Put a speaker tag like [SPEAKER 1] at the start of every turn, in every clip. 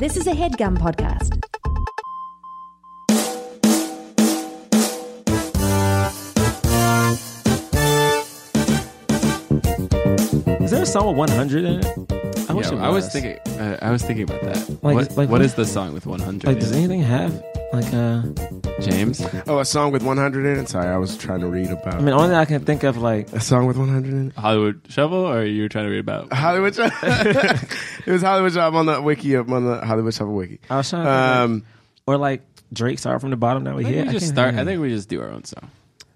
[SPEAKER 1] This is a headgum podcast.
[SPEAKER 2] Is there a song with 100 in it? I wish
[SPEAKER 3] Yeah,
[SPEAKER 2] it
[SPEAKER 3] I was
[SPEAKER 2] was.
[SPEAKER 3] thinking. Uh, I was thinking about that.
[SPEAKER 2] Like-
[SPEAKER 3] what,
[SPEAKER 2] like-
[SPEAKER 3] what is the song with 100?
[SPEAKER 2] Like, does anything have like uh
[SPEAKER 3] James?
[SPEAKER 4] Oh, a song with 100 in it? Sorry, I was trying to read about
[SPEAKER 2] I mean, only thing I can think of like
[SPEAKER 4] a song with 100 in it.
[SPEAKER 3] Hollywood Shovel, or you were trying to read about?
[SPEAKER 4] Hollywood Shop. it was Hollywood Shop on the wiki, of- on the Hollywood Shop wiki.
[SPEAKER 2] I was trying to think,
[SPEAKER 4] Um,
[SPEAKER 2] or like Drake started from the bottom now we
[SPEAKER 3] I
[SPEAKER 2] here.
[SPEAKER 3] think we just start. I think we just do our own song.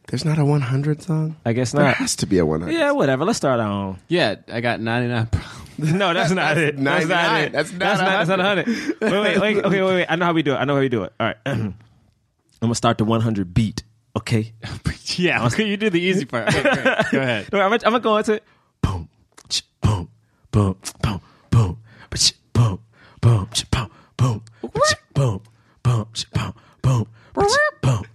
[SPEAKER 4] there's not a 100 song?
[SPEAKER 2] I guess
[SPEAKER 4] There
[SPEAKER 2] not.
[SPEAKER 4] has to be a 100.
[SPEAKER 2] Uh, Yeah, whatever. Let's start our own.
[SPEAKER 3] Yeah, I got 99 problems.
[SPEAKER 2] No, that's not it. That's not
[SPEAKER 4] 99.
[SPEAKER 2] it.
[SPEAKER 4] That's not
[SPEAKER 2] That's not hundred. Wait, wait, wait. Okay, wait, wait. I know how we do it. I know how we do it. All right. I'm gonna start the 100 beat. Okay.
[SPEAKER 3] yeah, okay, you did the easy part. Okay, great. Go ahead.
[SPEAKER 2] No, I'm gonna, I'm gonna go into boom, ch- boom, boom, boom, boom, ch- boom, boom, ch- boom, boom, ch- boom, boom, ch- boom, boom, ch- boom,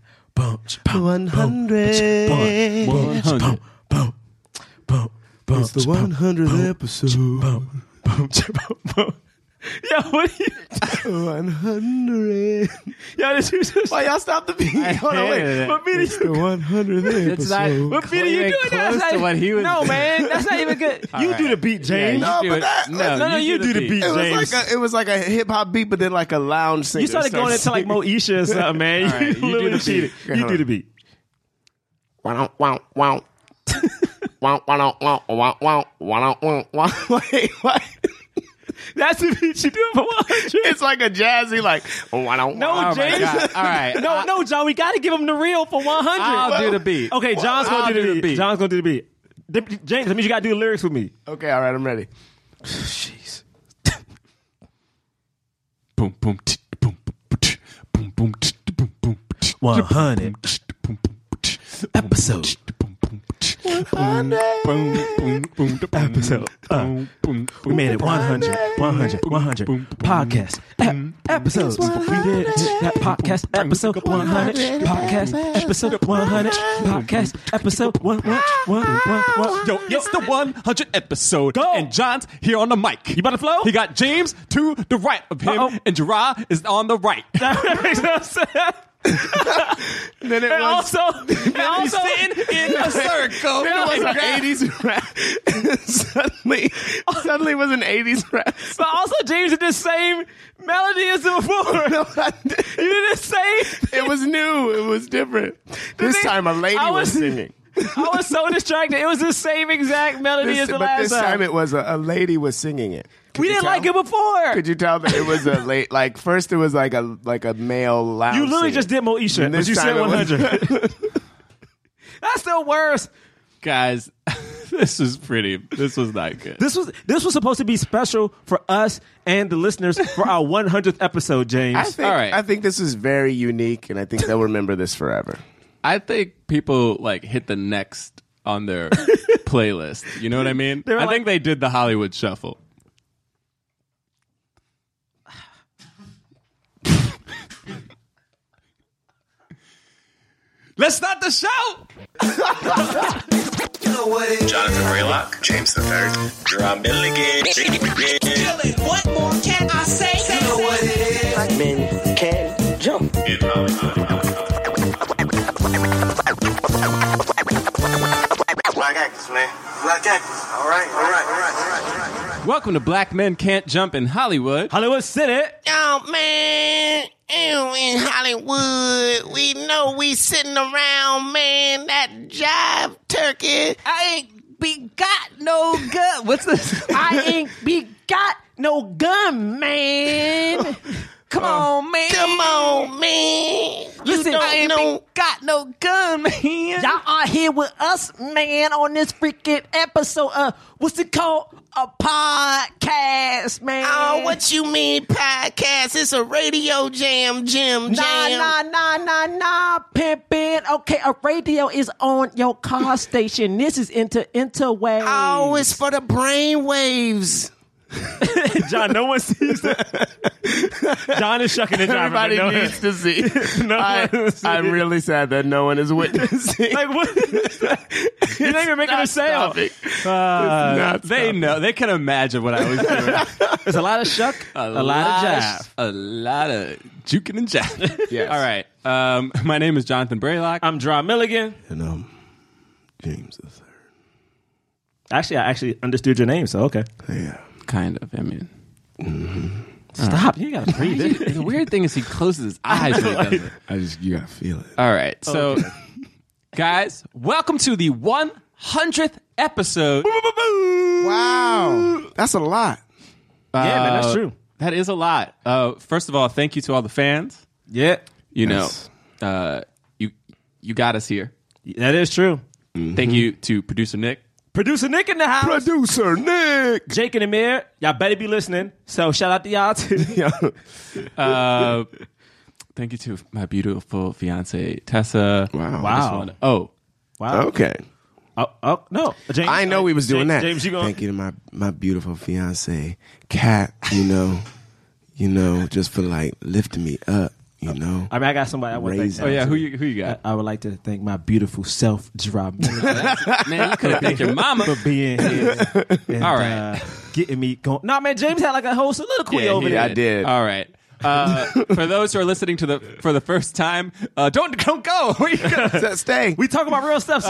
[SPEAKER 2] boom, ch- boom,
[SPEAKER 4] One
[SPEAKER 2] boom, ch- boom, boom, ch- boom, boom, boom, boom,
[SPEAKER 4] It's the
[SPEAKER 2] ch- boom,
[SPEAKER 4] 100th
[SPEAKER 2] boom,
[SPEAKER 4] episode.
[SPEAKER 2] ch- boom, boom, ch- boom, boom. Yo, what are you?
[SPEAKER 4] 100.
[SPEAKER 2] Yo, did you just?
[SPEAKER 4] Why y'all stop the beat? Hold on,
[SPEAKER 3] hated
[SPEAKER 4] wait.
[SPEAKER 3] it.
[SPEAKER 2] What beat are
[SPEAKER 4] It's the
[SPEAKER 2] you?
[SPEAKER 4] 100th
[SPEAKER 3] It's not-
[SPEAKER 4] episode.
[SPEAKER 2] What beat are you
[SPEAKER 3] Even
[SPEAKER 2] doing? That's
[SPEAKER 3] close
[SPEAKER 2] not
[SPEAKER 3] to
[SPEAKER 2] even-
[SPEAKER 3] what he was
[SPEAKER 2] No,
[SPEAKER 3] doing.
[SPEAKER 2] man, that's not even good. You do the beat, James.
[SPEAKER 3] Yeah, you
[SPEAKER 4] No,
[SPEAKER 3] do
[SPEAKER 4] but
[SPEAKER 3] it.
[SPEAKER 4] that-
[SPEAKER 3] no,
[SPEAKER 2] no, no, you do the beat.
[SPEAKER 4] It was
[SPEAKER 2] James.
[SPEAKER 4] like a, it was like a hip hop beat, but then like a lounge singer.
[SPEAKER 2] You started going into like Moesha or something, man.
[SPEAKER 3] All right,
[SPEAKER 2] you literally cheated.
[SPEAKER 4] Okay,
[SPEAKER 2] You
[SPEAKER 4] hold
[SPEAKER 2] do
[SPEAKER 4] on.
[SPEAKER 2] the beat.
[SPEAKER 4] wow wow wow wow wow wow wow wow wow wow wow. Wait, what?
[SPEAKER 2] That's the beat you do for 100.
[SPEAKER 4] It's like a jazzy like wow.
[SPEAKER 2] No,
[SPEAKER 3] Oh my
[SPEAKER 2] James.
[SPEAKER 3] God. All right.
[SPEAKER 2] No, no, John. We got to give him the real for 100.
[SPEAKER 3] I'll do the beat.
[SPEAKER 2] Okay, John's going
[SPEAKER 3] I'll
[SPEAKER 2] to do the beat. John's going to do the beat. The- James, that means you got to do the lyrics with me.
[SPEAKER 4] Okay, all right, I'm ready.
[SPEAKER 3] Boom, boom, t- boom, boom, t- boom, boom, t- boom, boom, t- boom,
[SPEAKER 2] 100
[SPEAKER 3] t- boom, boom, t-
[SPEAKER 2] episode.
[SPEAKER 3] boom, boom, t- boom, boom, boom, boom, t- boom,
[SPEAKER 2] Episode. Uh,
[SPEAKER 3] boom, boom,
[SPEAKER 2] We
[SPEAKER 3] boom,
[SPEAKER 2] made it
[SPEAKER 3] boom.
[SPEAKER 2] 100, 100, 100. Podcast ep- episodes. We did that podcast episode 100. Podcast episode 100. Podcast episode 100.
[SPEAKER 3] Yo, it's the 100 episode,
[SPEAKER 2] Go.
[SPEAKER 3] and John's here on the mic.
[SPEAKER 2] You about to flow?
[SPEAKER 3] He got James to the right of him,
[SPEAKER 2] Uh-oh.
[SPEAKER 3] and Gerard is on the right.
[SPEAKER 2] That makes no sense.
[SPEAKER 4] Then it
[SPEAKER 2] And
[SPEAKER 4] was
[SPEAKER 2] also, and also sitting in a circle.
[SPEAKER 4] then it was an 80s rap. suddenly, sudly it was an 80s rap.
[SPEAKER 2] But also, James did the same melody as before.
[SPEAKER 4] No, I didn't.
[SPEAKER 2] You did the same.
[SPEAKER 4] It was new. It was different. This
[SPEAKER 2] thing-
[SPEAKER 4] time a lady
[SPEAKER 2] I
[SPEAKER 4] was,
[SPEAKER 2] was-
[SPEAKER 4] singing.
[SPEAKER 2] I was so distracted. It was the same exact melody
[SPEAKER 4] This-
[SPEAKER 2] as the
[SPEAKER 4] but
[SPEAKER 2] last
[SPEAKER 4] this time it was a, a lady was singing it. Could
[SPEAKER 2] we
[SPEAKER 4] you
[SPEAKER 2] didn't
[SPEAKER 4] tell?
[SPEAKER 2] like it before.
[SPEAKER 4] Could you tell that it was a late? Like first, it was like a like a male loud.
[SPEAKER 2] You literally
[SPEAKER 4] singer.
[SPEAKER 2] just did Moesha,
[SPEAKER 4] And
[SPEAKER 2] but
[SPEAKER 4] this
[SPEAKER 2] you said
[SPEAKER 4] time it was-
[SPEAKER 2] 100. That's the worst.
[SPEAKER 3] Guys, this was pretty. This was not good.
[SPEAKER 2] This was this was supposed to be special for us and the listeners for our 100th episode, James.
[SPEAKER 4] I think,
[SPEAKER 3] All right.
[SPEAKER 4] I think this is very unique, and I think they'll remember this forever.
[SPEAKER 3] I think people like hit the next on their playlist. You know what I mean? I
[SPEAKER 2] were like-
[SPEAKER 3] think they did the Hollywood shuffle. Let's start the show.
[SPEAKER 5] Jonathan Raylock, James the Third, Drum Milligan.
[SPEAKER 6] Dylan, what more can I say? You know what it is.
[SPEAKER 7] men can jump.
[SPEAKER 5] Black actors, man. Black actors. All right, all right, all right, all right, all right. All right.
[SPEAKER 3] Welcome to Black Men Can't Jump in Hollywood.
[SPEAKER 2] Hollywood Senate.
[SPEAKER 8] Oh man, ew, in Hollywood, we know we sitting around, man. That jive turkey.
[SPEAKER 6] I ain't be got no good. What's this?
[SPEAKER 2] I ain't be got no gun, man. Uh,
[SPEAKER 6] Come on, man.
[SPEAKER 8] Come on, man.
[SPEAKER 2] Listen,
[SPEAKER 8] you
[SPEAKER 2] I
[SPEAKER 8] don't
[SPEAKER 2] ain't
[SPEAKER 8] know.
[SPEAKER 6] Got no gun, man.
[SPEAKER 2] Y'all are here with us, man, on this freaking episode of what's it called? A podcast, man.
[SPEAKER 8] Oh, what you mean podcast? It's a radio jam, Jim, jam.
[SPEAKER 2] Nah, nah, nah, nah, nah, pimpin'. Okay, a radio is on your car station. This is inter interway.
[SPEAKER 8] Oh, it's for the brain waves.
[SPEAKER 2] John, no one sees that. John is shucking and jiving. but
[SPEAKER 8] Everybody
[SPEAKER 2] no one-
[SPEAKER 8] needs to see.
[SPEAKER 2] No
[SPEAKER 8] I,
[SPEAKER 2] one sees
[SPEAKER 8] I'm
[SPEAKER 2] it.
[SPEAKER 8] really sad that no one is witnessing.
[SPEAKER 2] like what? You're not even making a
[SPEAKER 8] not
[SPEAKER 2] sale.
[SPEAKER 8] stopping.
[SPEAKER 2] Uh,
[SPEAKER 8] not
[SPEAKER 2] they
[SPEAKER 8] stopping.
[SPEAKER 2] know. They can imagine what I was doing. There's a lot of shuck, a, lot, of jive.
[SPEAKER 3] A lot of juking and jive.
[SPEAKER 8] Yes.
[SPEAKER 3] All right. Um, my name is Jonathan Braylock.
[SPEAKER 2] I'm Draw Milligan.
[SPEAKER 8] And um, James the third.
[SPEAKER 2] Actually, I actually understood your name, so okay.
[SPEAKER 8] Yeah.
[SPEAKER 3] kind of. I mean,
[SPEAKER 2] Stop. You gotta breathe. in.
[SPEAKER 3] the weird thing is he closes his eyes when he does it.
[SPEAKER 8] I just you gotta feel it.
[SPEAKER 3] All right. So, guys, welcome to the 100th episode.
[SPEAKER 8] Wow, that's a lot.
[SPEAKER 2] yeah, man, that's
[SPEAKER 3] Uh,
[SPEAKER 2] true.
[SPEAKER 3] That is a lot. Uh, first of all, thank you to all the fans.
[SPEAKER 2] Yeah,
[SPEAKER 3] You
[SPEAKER 8] Yes.
[SPEAKER 3] know, uh, you you got us here.
[SPEAKER 2] that is true.
[SPEAKER 3] Thank you to producer Nick.
[SPEAKER 2] Producer Nick in the house.
[SPEAKER 8] Producer Nick.
[SPEAKER 2] Jake and Amir, y'all better be listening. So shout out to y'all too.
[SPEAKER 3] Uh, thank you to my beautiful fiance Tessa.
[SPEAKER 8] Wow.
[SPEAKER 3] I just
[SPEAKER 2] Wow.
[SPEAKER 3] wanna- Oh,
[SPEAKER 2] Wow.
[SPEAKER 8] Okay.
[SPEAKER 2] Oh, oh, no, James.
[SPEAKER 8] I know we was doing
[SPEAKER 2] James,
[SPEAKER 8] that.
[SPEAKER 2] James, you going?
[SPEAKER 8] Thank you to my my beautiful fiance, Kat. You know, you know, just for like lifting me up. You know,
[SPEAKER 2] I mean, I got somebody. I want to
[SPEAKER 8] Raising.
[SPEAKER 2] thank.
[SPEAKER 3] oh yeah. Who you who you got?
[SPEAKER 2] I would like to thank my beautiful self, Gerard, Miller,
[SPEAKER 3] Uh, Man, you could have picked your mama.
[SPEAKER 2] for being here. and,
[SPEAKER 3] All
[SPEAKER 2] uh,
[SPEAKER 3] right.
[SPEAKER 2] getting me going. No, man, James had like a whole soliloquy over
[SPEAKER 8] he
[SPEAKER 2] there.
[SPEAKER 8] I did.
[SPEAKER 3] All right. Uh, for those who are listening to the for the first time, uh, don't don't go. Where you go?
[SPEAKER 8] So stay.
[SPEAKER 2] We talk about real stuff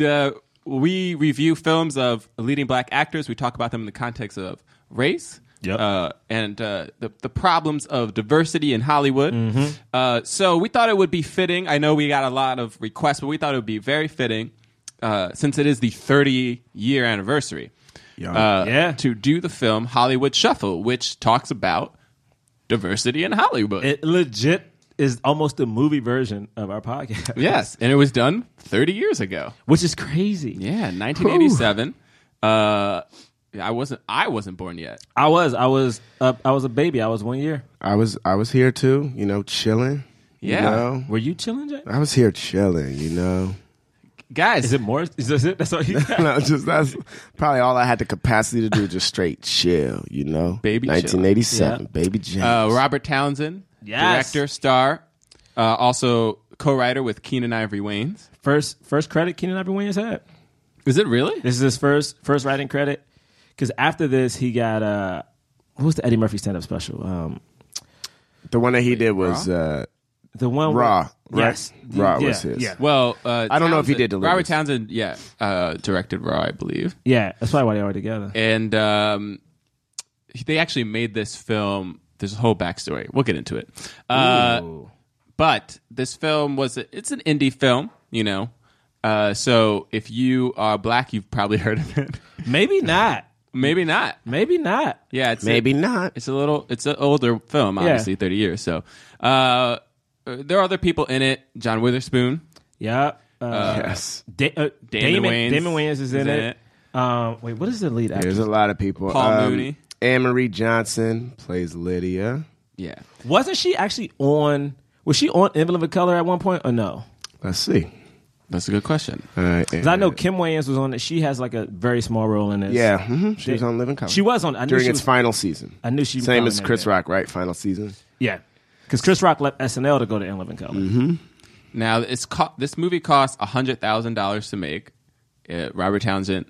[SPEAKER 2] soon.
[SPEAKER 3] Uh, we review films of leading black actors. We talk about them in the context of race
[SPEAKER 2] Yep.
[SPEAKER 3] uh, and uh, the, the problems of diversity in Hollywood.
[SPEAKER 2] Mm-hmm.
[SPEAKER 3] Uh, so we thought it would be fitting. I know we got a lot of requests, but we thought it would be very fitting uh, since it is the 30 year anniversary uh,
[SPEAKER 2] Yeah.
[SPEAKER 3] to do the film Hollywood Shuffle, which talks about diversity in Hollywood.
[SPEAKER 2] it legit is almost the movie version of our podcast.
[SPEAKER 3] yes, and it was done 30 years ago.
[SPEAKER 2] Which is crazy.
[SPEAKER 3] Yeah, 1987. Uh, I wasn't. I wasn't born yet.
[SPEAKER 2] I was, I was, uh, I was a baby. I was one year.
[SPEAKER 8] I was I was here too. You know, chilling.
[SPEAKER 3] Yeah.
[SPEAKER 8] You know?
[SPEAKER 2] Were you chilling, James?
[SPEAKER 8] I was here chilling, you know.
[SPEAKER 3] Guys,
[SPEAKER 2] Is it more? Is this it? That's all you got?
[SPEAKER 8] No, just that's probably all I had the capacity to do. Just straight chill, you know.
[SPEAKER 3] Baby chill.
[SPEAKER 8] 1987,
[SPEAKER 2] Yeah.
[SPEAKER 8] baby James.
[SPEAKER 3] uh, Robert Townsend,
[SPEAKER 2] Yes.
[SPEAKER 3] director, star, uh, also co-writer with Keenan Ivory Wayans.
[SPEAKER 2] First, first credit Keenan Ivory Williams had.
[SPEAKER 3] Is it really?
[SPEAKER 2] This is his first first writing credit. Because after this, he got uh, what was the Eddie Murphy stand up special? Um,
[SPEAKER 8] the one that he did was uh,
[SPEAKER 2] the one where-
[SPEAKER 8] Raw. Right?
[SPEAKER 2] Yes,
[SPEAKER 8] Raw
[SPEAKER 2] yeah,
[SPEAKER 8] was his.
[SPEAKER 2] Yeah,
[SPEAKER 3] Well, uh,
[SPEAKER 8] I don't know if he
[SPEAKER 3] Townsend-
[SPEAKER 8] did Delirious.
[SPEAKER 3] Robert Townsend, yeah, uh, directed Raw, I believe,
[SPEAKER 2] yeah. That's probably why they were together.
[SPEAKER 3] and um, they actually made this film. There's a whole backstory. We'll get into it. Uh,
[SPEAKER 2] Ooh.
[SPEAKER 3] but this film was a, it's an indie film, you know. Uh, so if you are black, you've probably heard of it.
[SPEAKER 2] Maybe not.
[SPEAKER 3] Maybe not.
[SPEAKER 2] Maybe not.
[SPEAKER 3] Yeah, it's
[SPEAKER 8] Maybe not.
[SPEAKER 3] It's a little. It's an older film, obviously, thirty years. So uh, there are other people in it. John Witherspoon,
[SPEAKER 2] Yeah. Uh,
[SPEAKER 8] yes.
[SPEAKER 2] da- uh,
[SPEAKER 3] Damon
[SPEAKER 2] Damon
[SPEAKER 3] Wayans
[SPEAKER 2] Damon, Wayans is in,
[SPEAKER 3] is in
[SPEAKER 2] it. Um, wait, what is the lead actor?
[SPEAKER 8] There's a lot of people.
[SPEAKER 3] Paul Mooney.
[SPEAKER 8] Anne Marie Johnson plays Lydia.
[SPEAKER 3] yeah,
[SPEAKER 2] Wasn't she actually on? Was she on Envelope of Color at one point or no?
[SPEAKER 8] Let's see.
[SPEAKER 3] that's a good question.
[SPEAKER 8] All right.
[SPEAKER 2] 'Cause I know Kim Wayans was on it. She has like a very small role in this.
[SPEAKER 8] Yeah, hmm she was on Living Color.
[SPEAKER 2] She was on. I knew
[SPEAKER 8] during
[SPEAKER 2] she
[SPEAKER 8] its
[SPEAKER 2] was-
[SPEAKER 8] final season.
[SPEAKER 2] I knew she
[SPEAKER 8] Same
[SPEAKER 2] probably
[SPEAKER 8] as
[SPEAKER 2] made
[SPEAKER 8] Chris
[SPEAKER 2] it.
[SPEAKER 8] Rock, right? Final season.
[SPEAKER 2] Yeah, because Chris Rock left SNL to go to Envelope of Color.
[SPEAKER 3] Now it's co- this movie cost hundred thousand dollars to make. Uh, Robert Townsend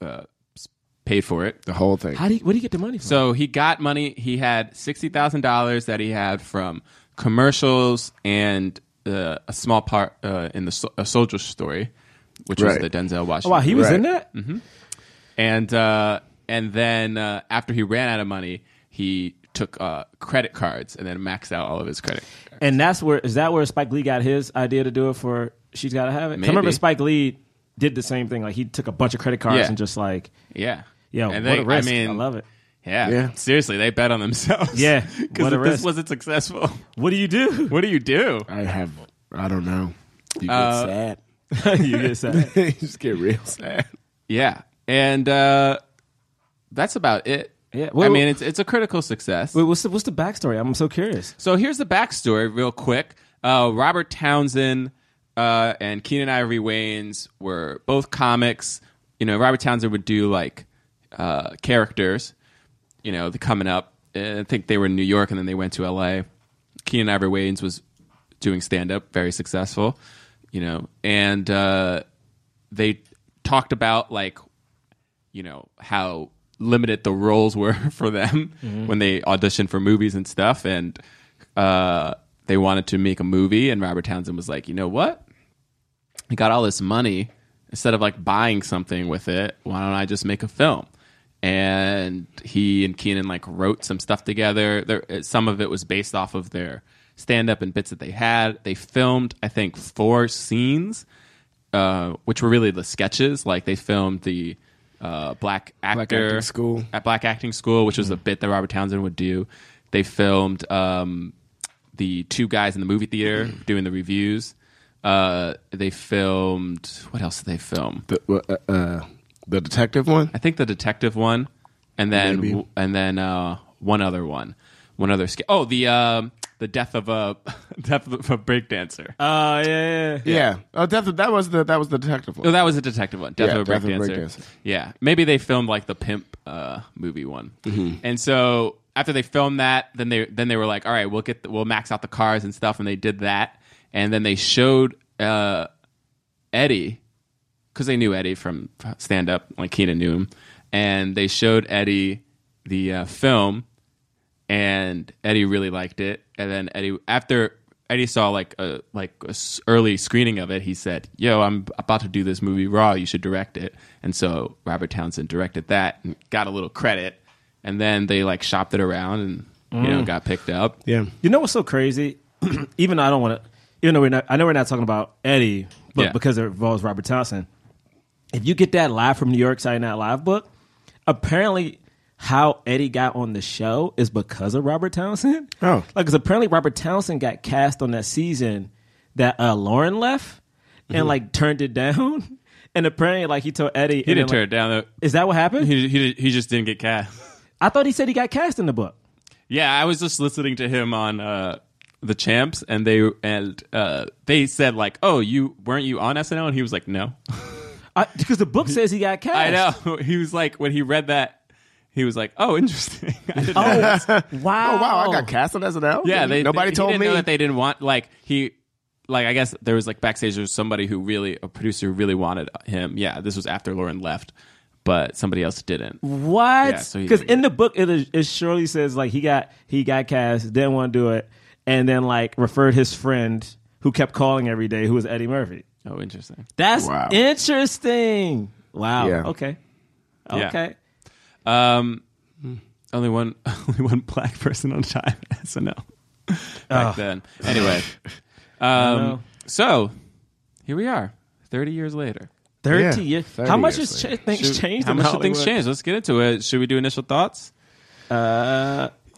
[SPEAKER 3] uh, s- paid for it.
[SPEAKER 8] The whole thing.
[SPEAKER 2] How do you, where do you get the money from?
[SPEAKER 3] So he got money. He had sixty thousand dollars that he had from commercials and uh, a small part uh, in the so- a soldier story, which
[SPEAKER 8] Right.
[SPEAKER 3] was the Denzel Washington.
[SPEAKER 2] Oh, wow, he was
[SPEAKER 8] Right.
[SPEAKER 2] in that.
[SPEAKER 3] and uh, and then uh, after he ran out of money, he took uh, credit cards and then maxed out all of his credit.
[SPEAKER 2] And that's where is that where Spike Lee got his idea to do it for? She's got to have it. 'Cause I
[SPEAKER 3] Maybe.
[SPEAKER 2] remember Spike Lee did the same thing. Like he took a bunch of credit cards
[SPEAKER 3] Yeah.
[SPEAKER 2] and just like,
[SPEAKER 3] Yeah,
[SPEAKER 2] yo,
[SPEAKER 3] And
[SPEAKER 2] what
[SPEAKER 3] they-
[SPEAKER 2] a risk.
[SPEAKER 3] I
[SPEAKER 2] I,
[SPEAKER 3] mean,
[SPEAKER 2] love it.
[SPEAKER 3] Yeah,
[SPEAKER 8] Yeah.
[SPEAKER 3] seriously, they bet on themselves.
[SPEAKER 2] Yeah,
[SPEAKER 3] because
[SPEAKER 2] what a
[SPEAKER 3] if this
[SPEAKER 2] risk.
[SPEAKER 3] wasn't successful,
[SPEAKER 2] What do you do?
[SPEAKER 3] what do you do?
[SPEAKER 8] I have. I don't know. You get
[SPEAKER 2] Uh,
[SPEAKER 8] sad.
[SPEAKER 2] you get sad.
[SPEAKER 8] you just get real sad.
[SPEAKER 3] Yeah, and uh, that's about it.
[SPEAKER 2] Yeah, well-
[SPEAKER 3] I mean, it's it's a critical success.
[SPEAKER 2] Wait, what's the, what's the backstory? I'm so curious.
[SPEAKER 3] So here's the backstory, real quick. Uh, Robert Townsend uh, and Keenan Ivory Wayans were both comics. You know, Robert Townsend would do like uh, characters, you know, the coming up. Uh, I think they were in New York and then they went to LA. Keenan Ivory Wayans was doing stand up, very successful, you know, and uh, they talked about like, you know, how limited the roles were for them when they auditioned for movies and stuff. And uh, they wanted to make a movie, and Robert Townsend was like, you know what? I got all this money instead of like buying something with it why don't i just make a film and he and keenan like wrote some stuff together there, uh, some of it was based off of their stand-up and bits that they had they filmed i think four scenes uh, which were really the sketches like they filmed the uh, black actor
[SPEAKER 4] Acting School. Mm.
[SPEAKER 3] at black acting school which was a bit that robert townsend would do they filmed um, the two guys in the movie theater doing the reviews uh, they filmed what else did they film?
[SPEAKER 4] The, uh, uh, the detective one?
[SPEAKER 3] I think the detective one, and then
[SPEAKER 4] Maybe.
[SPEAKER 3] and then uh, one other one, one other. Sca- oh, the um the death of a death of a breakdancer.
[SPEAKER 2] Oh yeah, yeah.
[SPEAKER 4] Yeah. Oh, that, that was the that was the detective one.
[SPEAKER 3] no, Oh, that was a detective one. Death
[SPEAKER 4] Yeah,
[SPEAKER 3] of a
[SPEAKER 4] Death of a
[SPEAKER 3] breakdancer.
[SPEAKER 4] Breakdancer.
[SPEAKER 3] Yeah, maybe they filmed like the pimp uh, movie one,
[SPEAKER 4] Mm-hmm.
[SPEAKER 3] and so after they filmed that, then they then they were like, all right, we'll get the, we'll max out the cars and stuff, and they did that, and then they showed uh, Eddie because they knew Eddie from stand up, like Keenan knew him, and they showed Eddie the uh, film, and Eddie really liked it. And then Eddie, after Eddie saw like a like a s- early screening of it, he said, "Yo, I'm about to do this movie raw. You should direct it." And so Robert Townsend directed that and got a little credit. And then they like shopped it around and you know got picked up.
[SPEAKER 4] yeah.
[SPEAKER 2] You know what's so crazy? even though I don't want to, even though we're not, I know we're not talking about Eddie, but
[SPEAKER 3] Yeah.
[SPEAKER 2] because it involves Robert Townsend. If you get that live from New York Saturday Night Live book, apparently how Eddie got on the show is because of Robert Townsend.
[SPEAKER 4] Oh.
[SPEAKER 2] like because apparently Robert Townsend got cast on that season that uh, Lauren left and like turned it down, and apparently like he told Eddie
[SPEAKER 3] He didn't tear it down. though.
[SPEAKER 2] Is that what happened?
[SPEAKER 3] He, he he just didn't get cast.
[SPEAKER 2] I thought he said he got cast in the book.
[SPEAKER 3] Yeah, I was just listening to him on uh, the Champs, and they and uh, they said like, "Oh, you weren't you on SNL?" And he was like, "No."
[SPEAKER 2] Because the book says he got cast.
[SPEAKER 3] I know. He was like when he read that, he was like, "Oh, interesting." I didn't know.
[SPEAKER 2] Wow.
[SPEAKER 4] Oh wow, I got cast on SNL.
[SPEAKER 3] Yeah, they,
[SPEAKER 4] nobody
[SPEAKER 3] they- he
[SPEAKER 4] told
[SPEAKER 3] didn't
[SPEAKER 4] me
[SPEAKER 3] know that they didn't want like he like I guess there was like backstage there was somebody who really a producer who really wanted him. Yeah, this was after Lauren left, but somebody else didn't.
[SPEAKER 2] What?
[SPEAKER 3] Yeah,
[SPEAKER 2] Because
[SPEAKER 3] so he didn't
[SPEAKER 2] in the book, it, is- it surely says like he got he got cast, didn't want to do it, and then like referred his friend who kept calling every day, who was Eddie Murphy.
[SPEAKER 3] Oh, interesting.
[SPEAKER 2] That's
[SPEAKER 4] Wow.
[SPEAKER 2] interesting. Wow.
[SPEAKER 4] Yeah.
[SPEAKER 2] Okay.
[SPEAKER 3] Yeah.
[SPEAKER 2] Okay.
[SPEAKER 3] Um, only one only one black person on time SNL back then. Anyway, um,
[SPEAKER 4] Mm.
[SPEAKER 2] know.
[SPEAKER 3] so here we are, thirty years later.
[SPEAKER 2] Thirty
[SPEAKER 4] Yeah,
[SPEAKER 2] years.
[SPEAKER 4] 30
[SPEAKER 2] how much
[SPEAKER 4] years
[SPEAKER 2] has
[SPEAKER 4] later.
[SPEAKER 2] cha- things changed?
[SPEAKER 3] How
[SPEAKER 2] in
[SPEAKER 3] much have
[SPEAKER 2] Hollywood?
[SPEAKER 3] things changed? Let's get into it. Should we do initial thoughts?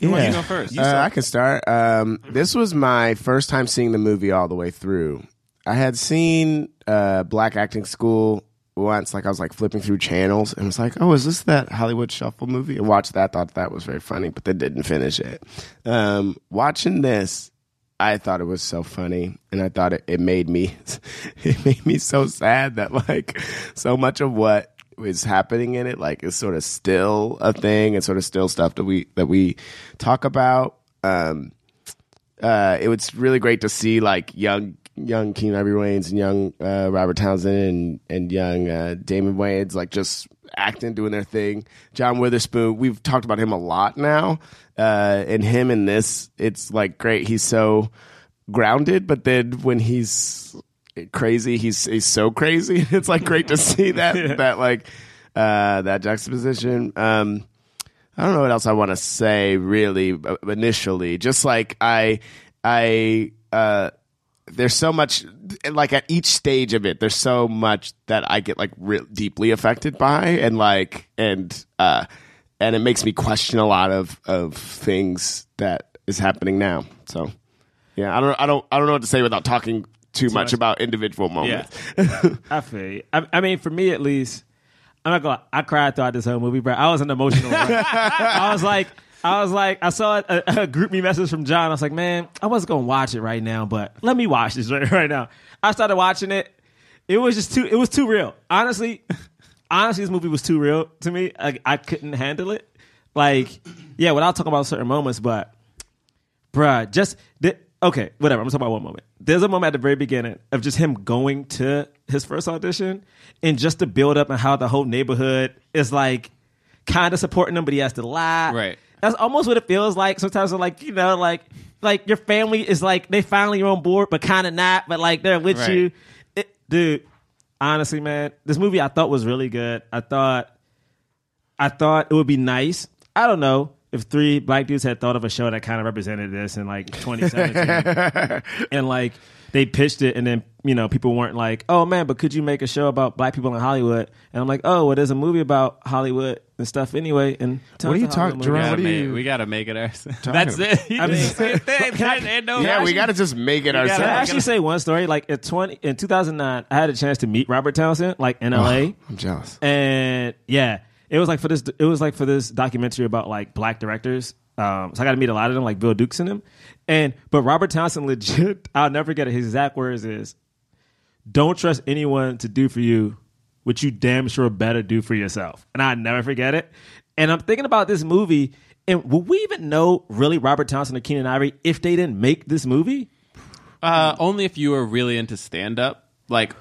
[SPEAKER 4] Who
[SPEAKER 3] wants to go first? You
[SPEAKER 4] Uh,
[SPEAKER 3] start.
[SPEAKER 4] I can start. Um, this was my first time seeing the movie all the way through. I had seen uh, Black Acting School once. Like I was like flipping through channels and was like, "Oh, is this that Hollywood Shuffle movie?" And watched that. Thought that was very funny, but then didn't finish it. Um, watching this, I thought it was so funny, and I thought it, it made me it made me so sad that like so much of what is happening in it like is sort of still a thing and sort of still stuff that we that we talk about. Um, uh, it was really great to see like young young Keenan Ivory Wayans and young uh, Robert Townsend and and young uh, Damon Wayans like just acting, doing their thing. John Witherspoon, we've talked about him a lot now, uh, and him in this, it's like great. He's so grounded, but then when he's crazy, he's he's so crazy. It's like great to see that that like uh, that juxtaposition. Um, I don't know what else I want to say really uh, initially. Just like I, I, uh, there's so much and like at each stage of it there's so much that i get like real deeply affected by and like and uh and it makes me question a lot of of things that is happening now so yeah i don't i don't i don't know what to say without talking too, much, about individual moments
[SPEAKER 2] I feel. You. I, I mean, for me at least, I'm not gonna. I cried throughout this whole movie, bro. I was an emotional. wreck. I was like, I was like, I saw a, a group me message from John. I was like, man, I wasn't gonna watch it right now, but let me watch this right, right now. I started watching it. It was just too. It was too real. Honestly, honestly, this movie was too real to me. I, I couldn't handle it. Like, yeah, without talking about certain moments, but bruh, just th- okay, whatever. I'm gonna talk about one moment. There's a moment at the very beginning of just him going to his first audition and just the build up and how the whole neighborhood is like kind of supporting him, but he has to lie.
[SPEAKER 3] Right.
[SPEAKER 2] That's almost what it feels like. Sometimes, like you know, like like your family is like they finally are on board, but kind of not. But like they're with
[SPEAKER 3] Right.
[SPEAKER 2] you, It- dude. Honestly, man, this movie I thought was really good. I thought I thought it would be nice. I don't know if three black dudes had thought of a show that kind of represented this in like 2017, and like they pitched it, and then you know people weren't like, "Oh man, but could you make a show about black people in Hollywood?" And I'm like, "Oh, well, there's a movie about Hollywood and stuff anyway." And
[SPEAKER 4] What are you
[SPEAKER 2] tons of Hollywood
[SPEAKER 4] talking-
[SPEAKER 2] movies.
[SPEAKER 4] Jerome,
[SPEAKER 3] gotta
[SPEAKER 4] what do
[SPEAKER 3] make-
[SPEAKER 4] you-
[SPEAKER 3] we gotta make it ourselves. That's
[SPEAKER 4] about?
[SPEAKER 3] it.
[SPEAKER 2] I mean- Can I-
[SPEAKER 4] Yeah, we got to just make it ourselves.
[SPEAKER 2] Can I actually say one story? Like in twenty in two thousand nine, I had a chance to meet Robert Townsend, like in LA.
[SPEAKER 4] I'm jealous.
[SPEAKER 2] and yeah, it was like for this. It was like for this documentary about like black directors. Um, so I got to meet a lot of them, like Bill Dukes and them. And but Robert Townsend, legit, I'll never forget it. His exact words is, "Don't trust anyone to do for you what you damn sure better do for yourself." And I never forget it. And I'm thinking about this movie, and would we even know really Robert Townsend or Keenan Ivory if they didn't make this movie?
[SPEAKER 3] Uh, only if you were really into stand up, like.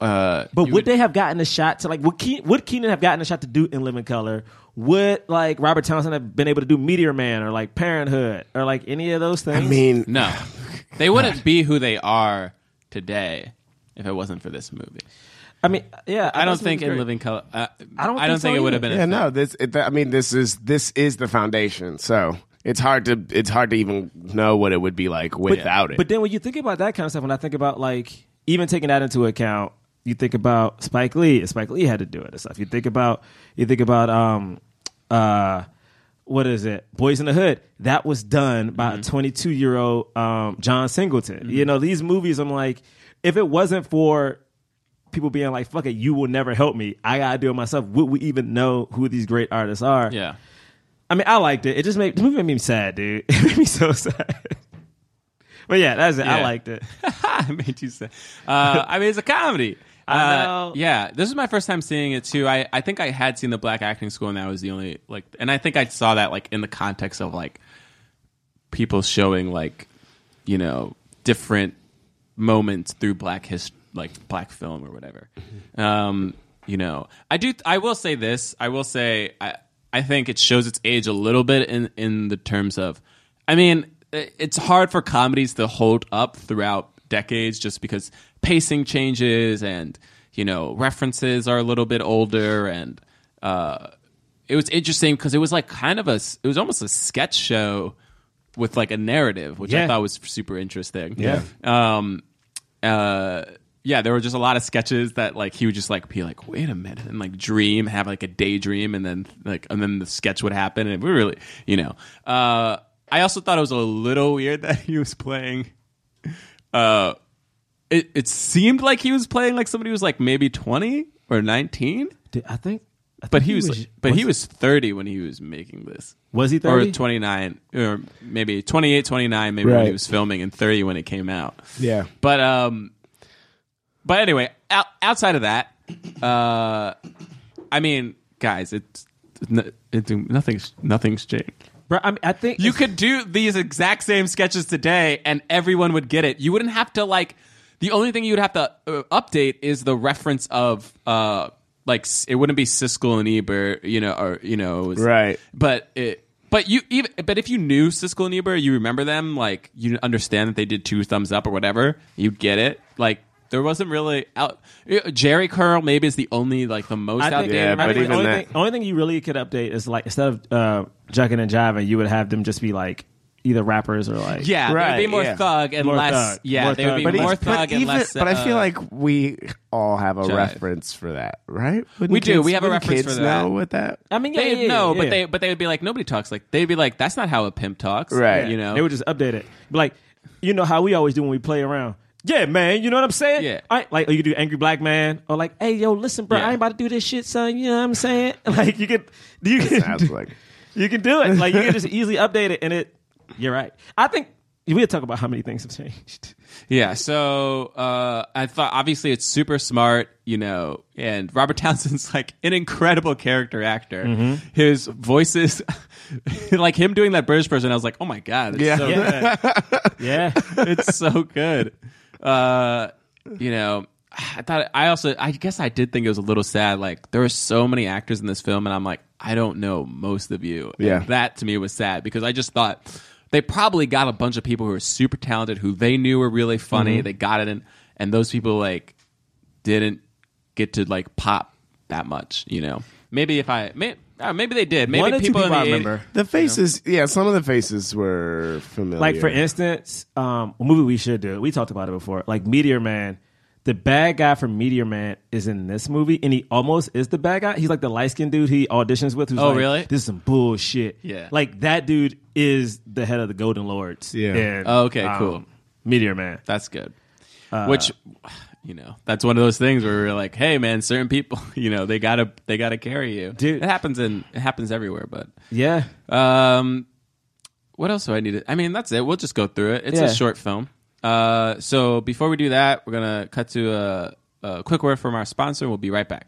[SPEAKER 3] Uh,
[SPEAKER 2] But
[SPEAKER 3] you
[SPEAKER 2] would they have gotten a shot to like would Keenan, would Keenan have gotten a shot to do in Living Color? Would like Robert Townsend have been able to do Meteor Man or like Parenthood or like any of those things?
[SPEAKER 4] I mean,
[SPEAKER 3] No, they wouldn't be who they are today if it wasn't for this movie.
[SPEAKER 2] I mean, yeah,
[SPEAKER 3] I don't
[SPEAKER 2] that's
[SPEAKER 3] think
[SPEAKER 2] great.
[SPEAKER 3] in Living Color. Uh, I
[SPEAKER 2] don't
[SPEAKER 3] I don't
[SPEAKER 2] think so
[SPEAKER 3] think it would have
[SPEAKER 2] either.
[SPEAKER 3] been.
[SPEAKER 4] yeah,
[SPEAKER 3] a thing.
[SPEAKER 4] no. This, it, I mean, this is this is the foundation. So it's hard to it's hard to even know what it would be like without it.
[SPEAKER 2] But then when you think about that kind of stuff, when I think about like even taking that into account, you think about Spike Lee. Spike Lee had to do it and stuff. You think about you think about um uh what is it? Boys in the Hood. That was done by a 22 year old um, John Singleton. You know these movies. I'm like, if it wasn't for people being like, "Fuck it, you will never help me. I gotta do it myself." Would we even know who these great artists are?
[SPEAKER 3] Yeah.
[SPEAKER 2] I mean, I liked it. It just made the movie made me sad, dude. It made me so sad. But yeah, that's it. I
[SPEAKER 3] Yeah.
[SPEAKER 2] liked it.
[SPEAKER 3] I made you say. Uh, I mean, it's a comedy. Uh,
[SPEAKER 2] know.
[SPEAKER 3] Yeah, this is my first time seeing it too. I, I think I had seen the Black Acting School, and that was the only like. And I think I saw that like in the context of like people showing like you know different moments through black his like black film or whatever. Um, you know, I do. I will say this. I will say I I think it shows its age a little bit in in the terms of. I mean, i- it's hard for comedies to hold up throughout decades just because pacing changes and you know references are a little bit older and uh, it was interesting because it was like kind of a s- it was almost a sketch show with like a narrative which i
[SPEAKER 2] Yeah.
[SPEAKER 3] thought was super interesting
[SPEAKER 2] Yeah.
[SPEAKER 3] um uh yeah there were just a lot of sketches that like he would just like be like wait a minute and like dream have like a daydream and then like and then the sketch would happen and we really you know uh i also thought it was a little weird that he was playing uh it, it seemed like he was playing like somebody who was like maybe 20 or 19
[SPEAKER 2] Dude, I think, I think
[SPEAKER 3] but he was, but he was 30 when he was making this.
[SPEAKER 2] Was he
[SPEAKER 3] Or
[SPEAKER 2] 30?
[SPEAKER 3] 29 or maybe 28, 29 maybe when he
[SPEAKER 4] Right.
[SPEAKER 3] was filming and 30 when it came out.
[SPEAKER 4] Yeah.
[SPEAKER 3] But um but anyway, out, outside of that, uh I mean, guys, it's it, nothing's nothing's changed.
[SPEAKER 2] Bro, I, mean, I think
[SPEAKER 3] You
[SPEAKER 2] it's-
[SPEAKER 3] could do these exact same sketches today, and everyone would get it. You wouldn't have to like. The only thing you would have to uh, update is the reference of uh, like s- it wouldn't be Siskel and Ebert, you know, or you know, it was-
[SPEAKER 4] Right.
[SPEAKER 3] But it. But you even but if you knew Siskel and Ebert, you remember them, like you understand that they did two thumbs up or whatever, you get it. Like there wasn't really out uh, Jerry Curl maybe is the only like the most
[SPEAKER 2] I think,
[SPEAKER 3] outdated.
[SPEAKER 4] Yeah,
[SPEAKER 2] I
[SPEAKER 4] but
[SPEAKER 2] think
[SPEAKER 4] even
[SPEAKER 2] the only,
[SPEAKER 4] that-
[SPEAKER 2] thing, only thing you really could update is like instead of uh, jucking and jiving, you would have them just be like either rappers or like
[SPEAKER 3] yeah, they would be
[SPEAKER 4] Right,
[SPEAKER 3] more
[SPEAKER 4] yeah.
[SPEAKER 3] thug and
[SPEAKER 2] More
[SPEAKER 3] less.
[SPEAKER 2] thug.
[SPEAKER 3] Yeah,
[SPEAKER 2] More
[SPEAKER 3] they would
[SPEAKER 2] thug.
[SPEAKER 3] be
[SPEAKER 2] But
[SPEAKER 3] more
[SPEAKER 4] it's-
[SPEAKER 3] thug and less.
[SPEAKER 4] but I feel
[SPEAKER 3] uh,
[SPEAKER 4] like we all have a
[SPEAKER 3] jive.
[SPEAKER 4] reference for that, right? Wouldn't
[SPEAKER 3] We do.
[SPEAKER 4] kids-
[SPEAKER 3] We have a
[SPEAKER 4] wouldn't
[SPEAKER 3] reference
[SPEAKER 4] kids
[SPEAKER 3] for that.
[SPEAKER 4] Know what that?
[SPEAKER 2] I mean, yeah,
[SPEAKER 3] they
[SPEAKER 2] yeah,
[SPEAKER 3] no,
[SPEAKER 2] yeah,
[SPEAKER 3] but
[SPEAKER 2] yeah.
[SPEAKER 3] they but they would be like nobody talks like they'd be like that's not how a pimp talks,
[SPEAKER 4] Right.
[SPEAKER 3] You know,
[SPEAKER 2] They would just update it. Like, you know how we always do when we play around. Yeah, man. You know what I'm saying?
[SPEAKER 3] Yeah.
[SPEAKER 2] I, like, or you do angry black man, or like, hey, yo, listen, bro,
[SPEAKER 3] Yeah.
[SPEAKER 2] I ain't about to do this shit, son. You know what I'm saying? Like, you can, you can,
[SPEAKER 4] sounds like-
[SPEAKER 2] you can do it. Like, you can just easily update it, and it. You're right. I think we could talk about how many things have changed.
[SPEAKER 3] Yeah, so uh, I thought obviously it's super smart, you know, and Robert Townsend's like an incredible character actor.
[SPEAKER 2] Mm-hmm.
[SPEAKER 3] His voices, like him doing that British person, I was like, oh my god, it's so good.
[SPEAKER 2] Yeah, yeah.
[SPEAKER 3] it's so good. Uh, you know, I thought I also I guess I did think it was a little sad. Like there were so many actors in this film, and I'm like, I don't know most of you. And
[SPEAKER 4] Yeah.
[SPEAKER 3] that to me was sad because I just thought they probably got a bunch of people who were super talented, who they knew were really funny.
[SPEAKER 2] Mm-hmm.
[SPEAKER 3] They got it, in, and those people like didn't get to like pop that much. You know, maybe if I may, uh, maybe they did. Maybe
[SPEAKER 2] One or two
[SPEAKER 3] people, in
[SPEAKER 2] people
[SPEAKER 3] the
[SPEAKER 2] I
[SPEAKER 3] 80
[SPEAKER 2] remember.
[SPEAKER 4] The faces, yeah, some of the faces were familiar.
[SPEAKER 2] Like for instance, um, a movie we should do. We talked about it before. Like Meteor Man, the bad guy from Meteor Man is in this movie, and he almost is the bad guy. He's like the light skinned dude he auditions with. Who's
[SPEAKER 3] Oh,
[SPEAKER 2] like,
[SPEAKER 3] really?
[SPEAKER 2] This is some bullshit.
[SPEAKER 3] Yeah.
[SPEAKER 2] like that dude is the head of the Golden Lords.
[SPEAKER 4] Yeah.
[SPEAKER 2] And, um,
[SPEAKER 3] Oh, okay, cool.
[SPEAKER 2] Meteor Man.
[SPEAKER 3] That's good. Which you know, that's one of those things where we're like, hey man, certain people, you know, they gotta they gotta carry you.
[SPEAKER 2] Dude.
[SPEAKER 3] It happens in it happens everywhere, but
[SPEAKER 2] Yeah,
[SPEAKER 3] um what else do I need to I mean that's it. We'll just go through it. It's
[SPEAKER 2] Yeah.
[SPEAKER 3] a short film. Uh so before we do that, we're gonna cut to a, a quick word from our sponsor and we'll be right back.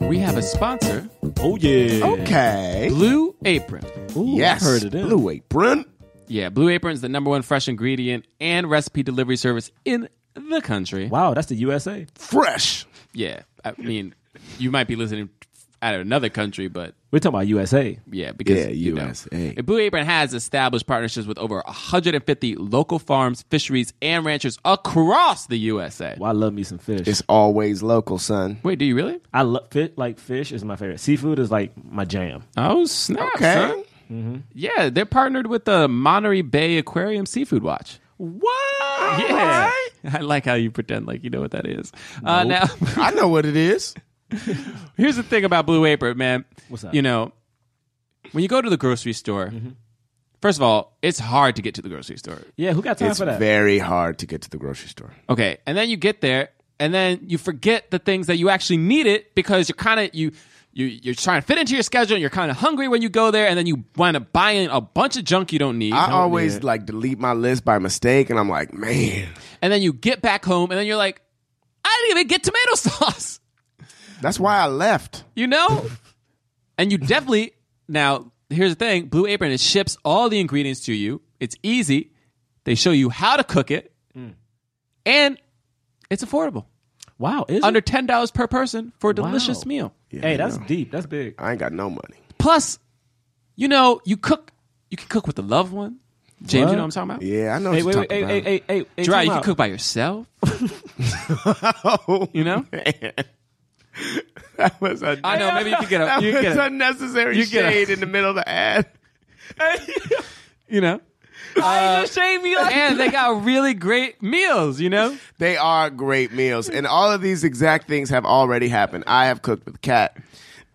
[SPEAKER 3] We have a sponsor,
[SPEAKER 2] oh yeah.
[SPEAKER 4] okay,
[SPEAKER 3] Blue Apron.
[SPEAKER 2] Ooh,
[SPEAKER 4] yes,
[SPEAKER 2] I heard it. in.
[SPEAKER 4] blue apron.
[SPEAKER 3] Yeah, Blue Apron is the number one fresh ingredient and recipe delivery service in the country.
[SPEAKER 2] Wow, that's the USA.
[SPEAKER 4] fresh.
[SPEAKER 3] Yeah, I mean, you might be listening out of another country, but
[SPEAKER 2] We're talking about USA.
[SPEAKER 3] yeah, because
[SPEAKER 4] Yeah,
[SPEAKER 3] you know.
[SPEAKER 4] USA.
[SPEAKER 3] Blue Apron has established partnerships with over 150 local farms, fisheries, and ranchers across the USA.
[SPEAKER 2] Well, I love me some fish.
[SPEAKER 4] It's always local, son.
[SPEAKER 3] Wait, do you really?
[SPEAKER 2] I love fit like fish is my favorite. Seafood is like my jam.
[SPEAKER 3] Oh snap!
[SPEAKER 4] Okay.
[SPEAKER 3] son. Yeah, they're partnered with the Monterey Bay Aquarium Seafood Watch.
[SPEAKER 2] What?
[SPEAKER 3] Yeah, I like how you pretend like you know what that is. Uh, now,
[SPEAKER 4] I know what it is.
[SPEAKER 3] Here's the thing about Blue Apron, man.
[SPEAKER 2] What's that? Mm-hmm.
[SPEAKER 3] You know, when you go to the grocery store, first of all, it's hard to get to the grocery store.
[SPEAKER 2] Yeah, who got time
[SPEAKER 4] It's
[SPEAKER 2] for that?
[SPEAKER 4] very hard to get to the grocery store.
[SPEAKER 3] Okay, and then you get there, and then you forget the things that you actually needed because you're kind of you. You, you're trying to fit into your schedule and you're kind of hungry when you go there and then you wind up buying a bunch of junk you don't need
[SPEAKER 2] Ah.
[SPEAKER 4] I always like delete my list by mistake, and I'm like, man,
[SPEAKER 3] and then you get back home and then you're like i didn't even get tomato sauce
[SPEAKER 4] that's why I left.
[SPEAKER 3] you know and you definitely now here's the thing blue apron it ships all the ingredients to you it's easy they show you how to cook it
[SPEAKER 2] Mm.
[SPEAKER 3] and it's affordable
[SPEAKER 2] Wow, is it?
[SPEAKER 3] under $10 per person for a delicious
[SPEAKER 2] Wow.
[SPEAKER 3] meal
[SPEAKER 2] hey, that's deep. That's big.
[SPEAKER 4] I ain't got no money.
[SPEAKER 3] plus you know you cook you can cook with a loved one james you know what i'm talking about
[SPEAKER 4] Yeah, I know.
[SPEAKER 2] Hey,
[SPEAKER 4] what
[SPEAKER 2] wait, wait,
[SPEAKER 4] you're
[SPEAKER 2] hey,
[SPEAKER 4] talking
[SPEAKER 2] hey,
[SPEAKER 4] about.
[SPEAKER 2] hey, hey, hey,
[SPEAKER 3] Gerard,
[SPEAKER 2] time
[SPEAKER 3] you can
[SPEAKER 2] out.
[SPEAKER 3] cook by yourself you know
[SPEAKER 4] That was a,
[SPEAKER 3] i know maybe you can get a
[SPEAKER 4] that
[SPEAKER 3] you can
[SPEAKER 4] was
[SPEAKER 3] get a,
[SPEAKER 4] unnecessary
[SPEAKER 3] you get a-
[SPEAKER 4] shade in the middle of the ad.
[SPEAKER 3] you know Uh,
[SPEAKER 2] I ain't gonna shame you. Like,
[SPEAKER 3] and they got really great meals you know
[SPEAKER 4] They are great meals, and all of these exact things have already happened. I have cooked with Kat.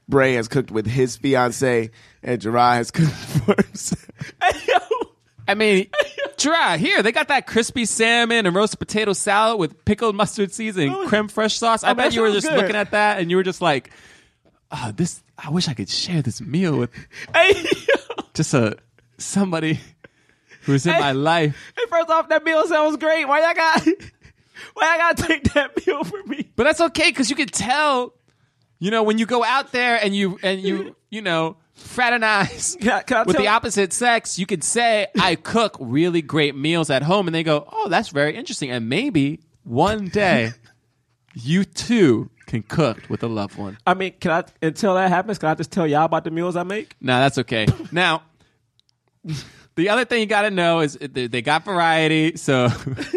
[SPEAKER 4] Bray has cooked with his fiance, and Gerard has cooked for himself.
[SPEAKER 3] I mean, try here. They got that crispy salmon and roasted potato salad with pickled mustard seeds and creme fraiche sauce. I bet
[SPEAKER 2] Oh, that
[SPEAKER 3] you were
[SPEAKER 2] sounds
[SPEAKER 3] just
[SPEAKER 2] good.
[SPEAKER 3] looking at that and you were just like, oh, "This, I wish I could share this meal with
[SPEAKER 2] hey,
[SPEAKER 3] just a somebody who's in my life."
[SPEAKER 2] first off, that meal sounds great. Why y'all got? Why y'all gotta take that meal for me?
[SPEAKER 3] But that's okay because you can tell, you know, when you go out there and you and you you know fraternize
[SPEAKER 2] Can I- can I
[SPEAKER 3] with
[SPEAKER 2] tell-
[SPEAKER 3] the opposite sex, you could say, "I cook really great meals at home," and they go, "Oh, that's very interesting," and maybe one day you too can cook with a loved one.
[SPEAKER 2] I mean, can I? Until that happens, can I just tell y'all about the meals I make?
[SPEAKER 3] No, that's okay. Now, the other thing you got to know is they they got variety. So,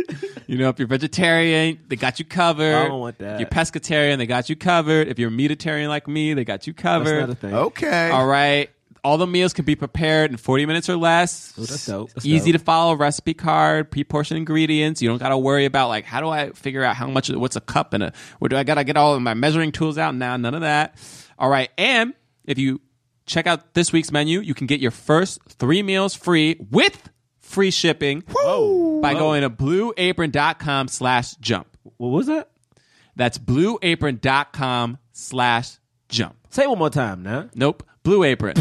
[SPEAKER 3] you know, if you're vegetarian, they got you covered.
[SPEAKER 2] I don't want that.
[SPEAKER 3] If you're pescatarian, they got you covered. If you're meatitarian like me, they got you
[SPEAKER 2] That's
[SPEAKER 3] covered.
[SPEAKER 2] another thing. Oh,
[SPEAKER 4] Okay.
[SPEAKER 3] All right. All the meals can be prepared in 40 minutes or less.
[SPEAKER 2] that's dope. That's
[SPEAKER 3] Easy
[SPEAKER 2] dope.
[SPEAKER 3] to follow recipe card, pre-portioned ingredients. You don't got to worry about like how do I figure out how much what's a cup and a where do I got to get all of my measuring tools out now? None of that. All right. And if you check out this week's menu, you can get your first 3 meals free with free shipping by going to blueapron.com/jump. slash jump.
[SPEAKER 2] What was that?
[SPEAKER 3] That's blueapron.com/jump. slash jump.
[SPEAKER 2] Say it one more time now.
[SPEAKER 3] Nope. Blue Apron.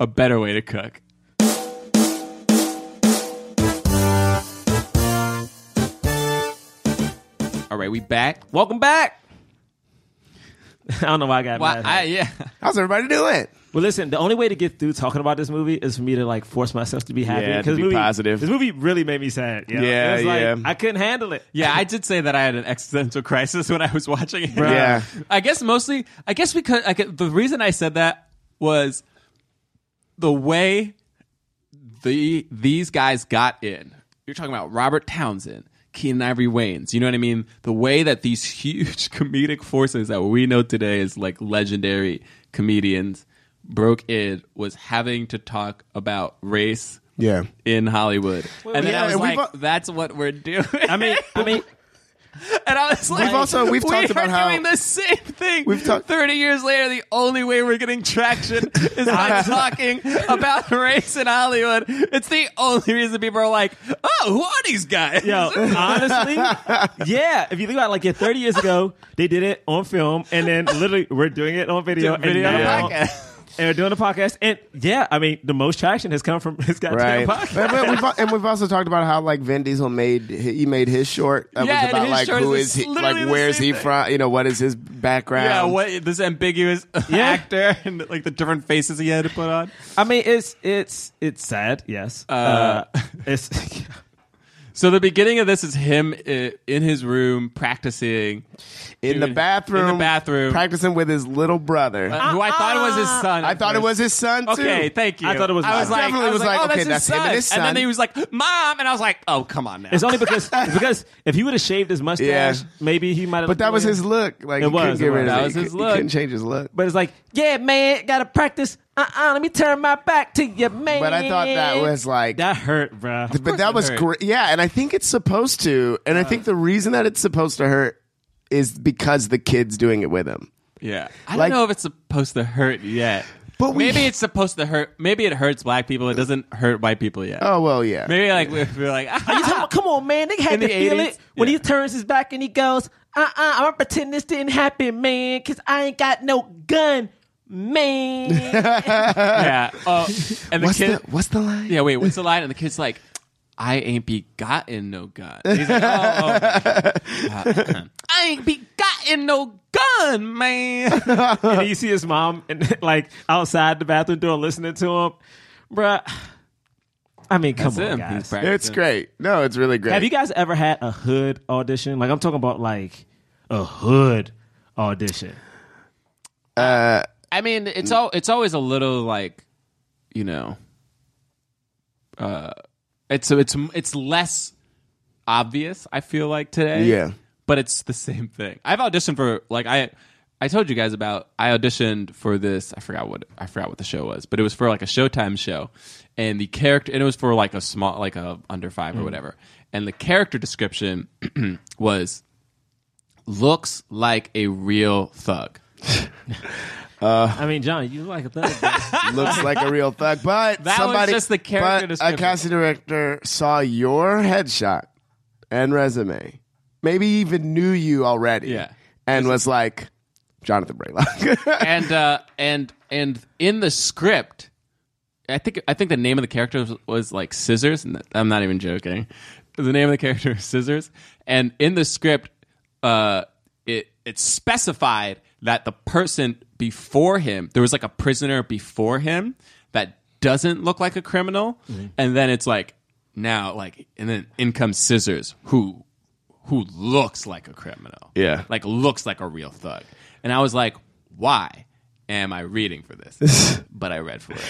[SPEAKER 3] a better way to cook. All right, we back.
[SPEAKER 2] Welcome back. I don't know why I got
[SPEAKER 3] Why?
[SPEAKER 2] mad.
[SPEAKER 3] I, yeah.
[SPEAKER 4] How's everybody doing?
[SPEAKER 2] Well, listen. The only way to get through talking about this movie is for me to like force myself to be happy.
[SPEAKER 4] Yeah, to
[SPEAKER 2] 'Cause
[SPEAKER 4] be
[SPEAKER 2] movie,
[SPEAKER 4] positive.
[SPEAKER 2] This movie really made me sad. you know?
[SPEAKER 4] Yeah,
[SPEAKER 2] It was like,
[SPEAKER 4] yeah.
[SPEAKER 2] I couldn't handle it.
[SPEAKER 3] Yeah, I did say that I had an existential crisis when I was watching it.
[SPEAKER 4] Yeah.
[SPEAKER 3] I guess mostly, I guess because I get, the reason I said that was the way the these guys got in. You're talking about Robert Townsend, Keenan Ivory Wayans. You know what I mean? The way that these huge comedic forces that we know today as like legendary comedians broke in was having to talk about race.
[SPEAKER 4] Yeah.
[SPEAKER 3] In Hollywood, and then
[SPEAKER 4] yeah,
[SPEAKER 3] I was
[SPEAKER 4] and we've
[SPEAKER 3] like,
[SPEAKER 4] al-
[SPEAKER 3] "That's what we're doing."
[SPEAKER 2] I mean, I mean,
[SPEAKER 3] And I was like,
[SPEAKER 4] also- we've
[SPEAKER 3] we
[SPEAKER 4] talked
[SPEAKER 3] are
[SPEAKER 4] about how-
[SPEAKER 3] doing the same thing.
[SPEAKER 4] We've talked-
[SPEAKER 3] thirty years later. The only way we're getting traction is by talking about race in Hollywood. It's the only reason people are like, "Oh, who are these guys?"
[SPEAKER 2] yo, honestly, yeah. If you think about it, like yeah, 30 years ago, they did it on film, and then literally we're doing it on video, and
[SPEAKER 3] Video
[SPEAKER 2] now-
[SPEAKER 3] podcast.
[SPEAKER 2] and we're doing a podcast. And yeah, I mean, the most traction has come from this goddamn
[SPEAKER 4] Right,
[SPEAKER 2] podcast.
[SPEAKER 4] and, but we've, al- and we've also talked about how like Vin Diesel made he made his short that
[SPEAKER 3] Yeah, and
[SPEAKER 4] was about
[SPEAKER 3] his
[SPEAKER 4] like
[SPEAKER 3] short
[SPEAKER 4] who
[SPEAKER 3] is
[SPEAKER 4] is he,
[SPEAKER 3] literally
[SPEAKER 4] like
[SPEAKER 3] the
[SPEAKER 4] where's
[SPEAKER 3] same
[SPEAKER 4] he
[SPEAKER 3] thing.
[SPEAKER 4] from you know what is his background
[SPEAKER 3] Yeah, what this ambiguous
[SPEAKER 2] Yeah.
[SPEAKER 3] actor and like the different faces he had to put on.
[SPEAKER 2] I mean, it's it's it's sad. Yes, uh, it's
[SPEAKER 3] So the beginning of this is him uh, in his room practicing, dude,
[SPEAKER 4] in the
[SPEAKER 3] in the
[SPEAKER 4] bathroom
[SPEAKER 3] bathroom.
[SPEAKER 4] practicing with his little brother
[SPEAKER 3] who I thought was his son.
[SPEAKER 4] I
[SPEAKER 3] at
[SPEAKER 4] thought it
[SPEAKER 3] first.
[SPEAKER 4] was his son too
[SPEAKER 3] Okay, thank you.
[SPEAKER 2] I thought it was
[SPEAKER 3] I was
[SPEAKER 2] mine.
[SPEAKER 3] like,
[SPEAKER 4] Definitely
[SPEAKER 3] I was
[SPEAKER 4] was
[SPEAKER 3] like,
[SPEAKER 4] like,
[SPEAKER 3] oh,
[SPEAKER 4] okay,
[SPEAKER 3] that's, his son.
[SPEAKER 4] that's him and his
[SPEAKER 3] And
[SPEAKER 4] son.
[SPEAKER 3] then he was like, mom, and I was like, oh, come on now.
[SPEAKER 2] It's only because because if he would have shaved his mustache,
[SPEAKER 4] Yeah.
[SPEAKER 2] maybe he might. have
[SPEAKER 4] but that was his look like
[SPEAKER 2] It
[SPEAKER 4] he couldn't
[SPEAKER 2] was, it
[SPEAKER 4] get rid
[SPEAKER 2] was.
[SPEAKER 4] of
[SPEAKER 3] That
[SPEAKER 4] it.
[SPEAKER 3] was
[SPEAKER 4] He
[SPEAKER 3] his
[SPEAKER 4] cou- he
[SPEAKER 3] look.
[SPEAKER 4] couldn't change his look
[SPEAKER 2] But it's like, yeah, man, gotta practice. Uh, uh let me turn my back to you, man.
[SPEAKER 4] But I thought that was like
[SPEAKER 2] that hurt, bro.
[SPEAKER 4] but that was
[SPEAKER 3] hurt. Uh.
[SPEAKER 4] great. Yeah, and I think it's supposed to, and I think the reason that it's supposed to hurt is because the kid's doing it with him.
[SPEAKER 3] yeah. I
[SPEAKER 4] Like-
[SPEAKER 3] don't know if it's supposed to hurt yet.
[SPEAKER 4] But we-
[SPEAKER 3] maybe it's supposed to hurt. Maybe it hurts black people. It doesn't hurt white people yet.
[SPEAKER 4] Oh well, yeah.
[SPEAKER 3] Maybe like we're, we're like, ah,
[SPEAKER 2] You talking about- come on, man. They
[SPEAKER 3] In
[SPEAKER 2] had to
[SPEAKER 3] the
[SPEAKER 2] feel
[SPEAKER 3] 80s?
[SPEAKER 2] it when
[SPEAKER 3] Yeah.
[SPEAKER 2] he turns his back and he goes, "Uh, uh-uh, I'm gonna pretend this didn't happen, man, because I ain't got no gun, man."
[SPEAKER 3] yeah. Oh, and the
[SPEAKER 4] what's
[SPEAKER 3] kid,
[SPEAKER 4] the what's the line?
[SPEAKER 3] yeah. Wait, what's the line? And the kid's like, I ain't begotten no gun. He's like, oh, oh. Uh, I ain't begotten no gun, man.
[SPEAKER 4] Oh,
[SPEAKER 2] and you see his mom and like outside the bathroom door listening to him, bruh. I mean, come
[SPEAKER 3] That's him. He's practicing.
[SPEAKER 4] It's great. No, it's really great.
[SPEAKER 2] Have you guys ever had a hood audition? Like I'm talking about like a hood audition.
[SPEAKER 3] I mean, it's all it's always a little like, you know, uh, it's it's it's less obvious. I feel like today,
[SPEAKER 4] Yeah.
[SPEAKER 3] but it's the same thing. I've auditioned for like I I told you guys about I auditioned for this. I forgot what I forgot what the show was, but it was for like a Showtime show, and the character and it was for like a small like a under five or whatever, and the character description was looks like a real thug.
[SPEAKER 2] I mean, Johnny, you like a thug.
[SPEAKER 4] Looks like a real thug, but
[SPEAKER 3] That was
[SPEAKER 4] somebody
[SPEAKER 3] just the character
[SPEAKER 4] but
[SPEAKER 3] description.
[SPEAKER 4] A casting director saw your headshot and resume, maybe even knew you already,
[SPEAKER 3] Yeah.
[SPEAKER 4] and was like Jonathan Braylock.
[SPEAKER 3] and uh, and and in the script, I think I think the name of the character was, was like Scissors. and I'm not even joking. The name of the character is Scissors, and in the script, uh, it it's specified that the person before him there was like a prisoner before him that doesn't look like a criminal, and then it's like now like and then in comes Scissors who who looks like a criminal.
[SPEAKER 4] Yeah.
[SPEAKER 3] Like looks like a real thug. And I was like, why am I reading for this? but I read for it.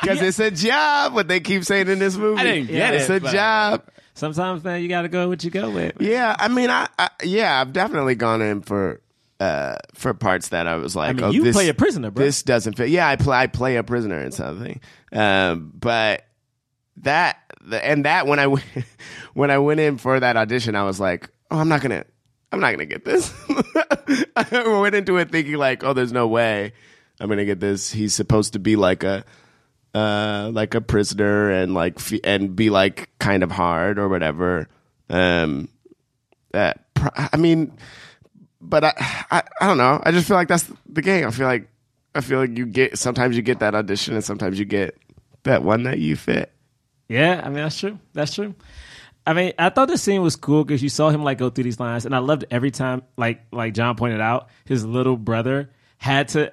[SPEAKER 4] Because it's a job, what they keep saying in this movie.
[SPEAKER 3] I didn't get
[SPEAKER 4] It's
[SPEAKER 3] it,
[SPEAKER 4] a
[SPEAKER 3] but-
[SPEAKER 4] job.
[SPEAKER 2] Sometimes, man, you gotta go with what you go with.
[SPEAKER 4] Yeah, I mean, I, I yeah, I've definitely gone in for uh for parts that I was like,
[SPEAKER 2] mean,
[SPEAKER 4] oh,
[SPEAKER 2] you
[SPEAKER 4] this,
[SPEAKER 2] play a prisoner, bro.
[SPEAKER 4] This doesn't fit. Yeah, I play I play a prisoner in something, um, but that the, and that when I went when I went in for that audition, I was like, oh, I'm not gonna. I'm not gonna get this. I went into it thinking like, oh, there's no way I'm gonna get this. He's supposed to be like a uh, like a prisoner and like f- and be like kind of hard or whatever. Um, that pr- I mean, but I, I, I don't know. I just feel like that's the game. I feel like, I feel like you get sometimes you get that audition and sometimes you get that one that you fit.
[SPEAKER 2] Yeah, I mean that's true. That's true. I mean, I thought this scene was cool because you saw him like go through these lines, and I loved every time, like like John pointed out, his little brother had to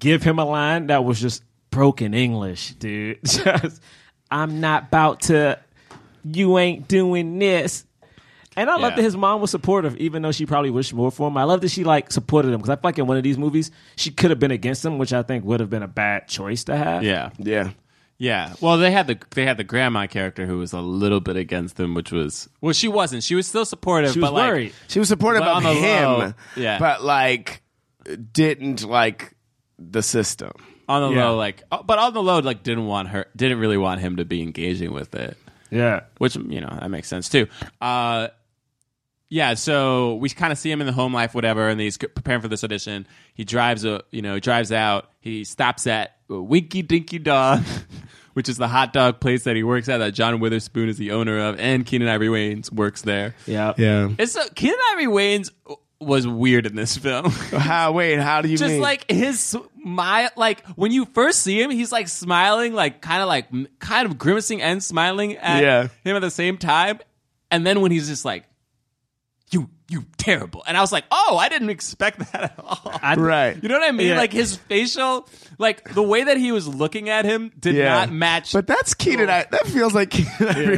[SPEAKER 2] give him a line that was just broken English, dude. Just, I'm not about to. You ain't doing this. And I love
[SPEAKER 3] Yeah.
[SPEAKER 2] that his mom was supportive, even though she probably wished more for him. I love that she like supported him because I feel like in one of these movies she could have been against him, which I think would have been a bad choice to have.
[SPEAKER 3] Yeah,
[SPEAKER 4] Yeah.
[SPEAKER 3] yeah. Well, they had the they had the grandma character who was a little bit against them, which was well, she wasn't. She was still supportive.
[SPEAKER 2] she was
[SPEAKER 3] but like,
[SPEAKER 2] worried.
[SPEAKER 4] She was supportive
[SPEAKER 3] But
[SPEAKER 4] of
[SPEAKER 3] on the
[SPEAKER 4] him,
[SPEAKER 3] low, yeah.
[SPEAKER 4] but like didn't like the system.
[SPEAKER 3] on the
[SPEAKER 2] Yeah.
[SPEAKER 3] low, like, oh, but on the low, like, didn't want her, didn't really want him to be engaging with it,
[SPEAKER 2] Yeah,
[SPEAKER 3] which you know that makes sense too. Uh, yeah, so we kind of see him in the home life, whatever, and he's preparing for this audition. He drives a, you know, drives out. He stops at Winky Dinky Dog, which is the hot dog place that he works at. That John Witherspoon is the owner of, and Keenan Ivory Wayans works there.
[SPEAKER 2] yeah,
[SPEAKER 4] Yeah.
[SPEAKER 3] It's so Keenan Ivory Wayans was weird in this film.
[SPEAKER 4] How, wait, how do you
[SPEAKER 3] just
[SPEAKER 4] mean?
[SPEAKER 3] like his smile like when you first see him he's like smiling like kind of like m- kind of grimacing and smiling at
[SPEAKER 4] Yeah.
[SPEAKER 3] him at the same time and then when he's just like you you terrible and i was like oh i didn't expect that at all
[SPEAKER 2] I,
[SPEAKER 4] right.
[SPEAKER 3] you know what i mean
[SPEAKER 2] Yeah.
[SPEAKER 3] like his facial like the way that he was looking at him did
[SPEAKER 4] Yeah.
[SPEAKER 3] not match Oh.
[SPEAKER 4] But that's Keenan. I, that feels like Keenan Ivory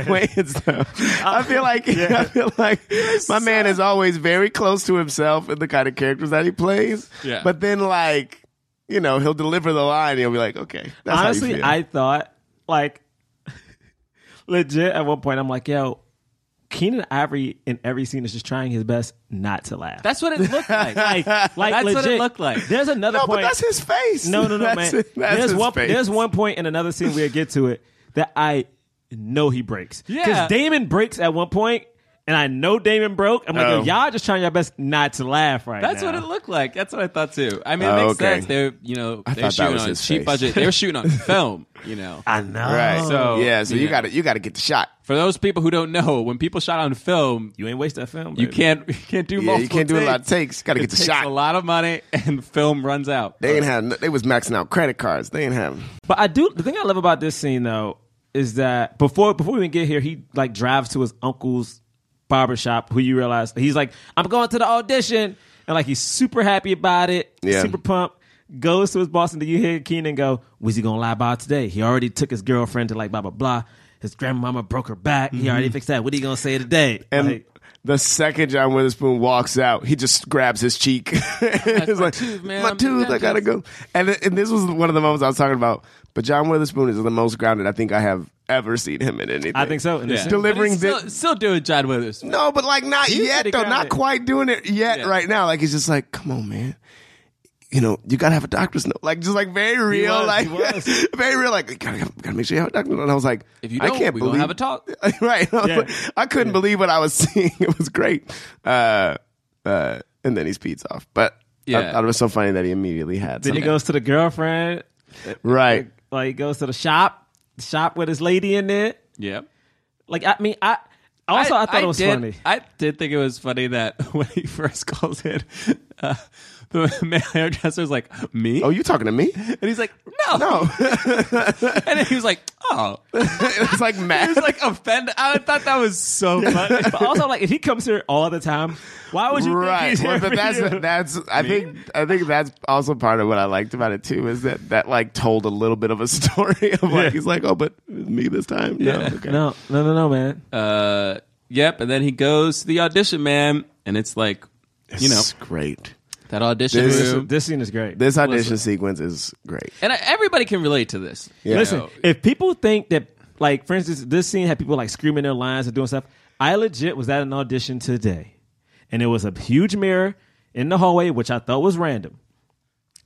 [SPEAKER 4] Wayans, though. I feel like I feel like my man is always very close to himself and the kind of characters that he plays.
[SPEAKER 3] Yeah.
[SPEAKER 4] But then, like, you know, he'll deliver the line. and He'll be like, okay. That's how you
[SPEAKER 2] Honestly,
[SPEAKER 4] feel.
[SPEAKER 2] I thought like legit at one point I'm like, yo, Keenan Ivory in every scene is just trying his best not to laugh.
[SPEAKER 3] that's what it looked like
[SPEAKER 2] like, like
[SPEAKER 3] That's what it
[SPEAKER 2] legit.
[SPEAKER 3] looked like.
[SPEAKER 2] There's another
[SPEAKER 4] no,
[SPEAKER 2] point.
[SPEAKER 4] but that's his face.
[SPEAKER 2] no, no, no,
[SPEAKER 4] That's
[SPEAKER 2] man.
[SPEAKER 4] his- that's
[SPEAKER 2] there's
[SPEAKER 4] his
[SPEAKER 2] one.
[SPEAKER 4] face.
[SPEAKER 2] There's one point in another scene we'll get to it that I know he breaks.
[SPEAKER 3] Yeah.
[SPEAKER 2] Damon breaks at one point, and I know Damon broke. I'm like, yo,
[SPEAKER 4] Oh.
[SPEAKER 2] y'all just trying your best not to laugh right
[SPEAKER 3] That's
[SPEAKER 2] now.
[SPEAKER 3] what it looked like. That's what I thought too. I mean, it
[SPEAKER 4] Oh,
[SPEAKER 3] makes
[SPEAKER 4] okay.
[SPEAKER 3] sense. They're you know they're
[SPEAKER 4] thought that
[SPEAKER 3] shooting
[SPEAKER 4] was
[SPEAKER 3] on
[SPEAKER 4] his
[SPEAKER 3] cheap
[SPEAKER 4] face.
[SPEAKER 3] budget. They were shooting on film. You know,
[SPEAKER 2] I know.
[SPEAKER 4] Right.
[SPEAKER 3] So,
[SPEAKER 4] yeah, so you
[SPEAKER 3] yeah.
[SPEAKER 4] got to you got to get the shot.
[SPEAKER 3] for those people who don't know, when people shot on film,
[SPEAKER 2] You ain't waste that film.
[SPEAKER 3] you
[SPEAKER 2] baby.
[SPEAKER 3] can't you can't do
[SPEAKER 4] Yeah,
[SPEAKER 3] multiple.
[SPEAKER 4] you can't do a lot of
[SPEAKER 3] takes.
[SPEAKER 4] takes. Got to
[SPEAKER 3] It
[SPEAKER 4] get the
[SPEAKER 3] takes
[SPEAKER 4] shot.
[SPEAKER 3] a lot of money, and film runs out.
[SPEAKER 4] They ain't have. They was maxing out credit cards. They ain't have.
[SPEAKER 2] But I do the thing I love about this scene though is that before before we even get here, he like drives to his uncle's barbershop who you realize he's like, I'm going to the audition and like he's super happy about it,
[SPEAKER 4] Yeah.
[SPEAKER 2] super pumped. Goes to his boss and do you hear Keenan go, Was he gonna lie about today? He already took his girlfriend to like blah blah blah. His grandmama broke her back. He already fixed that. What are you gonna say today?
[SPEAKER 4] And
[SPEAKER 2] Like,
[SPEAKER 4] the second John Witherspoon walks out, he just grabs his cheek. He's
[SPEAKER 3] "My
[SPEAKER 4] like,
[SPEAKER 3] tooth, man.
[SPEAKER 4] my
[SPEAKER 3] I'm-
[SPEAKER 4] tooth,
[SPEAKER 3] yeah,
[SPEAKER 4] I gotta go. And, th- and this was one of the moments I was talking about. But John Witherspoon is the most grounded I think I have ever seen him in anything.
[SPEAKER 2] I think so. in this
[SPEAKER 3] Yeah.
[SPEAKER 2] scene.
[SPEAKER 4] Delivering
[SPEAKER 3] But he's
[SPEAKER 4] thi-
[SPEAKER 3] still, still doing John Witherspoon.
[SPEAKER 4] No, but like not
[SPEAKER 2] He's
[SPEAKER 4] yet
[SPEAKER 2] pretty
[SPEAKER 4] though. Not
[SPEAKER 2] grounded.
[SPEAKER 4] quite doing it yet
[SPEAKER 3] Yeah.
[SPEAKER 4] right now. Like he's just like, come on, man. You know, you gotta have a doctor's note. Like just like very real,
[SPEAKER 2] was,
[SPEAKER 4] like
[SPEAKER 2] he was.
[SPEAKER 4] very real. Like you gotta, have- gotta make sure you have a doctor's note. And I was like,
[SPEAKER 3] If you
[SPEAKER 4] I
[SPEAKER 3] don't,
[SPEAKER 4] can't
[SPEAKER 3] we gonna
[SPEAKER 4] believe
[SPEAKER 3] have a talk.
[SPEAKER 4] right. I, was
[SPEAKER 2] Yeah.
[SPEAKER 4] like- I couldn't believe what I was seeing. It was great. Uh, uh, and then he speeds off. But I
[SPEAKER 3] Yeah.
[SPEAKER 4] thought it was so funny that he immediately had.
[SPEAKER 2] Then he
[SPEAKER 4] something.
[SPEAKER 2] goes to the girlfriend,
[SPEAKER 4] right.
[SPEAKER 2] like he goes to the shop, shop with his lady in there.
[SPEAKER 3] Yeah.
[SPEAKER 2] Like I mean, I also I, thought it was
[SPEAKER 3] did,
[SPEAKER 2] funny.
[SPEAKER 3] I did think it was funny that when he first calls in, uh, the male hairdresser's like, "Me?"
[SPEAKER 4] Oh, you talking to me?
[SPEAKER 3] and he's like, "No,
[SPEAKER 4] No,
[SPEAKER 3] And then he was like, "Oh."
[SPEAKER 4] it was like
[SPEAKER 3] He
[SPEAKER 4] mad.
[SPEAKER 3] was like offended. I thought that was so funny.
[SPEAKER 2] but also, like if he comes here all the time, why would you
[SPEAKER 4] right.
[SPEAKER 2] think he's here
[SPEAKER 4] Well, but
[SPEAKER 2] for
[SPEAKER 4] that's
[SPEAKER 2] you?
[SPEAKER 4] that's I think I think that's also part of what I liked about it too is that that like told a little bit of a story of like he's like oh but it was me this time no okay.
[SPEAKER 2] no, no, no, no, man.
[SPEAKER 3] Uh, yep. And then he goes to the audition, man, and it's like, you know,
[SPEAKER 4] It's great.
[SPEAKER 3] that audition
[SPEAKER 4] This-
[SPEAKER 3] room.
[SPEAKER 2] This scene is great.
[SPEAKER 4] This audition sequence is great.
[SPEAKER 3] and I, everybody can relate to this. you
[SPEAKER 2] Listen,
[SPEAKER 3] know.
[SPEAKER 2] if people think that, like for instance, this scene had people like screaming their lines and doing stuff. I legit was at an audition today, and it was a huge mirror in the hallway, which I thought was random.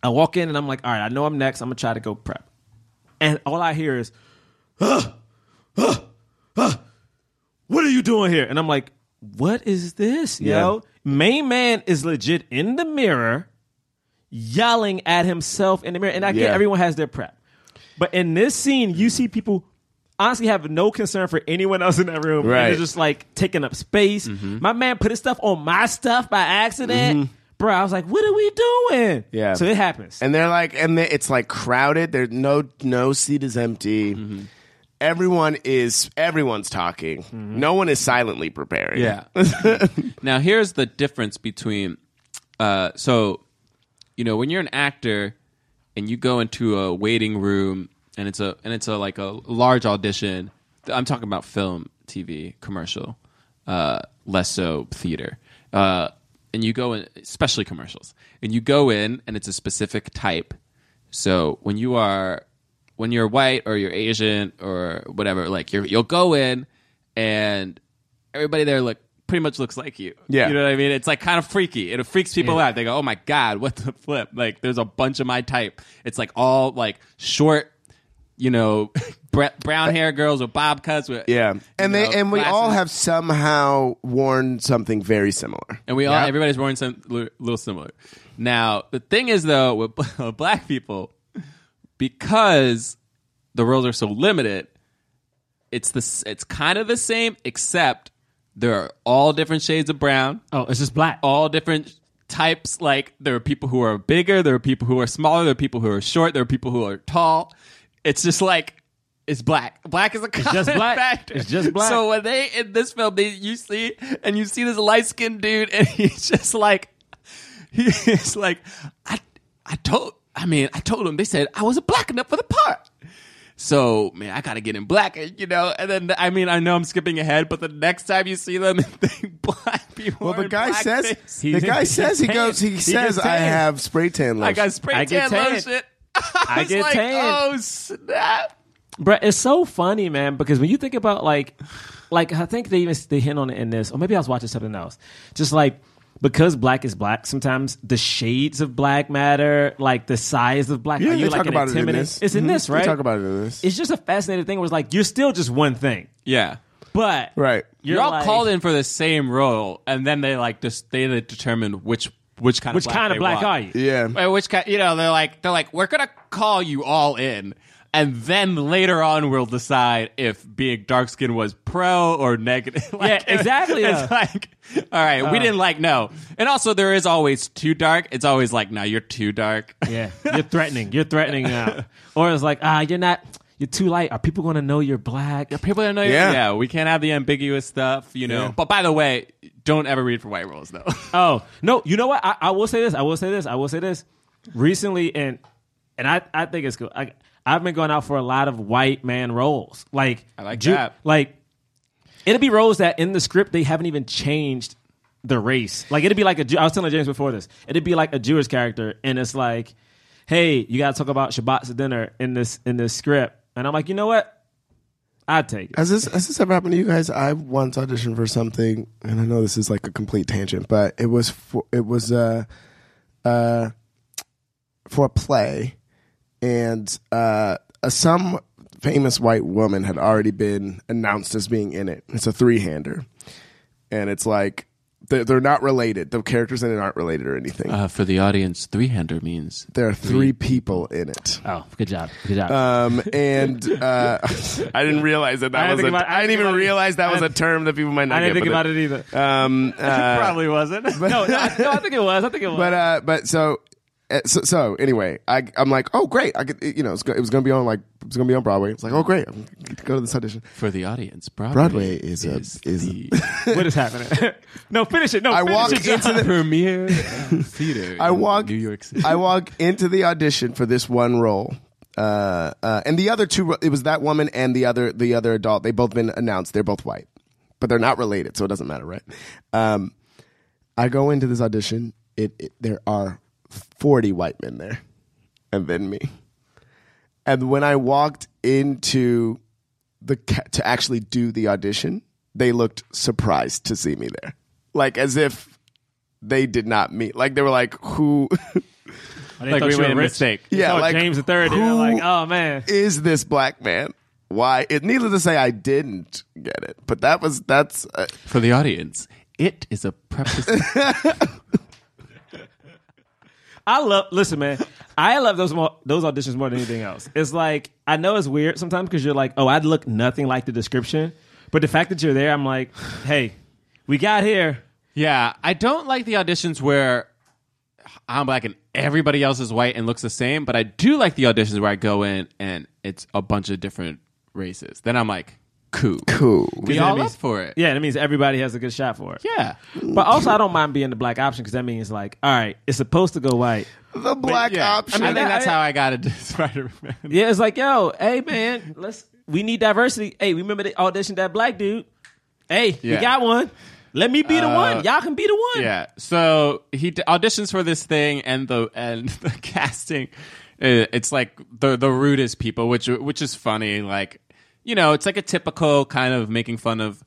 [SPEAKER 2] I walk in and I'm like, all right, I know I'm next. I'm gonna try to go prep, and all I hear is, what are you doing here? And I'm like, what is this, yo? Main man is legit in the mirror yelling at himself in the mirror. And I get
[SPEAKER 4] Yeah.
[SPEAKER 2] everyone has their prep. But in this scene, you see people honestly have no concern for anyone else in that room. And
[SPEAKER 4] Right. Mm-hmm.
[SPEAKER 2] they're just like taking up space. My man put his stuff on my stuff by accident. bro, I was like, what are we doing?
[SPEAKER 4] Yeah.
[SPEAKER 2] So it happens.
[SPEAKER 4] and they're like, and they, it's like crowded. There's no no seat is empty. Everyone is everyone's talking. No one is silently preparing.
[SPEAKER 3] Yeah. now here's the difference between uh so you know when you're an actor and you go into a waiting room and it's a and it's a like a large audition I'm talking about film, TV, commercial, uh less so theater. Uh and you go in especially commercials. And you go in and it's a specific type. So when you are when you're white or you're Asian or whatever, like you're, you'll go in and everybody there look pretty much looks like you.
[SPEAKER 4] Yeah.
[SPEAKER 3] you know what I mean. It's like kind of freaky. It freaks people out. They go, "Oh my god, what the flip!" Like there's a bunch of my type. It's like all like short, you know, bre- brown hair girls with bob cuts. With,
[SPEAKER 4] Yeah.
[SPEAKER 3] you
[SPEAKER 4] And they
[SPEAKER 3] know,
[SPEAKER 4] and we all
[SPEAKER 3] glasses.
[SPEAKER 4] have somehow worn something very similar.
[SPEAKER 3] And we all, everybody's wearing some li- little similar. Now, the thing is, though, with bl- black people, because the roles are so limited, it's the s- it's kind of the same, except there are all different shades of brown,
[SPEAKER 2] oh, it's just black.
[SPEAKER 3] all different types. Like there are people who are bigger, there are people who are smaller, there are people who are short, there are people who are tall. It's just like it's black. Black is a common
[SPEAKER 2] just black.
[SPEAKER 3] factor.
[SPEAKER 2] It's just black.
[SPEAKER 3] So when they in this film, they you see and you see this light skinned dude, and he's just like he's like I I told I mean I told him they said I wasn't black enough for the part. So man, I gotta get in black, you know. And then I mean, I know I'm skipping ahead, but the next time you see them, they black people.
[SPEAKER 4] Well,
[SPEAKER 3] are
[SPEAKER 4] the
[SPEAKER 3] in
[SPEAKER 4] guy says
[SPEAKER 3] blackface.
[SPEAKER 4] the
[SPEAKER 2] He's-
[SPEAKER 4] guy
[SPEAKER 2] he's
[SPEAKER 4] says he
[SPEAKER 2] tan.
[SPEAKER 4] goes. He
[SPEAKER 2] He
[SPEAKER 4] says
[SPEAKER 2] gets
[SPEAKER 4] I
[SPEAKER 2] tan.
[SPEAKER 4] have spray tan
[SPEAKER 3] I
[SPEAKER 4] lotion.
[SPEAKER 3] got spray
[SPEAKER 2] I get
[SPEAKER 3] tan
[SPEAKER 2] tan.
[SPEAKER 3] lotion. I,
[SPEAKER 2] I
[SPEAKER 3] was
[SPEAKER 2] get
[SPEAKER 3] like,
[SPEAKER 2] tan.
[SPEAKER 3] Oh snap!
[SPEAKER 2] Bruh, it's so funny, man, because when you think about like, like I think they even they hint on it in this, or maybe I was watching something else. Just like because black is black, sometimes the shades of black matter, like the size of black. Are
[SPEAKER 4] Yeah, they
[SPEAKER 2] you like
[SPEAKER 4] talk
[SPEAKER 2] an
[SPEAKER 4] about it in
[SPEAKER 2] intimidating-
[SPEAKER 4] this.
[SPEAKER 2] It's in
[SPEAKER 4] Mhm.
[SPEAKER 2] this,
[SPEAKER 4] They
[SPEAKER 2] right?
[SPEAKER 4] talk about it in this.
[SPEAKER 2] It's just a fascinating thing. Where it's like you're still just one thing,
[SPEAKER 3] Yeah,
[SPEAKER 2] but
[SPEAKER 4] right.
[SPEAKER 2] You're,
[SPEAKER 3] all
[SPEAKER 2] like-
[SPEAKER 3] called in for the same role, and then they like just they determine which which kind
[SPEAKER 2] Which
[SPEAKER 3] of black
[SPEAKER 2] kind of
[SPEAKER 3] they
[SPEAKER 2] black
[SPEAKER 3] want.
[SPEAKER 2] are you?
[SPEAKER 4] Yeah.
[SPEAKER 3] By which kind, you know, they're like, they're like, we're gonna call you all in, and then later on we'll decide if being dark skinned was pro or negative. Like,
[SPEAKER 2] Yeah, exactly,
[SPEAKER 3] It's
[SPEAKER 2] yeah. Uh.
[SPEAKER 3] like, all right, we didn't like no, and also there is always too dark. It's always like, no, you're too dark.
[SPEAKER 2] Yeah, you're threatening. You're threatening now. Or it's like, ah, you're not. You're too light. Are people going to know you're black?
[SPEAKER 3] People don't know.
[SPEAKER 4] Yeah.
[SPEAKER 3] Yeah. yeah, we can't have the ambiguous stuff, you know. But by the way, don't ever read for white roles though.
[SPEAKER 2] Oh no! You know what? I, I will say this. I will say this. I will say this. Recently, and and I, I think it's cool. I, I've been going out for a lot of white man roles. Like
[SPEAKER 3] I like
[SPEAKER 2] Ju-
[SPEAKER 3] that.
[SPEAKER 2] Like it'll be roles that in the script they haven't even changed the race. Like it'd be like a. Jew- I was telling James before this. It'd be like a Jewish character, and it's like, hey, you got to talk about Shabbat's dinner in this in this script, and I'm like, you know what? I take it.
[SPEAKER 4] Has this has this ever happened to you guys? I once auditioned for something, and I know this is like a complete tangent, but it was for it was uh uh for a play, and uh a, some famous white woman had already been announced as being in it. It's a three hander, and it's like they're, they're not related. The characters in it aren't related or anything.
[SPEAKER 3] Uh, for the audience, three hander means
[SPEAKER 4] there are three people in it.
[SPEAKER 2] Oh, good job. Good job.
[SPEAKER 4] Um, and uh, I didn't realize that
[SPEAKER 2] I
[SPEAKER 4] that
[SPEAKER 2] didn't think
[SPEAKER 4] was. a-
[SPEAKER 2] about it. I
[SPEAKER 4] I didn't
[SPEAKER 2] didn't
[SPEAKER 4] even
[SPEAKER 2] think about it.
[SPEAKER 4] realize that
[SPEAKER 2] I
[SPEAKER 4] was a
[SPEAKER 2] didn't-
[SPEAKER 4] term that people might not.
[SPEAKER 2] I didn't
[SPEAKER 4] get,
[SPEAKER 2] think
[SPEAKER 4] but
[SPEAKER 2] about it either.
[SPEAKER 4] Um, uh,
[SPEAKER 2] Probably wasn't. no, no, I, no, I think it was. I think it was.
[SPEAKER 4] but uh, but so, uh, so so anyway, I I'm like, oh great, I could, you know, it's go- it was gonna be on like it was gonna be on Broadway. It's like, oh great, I'm gonna go to this audition.
[SPEAKER 3] for the audience. Broadway,
[SPEAKER 4] Broadway is a- is a-
[SPEAKER 3] the
[SPEAKER 2] What is happening? no, finish it. No,
[SPEAKER 4] I
[SPEAKER 2] finish
[SPEAKER 4] walked
[SPEAKER 2] it.
[SPEAKER 4] into the
[SPEAKER 3] premiere of theater.
[SPEAKER 4] I
[SPEAKER 3] in
[SPEAKER 4] walk
[SPEAKER 3] New York City.
[SPEAKER 4] I walk into the audition for this one role. Uh, uh, and the other two, ro- it was that woman and the other, the other adult. They both been announced. They're both white, but they're not related, so it doesn't matter, right? Um, I go into this audition. It, it there are forty white men there, and then me. And when I walked into the ca- to actually do the audition, they looked surprised to see me there, like as if they did not meet. Like they were like, who
[SPEAKER 2] They
[SPEAKER 3] like
[SPEAKER 2] thought
[SPEAKER 3] we
[SPEAKER 2] you were
[SPEAKER 3] made a
[SPEAKER 2] rich.
[SPEAKER 3] mistake.
[SPEAKER 2] They
[SPEAKER 4] Yeah,
[SPEAKER 2] thought
[SPEAKER 4] like,
[SPEAKER 2] James the Third. They were
[SPEAKER 4] who-
[SPEAKER 2] like, oh man,
[SPEAKER 4] is this black man? Why? It, needless to say, I didn't get it. But that was that's uh,
[SPEAKER 3] For the audience, it is a preposition.
[SPEAKER 2] I love. Listen, man, I love those more, those auditions more than anything else. It's like I know it's weird sometimes because you're like, oh, I'd look nothing like the description, but the fact that you're there, I'm like, hey, we got here.
[SPEAKER 3] yeah, I don't like the auditions where I'm black and everybody else is white and looks the same, but I do like the auditions where I go in and it's a bunch of different races. Then I'm like, cool.
[SPEAKER 4] Cool.
[SPEAKER 3] We all up for it.
[SPEAKER 2] Yeah, that means everybody has a good shot for it.
[SPEAKER 3] Yeah.
[SPEAKER 2] But also, I don't mind being the black option because that means like, all right, it's supposed to go white.
[SPEAKER 4] The black
[SPEAKER 3] Yeah.
[SPEAKER 4] option.
[SPEAKER 3] I, mean,
[SPEAKER 2] that-
[SPEAKER 3] think that's
[SPEAKER 2] I-
[SPEAKER 3] how I got into Spider-Man.
[SPEAKER 2] Yeah, it's like, yo, hey man, let's we need diversity. Hey, remember they auditioned that black dude? Hey,
[SPEAKER 3] Yeah.
[SPEAKER 2] we got one. Let me be the
[SPEAKER 3] Uh,
[SPEAKER 2] one. Y'all can be the one.
[SPEAKER 3] Yeah. So he d- auditions for this thing, and the and the casting, uh, it's like the the rudest people, which which is funny. Like, you know, it's like a typical kind of making fun of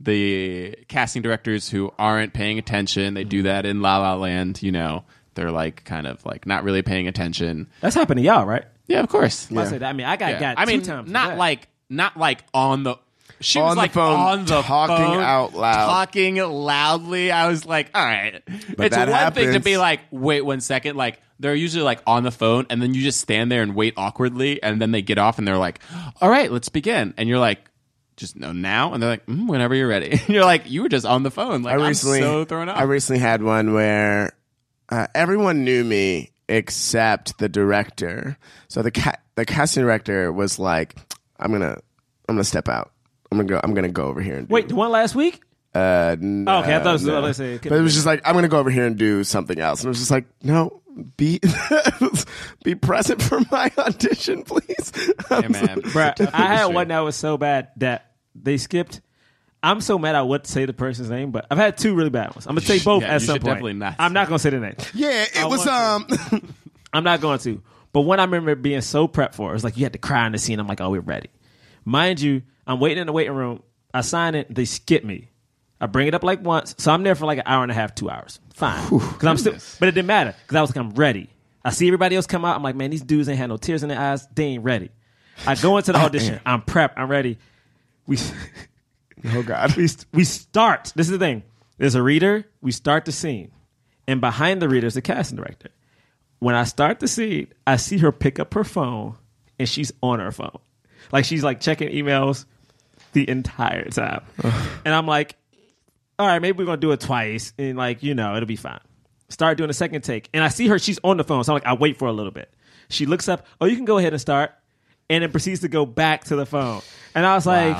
[SPEAKER 3] the casting directors who aren't paying attention. They do that in La La Land. You know, they're like kind of like not really paying attention.
[SPEAKER 2] That's happened to y'all, right?
[SPEAKER 3] Yeah, of course.
[SPEAKER 2] I said that. I mean, I got
[SPEAKER 3] Yeah.
[SPEAKER 2] got
[SPEAKER 3] I mean,
[SPEAKER 2] two times. for
[SPEAKER 3] not
[SPEAKER 2] that.
[SPEAKER 3] like not like on the. She
[SPEAKER 4] On
[SPEAKER 3] was
[SPEAKER 4] the
[SPEAKER 3] like
[SPEAKER 4] phone,
[SPEAKER 3] on the
[SPEAKER 4] talking
[SPEAKER 3] phone,
[SPEAKER 4] out loud.
[SPEAKER 3] talking loudly. I was like, all right. it's
[SPEAKER 4] that
[SPEAKER 3] one thing to
[SPEAKER 4] happens.
[SPEAKER 3] be like, wait one second. Like they're usually like on the phone, and then you just stand there and wait awkwardly, and then they get off, and they're like, all right, let's begin, and you're like. Just no now, and they're like, mm, whenever you're ready. And you're like, you were just on the phone. Like,
[SPEAKER 4] I recently
[SPEAKER 3] am so thrown off.
[SPEAKER 4] I recently had one where uh, everyone knew me except the director. So the ca- the casting director was like, "I'm gonna I'm gonna step out. I'm gonna go. I'm gonna go over here and do
[SPEAKER 2] wait, the one last week?
[SPEAKER 4] Uh, n-
[SPEAKER 2] Oh, okay, I thought it was-
[SPEAKER 4] no.
[SPEAKER 2] I was gonna say-
[SPEAKER 4] but it was just like I'm gonna go over here and do something else, and it was just like, no, be be present for my audition, please.
[SPEAKER 3] Hey, man.
[SPEAKER 2] Bruh, I had one that was so bad that they skipped. I'm so mad I would say the person's name, but I've had two really bad ones. I'm gonna say both
[SPEAKER 3] yeah,
[SPEAKER 2] at
[SPEAKER 3] you
[SPEAKER 2] some
[SPEAKER 3] should
[SPEAKER 2] point.
[SPEAKER 3] definitely not
[SPEAKER 2] I'm
[SPEAKER 3] say
[SPEAKER 2] not gonna say the name.
[SPEAKER 4] yeah, it was um.
[SPEAKER 2] I'm not going to. But one I remember being so prepped for, it was like you had to cry in the scene. I'm like, oh, we're ready. Mind you, I'm waiting in the waiting room. I sign it. They skip me. I bring it up like once, so I'm there for like an hour and a half, two hours. Fine, because I'm still. But it didn't matter because I was like, I'm ready. I see everybody else come out. I'm like, man, these dudes ain't had no tears in their eyes. They ain't ready. I go into the audition. I'm prepped. I'm ready. We
[SPEAKER 4] oh God.
[SPEAKER 2] we, we start. This is the thing. There's a reader. We start the scene, and behind the reader is the casting director. When I start the scene, I see her pick up her phone, and she's on her phone, like she's like checking emails the entire time. and I'm like, all right, maybe we're gonna do it twice, and like you know, it'll be fine. Start doing the second take, and I see her. She's on the phone, so I'm like, I wait for a little bit. She looks up. Oh, you can go ahead and start, and then proceeds to go back to the phone. And I was like,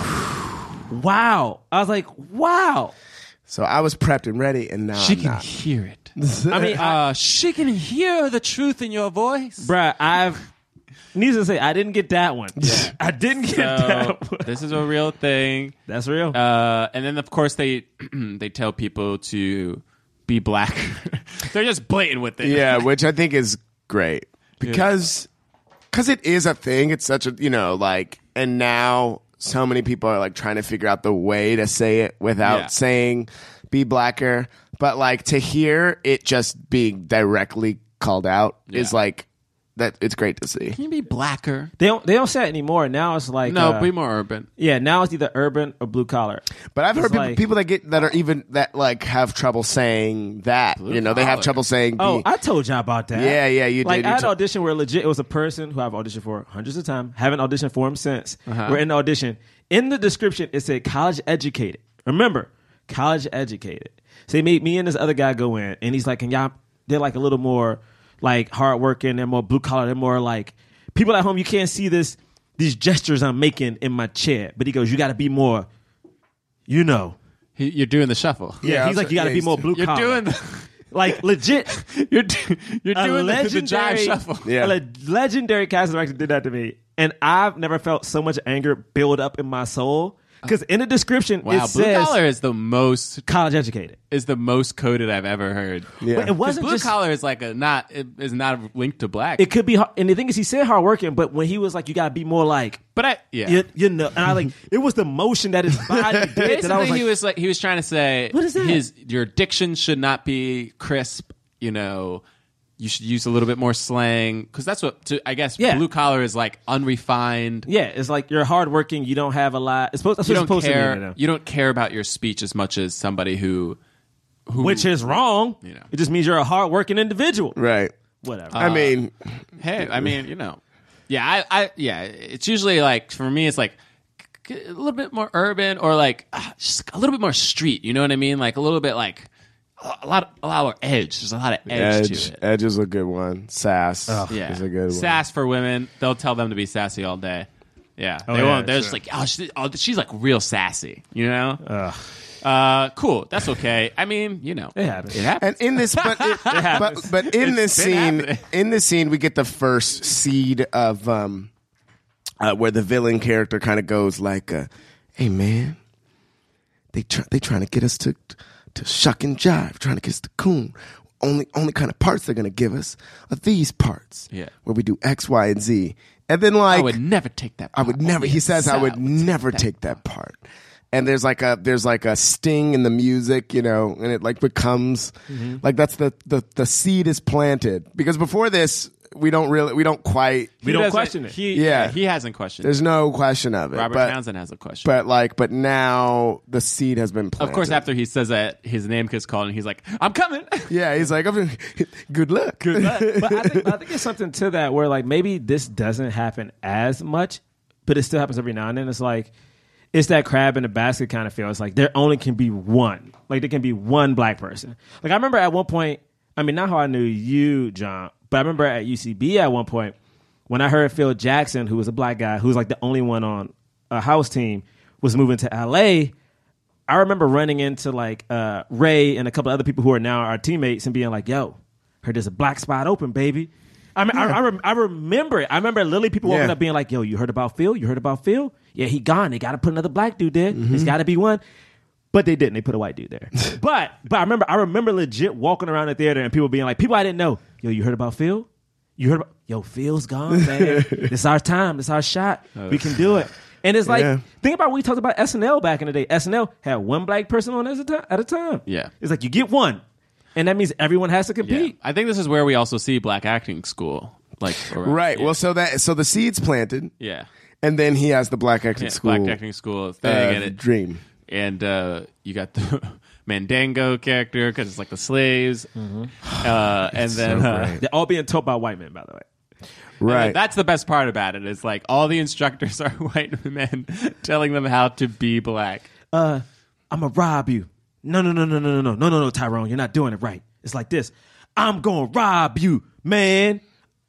[SPEAKER 2] wow. I was like, wow.
[SPEAKER 4] So I was prepped and ready, and now
[SPEAKER 3] she
[SPEAKER 4] I'm
[SPEAKER 3] can
[SPEAKER 4] not.
[SPEAKER 3] hear it.
[SPEAKER 2] I mean, I,
[SPEAKER 3] Uh, she can hear the truth in your voice.
[SPEAKER 2] bruh, I've needless to say, I didn't get that one. I didn't get
[SPEAKER 3] So,
[SPEAKER 2] that one.
[SPEAKER 3] this is a real thing.
[SPEAKER 2] That's real.
[SPEAKER 3] Uh, and then of course they they tell people to be black. They're just blatant with it.
[SPEAKER 4] yeah, which I think is great because because it is a thing. It's such a you know like, and now so many people are like trying to figure out the way to say it without
[SPEAKER 3] Yeah.
[SPEAKER 4] saying "be blacker," but like to hear it just being directly called out is
[SPEAKER 3] Yeah.
[SPEAKER 4] like that. It's great to see.
[SPEAKER 3] Can you be blacker?
[SPEAKER 2] they don't they don't say it anymore. Now it's like
[SPEAKER 3] No,
[SPEAKER 2] uh,
[SPEAKER 3] be more urban.
[SPEAKER 2] yeah, now it's either urban or blue collar.
[SPEAKER 4] But I've heard
[SPEAKER 2] It's
[SPEAKER 4] people,
[SPEAKER 2] like-
[SPEAKER 4] people that get that are even that like have trouble saying that. You know, they have
[SPEAKER 3] collar.
[SPEAKER 4] trouble saying. Be,
[SPEAKER 2] Oh, I told y'all about that.
[SPEAKER 4] Yeah, yeah, you
[SPEAKER 2] like,
[SPEAKER 4] did.
[SPEAKER 2] I
[SPEAKER 4] You
[SPEAKER 2] had an
[SPEAKER 4] told-
[SPEAKER 2] audition where legit it was a person who I've auditioned for hundreds of times, haven't auditioned for him since.
[SPEAKER 4] Uh-huh.
[SPEAKER 2] We're in the audition. In the description, it said college educated. Remember, college educated. So they made me and this other guy go in, and he's like, and y'all, they're like a little more like hardworking, they're more blue collar, they're more like people at home. You can't see this these gestures I'm making in my chair, but he goes, you got to be more, you know.
[SPEAKER 3] He- You're doing the shuffle.
[SPEAKER 2] Yeah, he's
[SPEAKER 4] that's
[SPEAKER 2] like, you got to
[SPEAKER 4] what-
[SPEAKER 2] be
[SPEAKER 4] yeah,
[SPEAKER 2] more
[SPEAKER 4] he's-
[SPEAKER 2] blue
[SPEAKER 3] You're
[SPEAKER 2] collar.
[SPEAKER 3] doing the
[SPEAKER 2] like legit
[SPEAKER 3] you're do, you're
[SPEAKER 2] a
[SPEAKER 3] doing the, the
[SPEAKER 2] legendary,
[SPEAKER 3] jive shuffle.
[SPEAKER 2] a
[SPEAKER 4] Yeah.
[SPEAKER 2] le- legendary casting director did that to me, and I've never felt so much anger build up in my soul because in the description
[SPEAKER 3] Uh, Wow,
[SPEAKER 2] it
[SPEAKER 3] blue
[SPEAKER 2] says
[SPEAKER 3] collar is the most
[SPEAKER 2] college educated.
[SPEAKER 3] is the most coded I've ever heard.
[SPEAKER 4] Yeah.
[SPEAKER 2] But it
[SPEAKER 3] 'Cause
[SPEAKER 2] wasn't
[SPEAKER 3] blue
[SPEAKER 2] just.
[SPEAKER 3] collar is like a not it is not linked to black.
[SPEAKER 2] it could be, hard, and the thing is, he said hardworking, but when he was like, "You gotta be more like,"
[SPEAKER 3] but I yeah.
[SPEAKER 2] you, you know, and I like it was the motion that his body did
[SPEAKER 3] Basically,
[SPEAKER 2] that I was like,
[SPEAKER 3] he was like he was trying to say
[SPEAKER 2] What is that?
[SPEAKER 3] his your diction should not be crisp. You know, you should use a little bit more slang because that's what to, I guess
[SPEAKER 2] Yeah.
[SPEAKER 3] blue collar is like unrefined.
[SPEAKER 2] "Yeah, it's like you're hardworking, you don't have a lot." It's supposed, that's
[SPEAKER 3] you
[SPEAKER 2] what
[SPEAKER 3] don't
[SPEAKER 2] it's supposed to
[SPEAKER 3] care.
[SPEAKER 2] mean, you know.
[SPEAKER 3] You don't care about your speech as much as somebody who, who
[SPEAKER 2] which is wrong.
[SPEAKER 3] You know. Uh,
[SPEAKER 2] It just means you're a hardworking individual.
[SPEAKER 4] right.
[SPEAKER 2] Whatever.
[SPEAKER 4] I mean,
[SPEAKER 3] hey, Oh, I mean, you know, yeah, I, I, yeah, it's usually like for me, it's like c- c- a little bit more urban or like ah, just a little bit more street. You know what I mean? Like a little bit like a lot, of, a lot of edge. There's a lot of edge,
[SPEAKER 4] Edge.
[SPEAKER 3] to it.
[SPEAKER 4] Edge is a good one. Sass
[SPEAKER 3] Yeah,
[SPEAKER 4] is a good one.
[SPEAKER 3] Sass for women. They'll tell them to be sassy all day. Yeah, they
[SPEAKER 2] yeah,
[SPEAKER 3] won't. They're
[SPEAKER 2] sure.
[SPEAKER 3] just like, oh, she, oh, she's like real sassy. You know. Uh, cool. That's okay. I mean, you know,
[SPEAKER 2] It happens.
[SPEAKER 3] It happens.
[SPEAKER 4] And in this, but but, but in this
[SPEAKER 3] been
[SPEAKER 4] scene,
[SPEAKER 3] happening.
[SPEAKER 4] in this scene, we get the first seed of um, uh, where the villain character kind of goes like, uh, "Hey man, they try, they trying to get us to to shuck and jive, trying to get us to coon. Only only kind of parts they're gonna give us are these parts,
[SPEAKER 3] Yeah.
[SPEAKER 4] where we do X, Y, and Z." And then like
[SPEAKER 3] I would never take that.
[SPEAKER 4] I would
[SPEAKER 3] part.
[SPEAKER 4] never.
[SPEAKER 3] Only
[SPEAKER 4] He
[SPEAKER 3] a
[SPEAKER 4] says I
[SPEAKER 3] sow
[SPEAKER 4] would never
[SPEAKER 3] that
[SPEAKER 4] take that part. And there's like a there's like a sting in the music, you know, and it like becomes
[SPEAKER 3] Mm-hmm.
[SPEAKER 4] like that's the, the the seed is planted because before this we don't really we don't quite
[SPEAKER 2] We don't
[SPEAKER 3] doesn't-
[SPEAKER 2] question it.
[SPEAKER 3] He,
[SPEAKER 4] Yeah.
[SPEAKER 3] yeah, he hasn't questioned.
[SPEAKER 4] there's
[SPEAKER 3] it.
[SPEAKER 4] no question of it.
[SPEAKER 3] Robert
[SPEAKER 4] but,
[SPEAKER 3] Townsend has a question.
[SPEAKER 4] but like but now the seed has been planted.
[SPEAKER 3] of course, after he says that, his name gets called, and he's like, "I'm coming."
[SPEAKER 4] yeah, he's like I'm- good luck. Good luck.
[SPEAKER 2] but I think, I think it's something to that where like maybe this doesn't happen as much, but it still happens every now and then. It's like it's that crab in the basket kind of feel. It's like there only can be one. Like there can be one black person. Like I remember at one point, I mean not how I knew you, John, but I remember at UCB at one point when I heard Phil Jackson, who was a black guy, who was like the only one on a house team, was moving to LA. I remember running into like uh, Ray and a couple other people who are now our teammates and being like, "Yo, heard there's a black spot open, baby." I mean, I, I, rem- I remember it. I remember literally people walking
[SPEAKER 4] Yeah.
[SPEAKER 2] up being like, "Yo, you heard about Phil? You heard about Phil? Yeah, he gone. They got to put another black dude there. There's got to be one." But they didn't. They put a white dude there. but but I remember I remember legit walking around the theater and people being like, people I didn't know. Yo, you heard about Phil? You heard about Yo, Phil's gone, man. this our time. This our shot. we can do it. And it's like
[SPEAKER 4] Yeah.
[SPEAKER 2] Think about what we talked about SNL back in the day. SNL had one black person on at a time. At a time.
[SPEAKER 3] Yeah.
[SPEAKER 2] It's like you get one, and that means everyone has to
[SPEAKER 3] Yeah.
[SPEAKER 2] compete.
[SPEAKER 3] I think this is where we also see black acting school, like around-
[SPEAKER 4] Right.
[SPEAKER 3] Yeah.
[SPEAKER 4] Well, so that so the seed's planted,
[SPEAKER 3] yeah.
[SPEAKER 4] and then he has the black acting
[SPEAKER 3] Yeah,
[SPEAKER 4] school
[SPEAKER 3] black acting school
[SPEAKER 4] uh,
[SPEAKER 3] thing, and it,
[SPEAKER 4] dream.
[SPEAKER 3] and uh, you got the Mandango character because it's like the slaves, uh, and then
[SPEAKER 4] Mm-hmm. so
[SPEAKER 3] uh,
[SPEAKER 4] great.
[SPEAKER 2] They're all being taught by white men, by the way.
[SPEAKER 4] Right.
[SPEAKER 3] That's the best part about it. Is like all the instructors are white men telling them how to be black.
[SPEAKER 2] Uh, I'm gonna rob you. No, no, no, no, no, no, no, no, no, no, Tyrone, you're not doing it right. It's like this. I'm gonna rob you, man.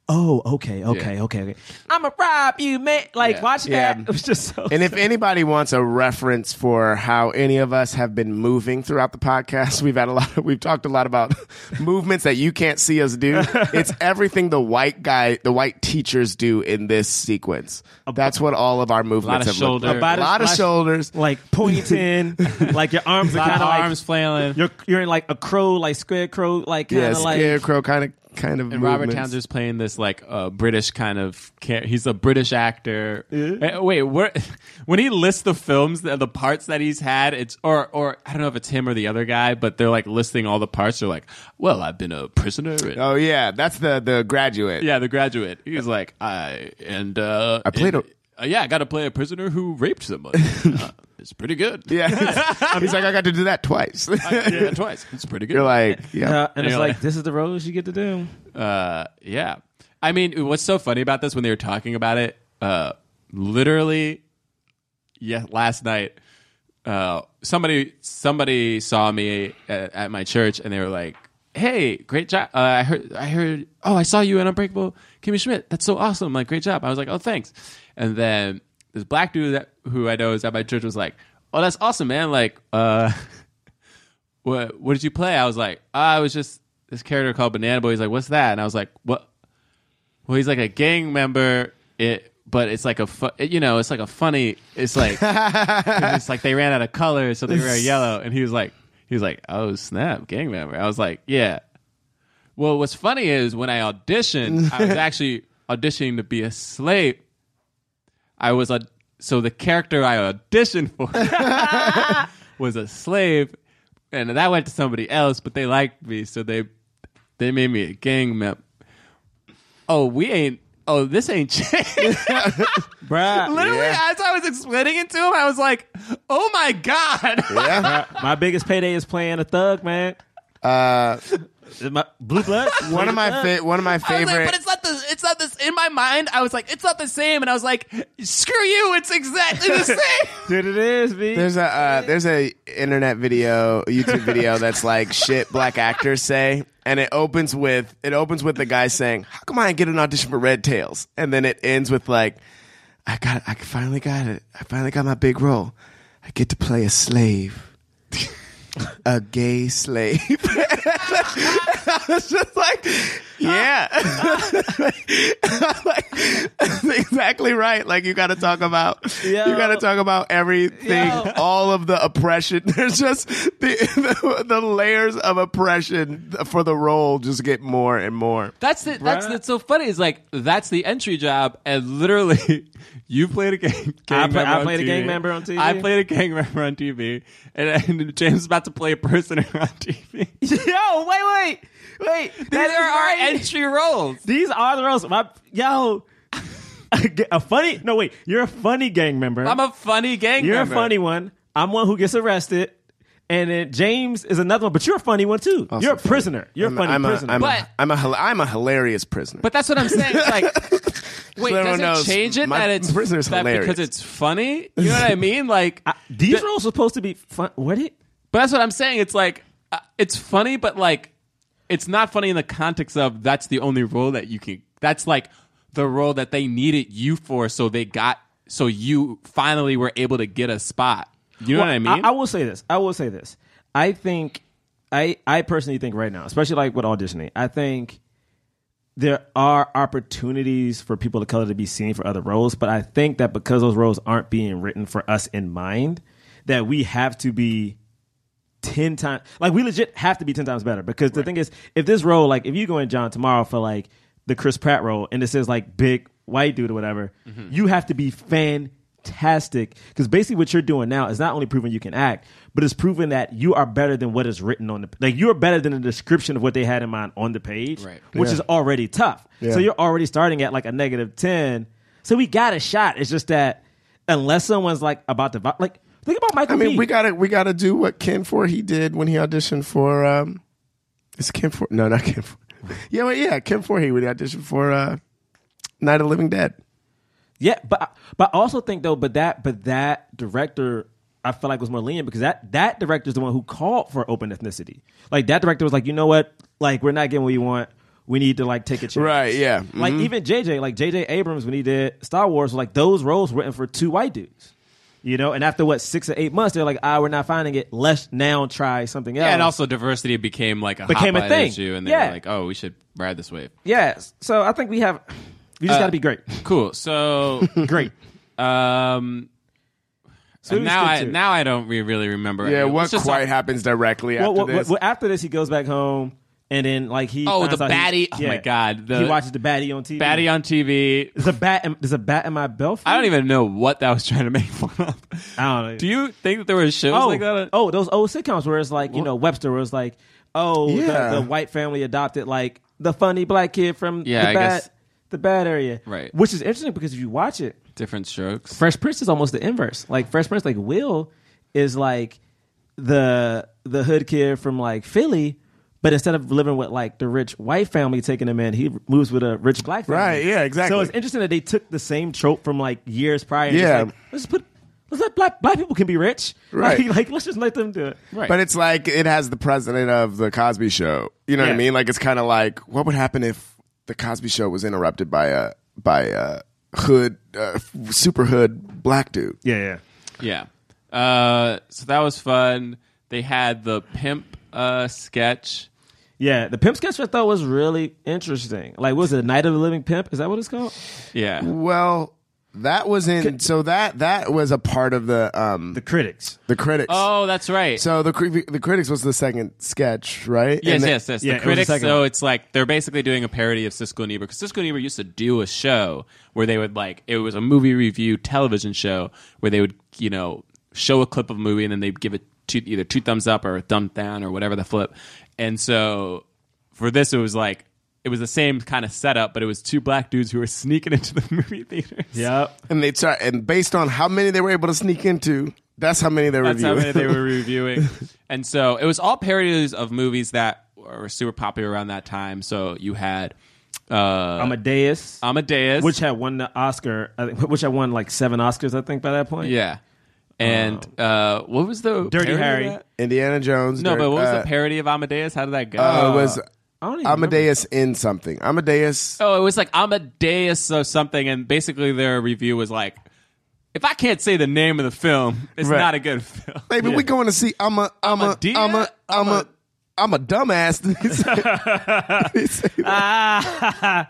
[SPEAKER 2] Oh, okay, okay, okay, okay. I'm gonna rob you, man. Like
[SPEAKER 3] Yeah.
[SPEAKER 2] watch
[SPEAKER 4] Yeah.
[SPEAKER 2] that. It was just so.
[SPEAKER 4] And if anybody wants a reference for how any of us have been moving throughout the podcast, we've had a lot. Of, we've talked a lot about movements that you can't see us do. It's everything the white guy, the white teachers do in this sequence. That's what all of our movements
[SPEAKER 3] of
[SPEAKER 4] have looked
[SPEAKER 3] shoulder.
[SPEAKER 4] like. A lot of shoulders.
[SPEAKER 2] like pointy tin, like your arms
[SPEAKER 3] A
[SPEAKER 2] are
[SPEAKER 3] lot
[SPEAKER 2] kind
[SPEAKER 3] of
[SPEAKER 2] of like
[SPEAKER 3] arms flailing.
[SPEAKER 2] you're you're in like a crow, like scarecrow, like kind
[SPEAKER 4] Yeah,
[SPEAKER 2] of like
[SPEAKER 4] scarecrow kind of kind of.
[SPEAKER 3] And Robert
[SPEAKER 4] movements.
[SPEAKER 3] Townsend's playing this like uh, British kind of. Char- he's a British actor. Uh, Wait, where, when he lists the films, the, the parts that he's had, it's or or I don't know if it's him or the other guy, but they're like listing all the parts. They're like, well, I've been a prisoner. and-
[SPEAKER 4] Oh yeah, that's the the graduate.
[SPEAKER 3] Yeah, the graduate. He was like, I and uh, I
[SPEAKER 4] played
[SPEAKER 3] uh, yeah, I got to play a prisoner who raped someone. uh, it's pretty good.
[SPEAKER 4] Yeah. He's, he's like, I got to do that twice.
[SPEAKER 3] I did that twice. It's pretty good.
[SPEAKER 4] You're like, yeah.
[SPEAKER 2] Uh, and it's
[SPEAKER 3] Anyway.
[SPEAKER 2] like this is the roles you get to do.
[SPEAKER 3] uh, yeah. I mean, what's so funny about this when they were talking about it? Uh, literally, yeah, last night, uh, somebody somebody saw me at, at my church, and they were like, "Hey, great job! Uh, I heard, I heard, oh, I saw you in Unbreakable Kimmy Schmidt. That's so awesome! Like, great job!" I was like, "Oh, thanks." And then this black dude that, who I know is at my church was like, "Oh, that's awesome, man! Like, uh." what what did you play? I was like, ah, I was just this character called Banana Boy. He's like, what's that? And I was like, what? Well, he's like a gang member. It, but it's like a, fu- it- you know, it's like a funny. It's like 'cause it's like they ran out of color, so they were yellow. And he was like, he was like, oh snap, gang member. I was like, yeah. Well, what's funny is when I auditioned, I was actually auditioning to be a slave. I was a so the character I auditioned for was a slave, and that went to somebody else, but they liked me, so they they made me a gang member. Oh, we ain't. Oh, this ain't changed.
[SPEAKER 2] Bruh,
[SPEAKER 3] Literally, as I was explaining it to him, I was like, "Oh my god!"
[SPEAKER 2] my biggest payday is playing a thug, man.
[SPEAKER 4] Uh,
[SPEAKER 2] Is my- Blue Bloods?
[SPEAKER 4] One of my fa- one of my
[SPEAKER 9] I was like,
[SPEAKER 4] favorite.
[SPEAKER 9] but it's not this. It's not this. In my mind, I was like, it's not the same, and I was like, screw you, it's exactly the same.
[SPEAKER 2] Dude, it is, B.
[SPEAKER 4] There's a uh, there's a internet video, YouTube video that's like shit black actors say, and it opens with it opens with the guy saying, "How come I didn't get an audition for Red Tails?" And then it ends with like, "I got I finally got it. I finally got my big role. I get to play a slave, a gay slave." It's just like, yeah, like, that's exactly right. Like you got to talk about,
[SPEAKER 2] Yo.
[SPEAKER 4] you got to talk about everything,
[SPEAKER 2] Yo.
[SPEAKER 4] all of the oppression. There's just the, the the layers of oppression for the role just get more and more.
[SPEAKER 3] That's the, that's that's so funny. Is like that's the entry job, and literally, you played a gang. gang
[SPEAKER 2] I play-
[SPEAKER 3] member
[SPEAKER 2] I
[SPEAKER 3] on
[SPEAKER 2] played a
[SPEAKER 3] TV.
[SPEAKER 2] gang member on TV.
[SPEAKER 3] I played a gang member on TV, and, and James is about to play a prisoner on TV.
[SPEAKER 2] Yo, wait, wait, wait.
[SPEAKER 3] These are our
[SPEAKER 2] right.
[SPEAKER 3] entry roles.
[SPEAKER 2] These are the roles. My yo, a g- a funny. No, wait. You're a funny gang member.
[SPEAKER 3] I'm a funny gang
[SPEAKER 2] you're
[SPEAKER 3] member.
[SPEAKER 2] a funny one. I'm one who gets arrested, and then James is another one. But you're a funny one too. you're a prisoner. You're
[SPEAKER 4] I'm,
[SPEAKER 2] a funny
[SPEAKER 4] I'm
[SPEAKER 2] prisoner.
[SPEAKER 4] A, I'm,
[SPEAKER 3] But-
[SPEAKER 4] a, I'm a hila- I'm a hilarious prisoner.
[SPEAKER 3] But that's what I'm saying. It's Like, wait,
[SPEAKER 4] everyone
[SPEAKER 3] does
[SPEAKER 4] knows,
[SPEAKER 3] it change it
[SPEAKER 4] my
[SPEAKER 3] that it's
[SPEAKER 4] prisoner's
[SPEAKER 3] that because
[SPEAKER 4] hilarious.
[SPEAKER 3] it's funny? You know what I mean? Like,
[SPEAKER 2] These
[SPEAKER 3] th-
[SPEAKER 2] roles are supposed to be fun. What it?
[SPEAKER 3] but that's what I'm saying. It's like uh, it's funny, but like it's not funny in the context of that's the only role that you can. That's like the role that they needed you for, so they got so you finally were able to get a spot. You know what I
[SPEAKER 2] Well,
[SPEAKER 3] mean?
[SPEAKER 2] I, will say this. I will say this. I think I I personally think right now, especially like with auditioning, I think there are opportunities for people of color to be seen for other roles, but I think that because those roles aren't being written for us in mind, that we have to be ten times like we legit have to be ten times better. Because the thing is, if this role, like if you go in John tomorrow for like the Chris Pratt role and it says like big white dude or whatever,
[SPEAKER 4] Mm-hmm.
[SPEAKER 2] you have to be fantastic. Because basically what you're doing now is not only proving you can act, but it's proving that you are better than what is written on the like you're better than the description of what they had in mind on the page.
[SPEAKER 3] Right.
[SPEAKER 2] Which is already tough. So you're already starting at like a negative ten. So we got a shot. It's just that unless someone's like about to vi- like think about Michael
[SPEAKER 4] I mean,
[SPEAKER 2] B.
[SPEAKER 4] we gotta we gotta do what Ken for he did when he auditioned for um, it's Ken for no not Ken for yeah wait, yeah Ken for he when he auditioned for uh, Night of the Living Dead.
[SPEAKER 2] Yeah, but but I also think though, but that but that director I feel like was more lenient because that that director is the one who called for open ethnicity. Like that director was like, you know what? Like we're not getting what you want. We need to like take a chance.
[SPEAKER 4] Right, yeah. Mm-hmm.
[SPEAKER 2] Like even JJ, like JJ Abrams when he did Star Wars, like those roles written for two white dudes. You know, and after what six or eight months, they're like, ah, we're not finding it. Let's now try something else.
[SPEAKER 3] and also diversity became like a
[SPEAKER 2] Became a
[SPEAKER 3] hot button
[SPEAKER 2] thing.
[SPEAKER 3] issue, and they
[SPEAKER 2] Yeah.
[SPEAKER 3] were like, oh, we should ride this wave.
[SPEAKER 2] yes. So I think we have. We
[SPEAKER 4] Uh,
[SPEAKER 2] just got to be great.
[SPEAKER 3] Cool. So
[SPEAKER 2] Great.
[SPEAKER 3] um,
[SPEAKER 2] So
[SPEAKER 3] now
[SPEAKER 2] we
[SPEAKER 3] I
[SPEAKER 2] skip to-
[SPEAKER 3] now I don't re- really remember.
[SPEAKER 4] Yeah,
[SPEAKER 3] Let's
[SPEAKER 4] what
[SPEAKER 3] just-
[SPEAKER 4] quite happens directly
[SPEAKER 2] well,
[SPEAKER 4] after
[SPEAKER 2] well,
[SPEAKER 4] this?
[SPEAKER 2] well, after this, he goes back home, and then like he.
[SPEAKER 3] Oh,
[SPEAKER 2] finds
[SPEAKER 3] the
[SPEAKER 2] out he-
[SPEAKER 3] baddie- oh, my God, the-
[SPEAKER 2] he watches the baddie on TV.
[SPEAKER 3] Batty on TV.
[SPEAKER 2] There's a bat. In, there's a bat in my belfry.
[SPEAKER 3] I don't even know what that was trying to make fun of.
[SPEAKER 2] I don't know.
[SPEAKER 3] Do you think that there were shows
[SPEAKER 2] Oh,
[SPEAKER 3] like that?
[SPEAKER 2] oh, those old sitcoms where it's like you know Webster was like, oh, the-
[SPEAKER 4] Yeah.
[SPEAKER 2] the, white family adopted like the funny black kid from
[SPEAKER 3] Yeah,
[SPEAKER 2] the
[SPEAKER 3] I
[SPEAKER 2] bad
[SPEAKER 3] guess-
[SPEAKER 2] the bad area,
[SPEAKER 3] Right.
[SPEAKER 2] Which is interesting because if you watch it,
[SPEAKER 3] Different strokes.
[SPEAKER 2] Fresh Prince is almost the inverse. Like Fresh Prince, like Will is like the the hood kid from like Philly, but instead of living with like the rich white family taking him in, he moves with a rich black family.
[SPEAKER 4] Right, yeah, exactly.
[SPEAKER 2] So it's interesting that they took the same trope from like years prior. And
[SPEAKER 4] Yeah.
[SPEAKER 2] yeah, like, let's put let's let black black people can be rich.
[SPEAKER 4] Right.
[SPEAKER 2] like, like, let's just let them do it.
[SPEAKER 3] Right.
[SPEAKER 4] But it's like it has the president of the Cosby Show. You know what
[SPEAKER 2] Yeah.
[SPEAKER 4] I mean? Like it's kind of like what would happen if the Cosby Show was interrupted by a by a hood uh, super hood black dude.
[SPEAKER 2] Yeah, yeah.
[SPEAKER 3] yeah. Uh, so that was fun. They had the pimp uh, sketch.
[SPEAKER 2] Yeah, the pimp sketch I thought was really interesting. Like, what was it, Night of the Living Pimp? Is that what it's called?
[SPEAKER 3] Yeah.
[SPEAKER 4] Well, that was in so that that was a part of the um
[SPEAKER 2] The Critics.
[SPEAKER 4] the critics.
[SPEAKER 3] Oh, that's right.
[SPEAKER 4] So the cri- the critics was the second sketch, right?
[SPEAKER 3] yes,
[SPEAKER 4] And the-
[SPEAKER 3] yes, yes.
[SPEAKER 2] yeah, it
[SPEAKER 3] the
[SPEAKER 2] was the
[SPEAKER 3] critics.
[SPEAKER 2] second
[SPEAKER 3] so
[SPEAKER 2] one.
[SPEAKER 3] it's like they're basically doing a parody of Cisco and Ebert because Cisco and Ebert used to do a show where they would like it was a movie review television show where they would you know show a clip of a movie and then they'd give it two, either two thumbs up or a thumb down or whatever the flip. And so for this, it was like it was the same kind of setup, but it was two black dudes who were sneaking into the movie theaters.
[SPEAKER 2] Yep.
[SPEAKER 4] And they start and based on how many they were able to sneak into, that's how many they
[SPEAKER 3] That's
[SPEAKER 4] reviewed.
[SPEAKER 3] how many they were reviewing. And so it was all parodies of movies that were super popular around that time. So you had uh,
[SPEAKER 2] Amadeus,
[SPEAKER 3] Amadeus,
[SPEAKER 2] which had won the Oscar, I think, which had won like seven Oscars, I think, by that point.
[SPEAKER 3] yeah, and
[SPEAKER 4] Oh.
[SPEAKER 3] uh, what was the
[SPEAKER 2] Dirty
[SPEAKER 3] parody of
[SPEAKER 2] Harry.
[SPEAKER 3] that?
[SPEAKER 4] Indiana Jones.
[SPEAKER 3] No,
[SPEAKER 4] Dirk-
[SPEAKER 3] but what was
[SPEAKER 4] uh,
[SPEAKER 3] the parody of Amadeus? How did that go?
[SPEAKER 4] uh, it was
[SPEAKER 2] I don't even
[SPEAKER 4] Amadeus in something. Amadeus.
[SPEAKER 3] Oh, it was like Amadeus or something, and basically their review was like, "If I can't say the name of the film, it's
[SPEAKER 4] Right.
[SPEAKER 3] not a good film."
[SPEAKER 4] Baby, we going to see. I'm a. I'm a.
[SPEAKER 3] Amadea?
[SPEAKER 4] I'm a. I'm a. I'm a dumbass. He said that.
[SPEAKER 2] Ah,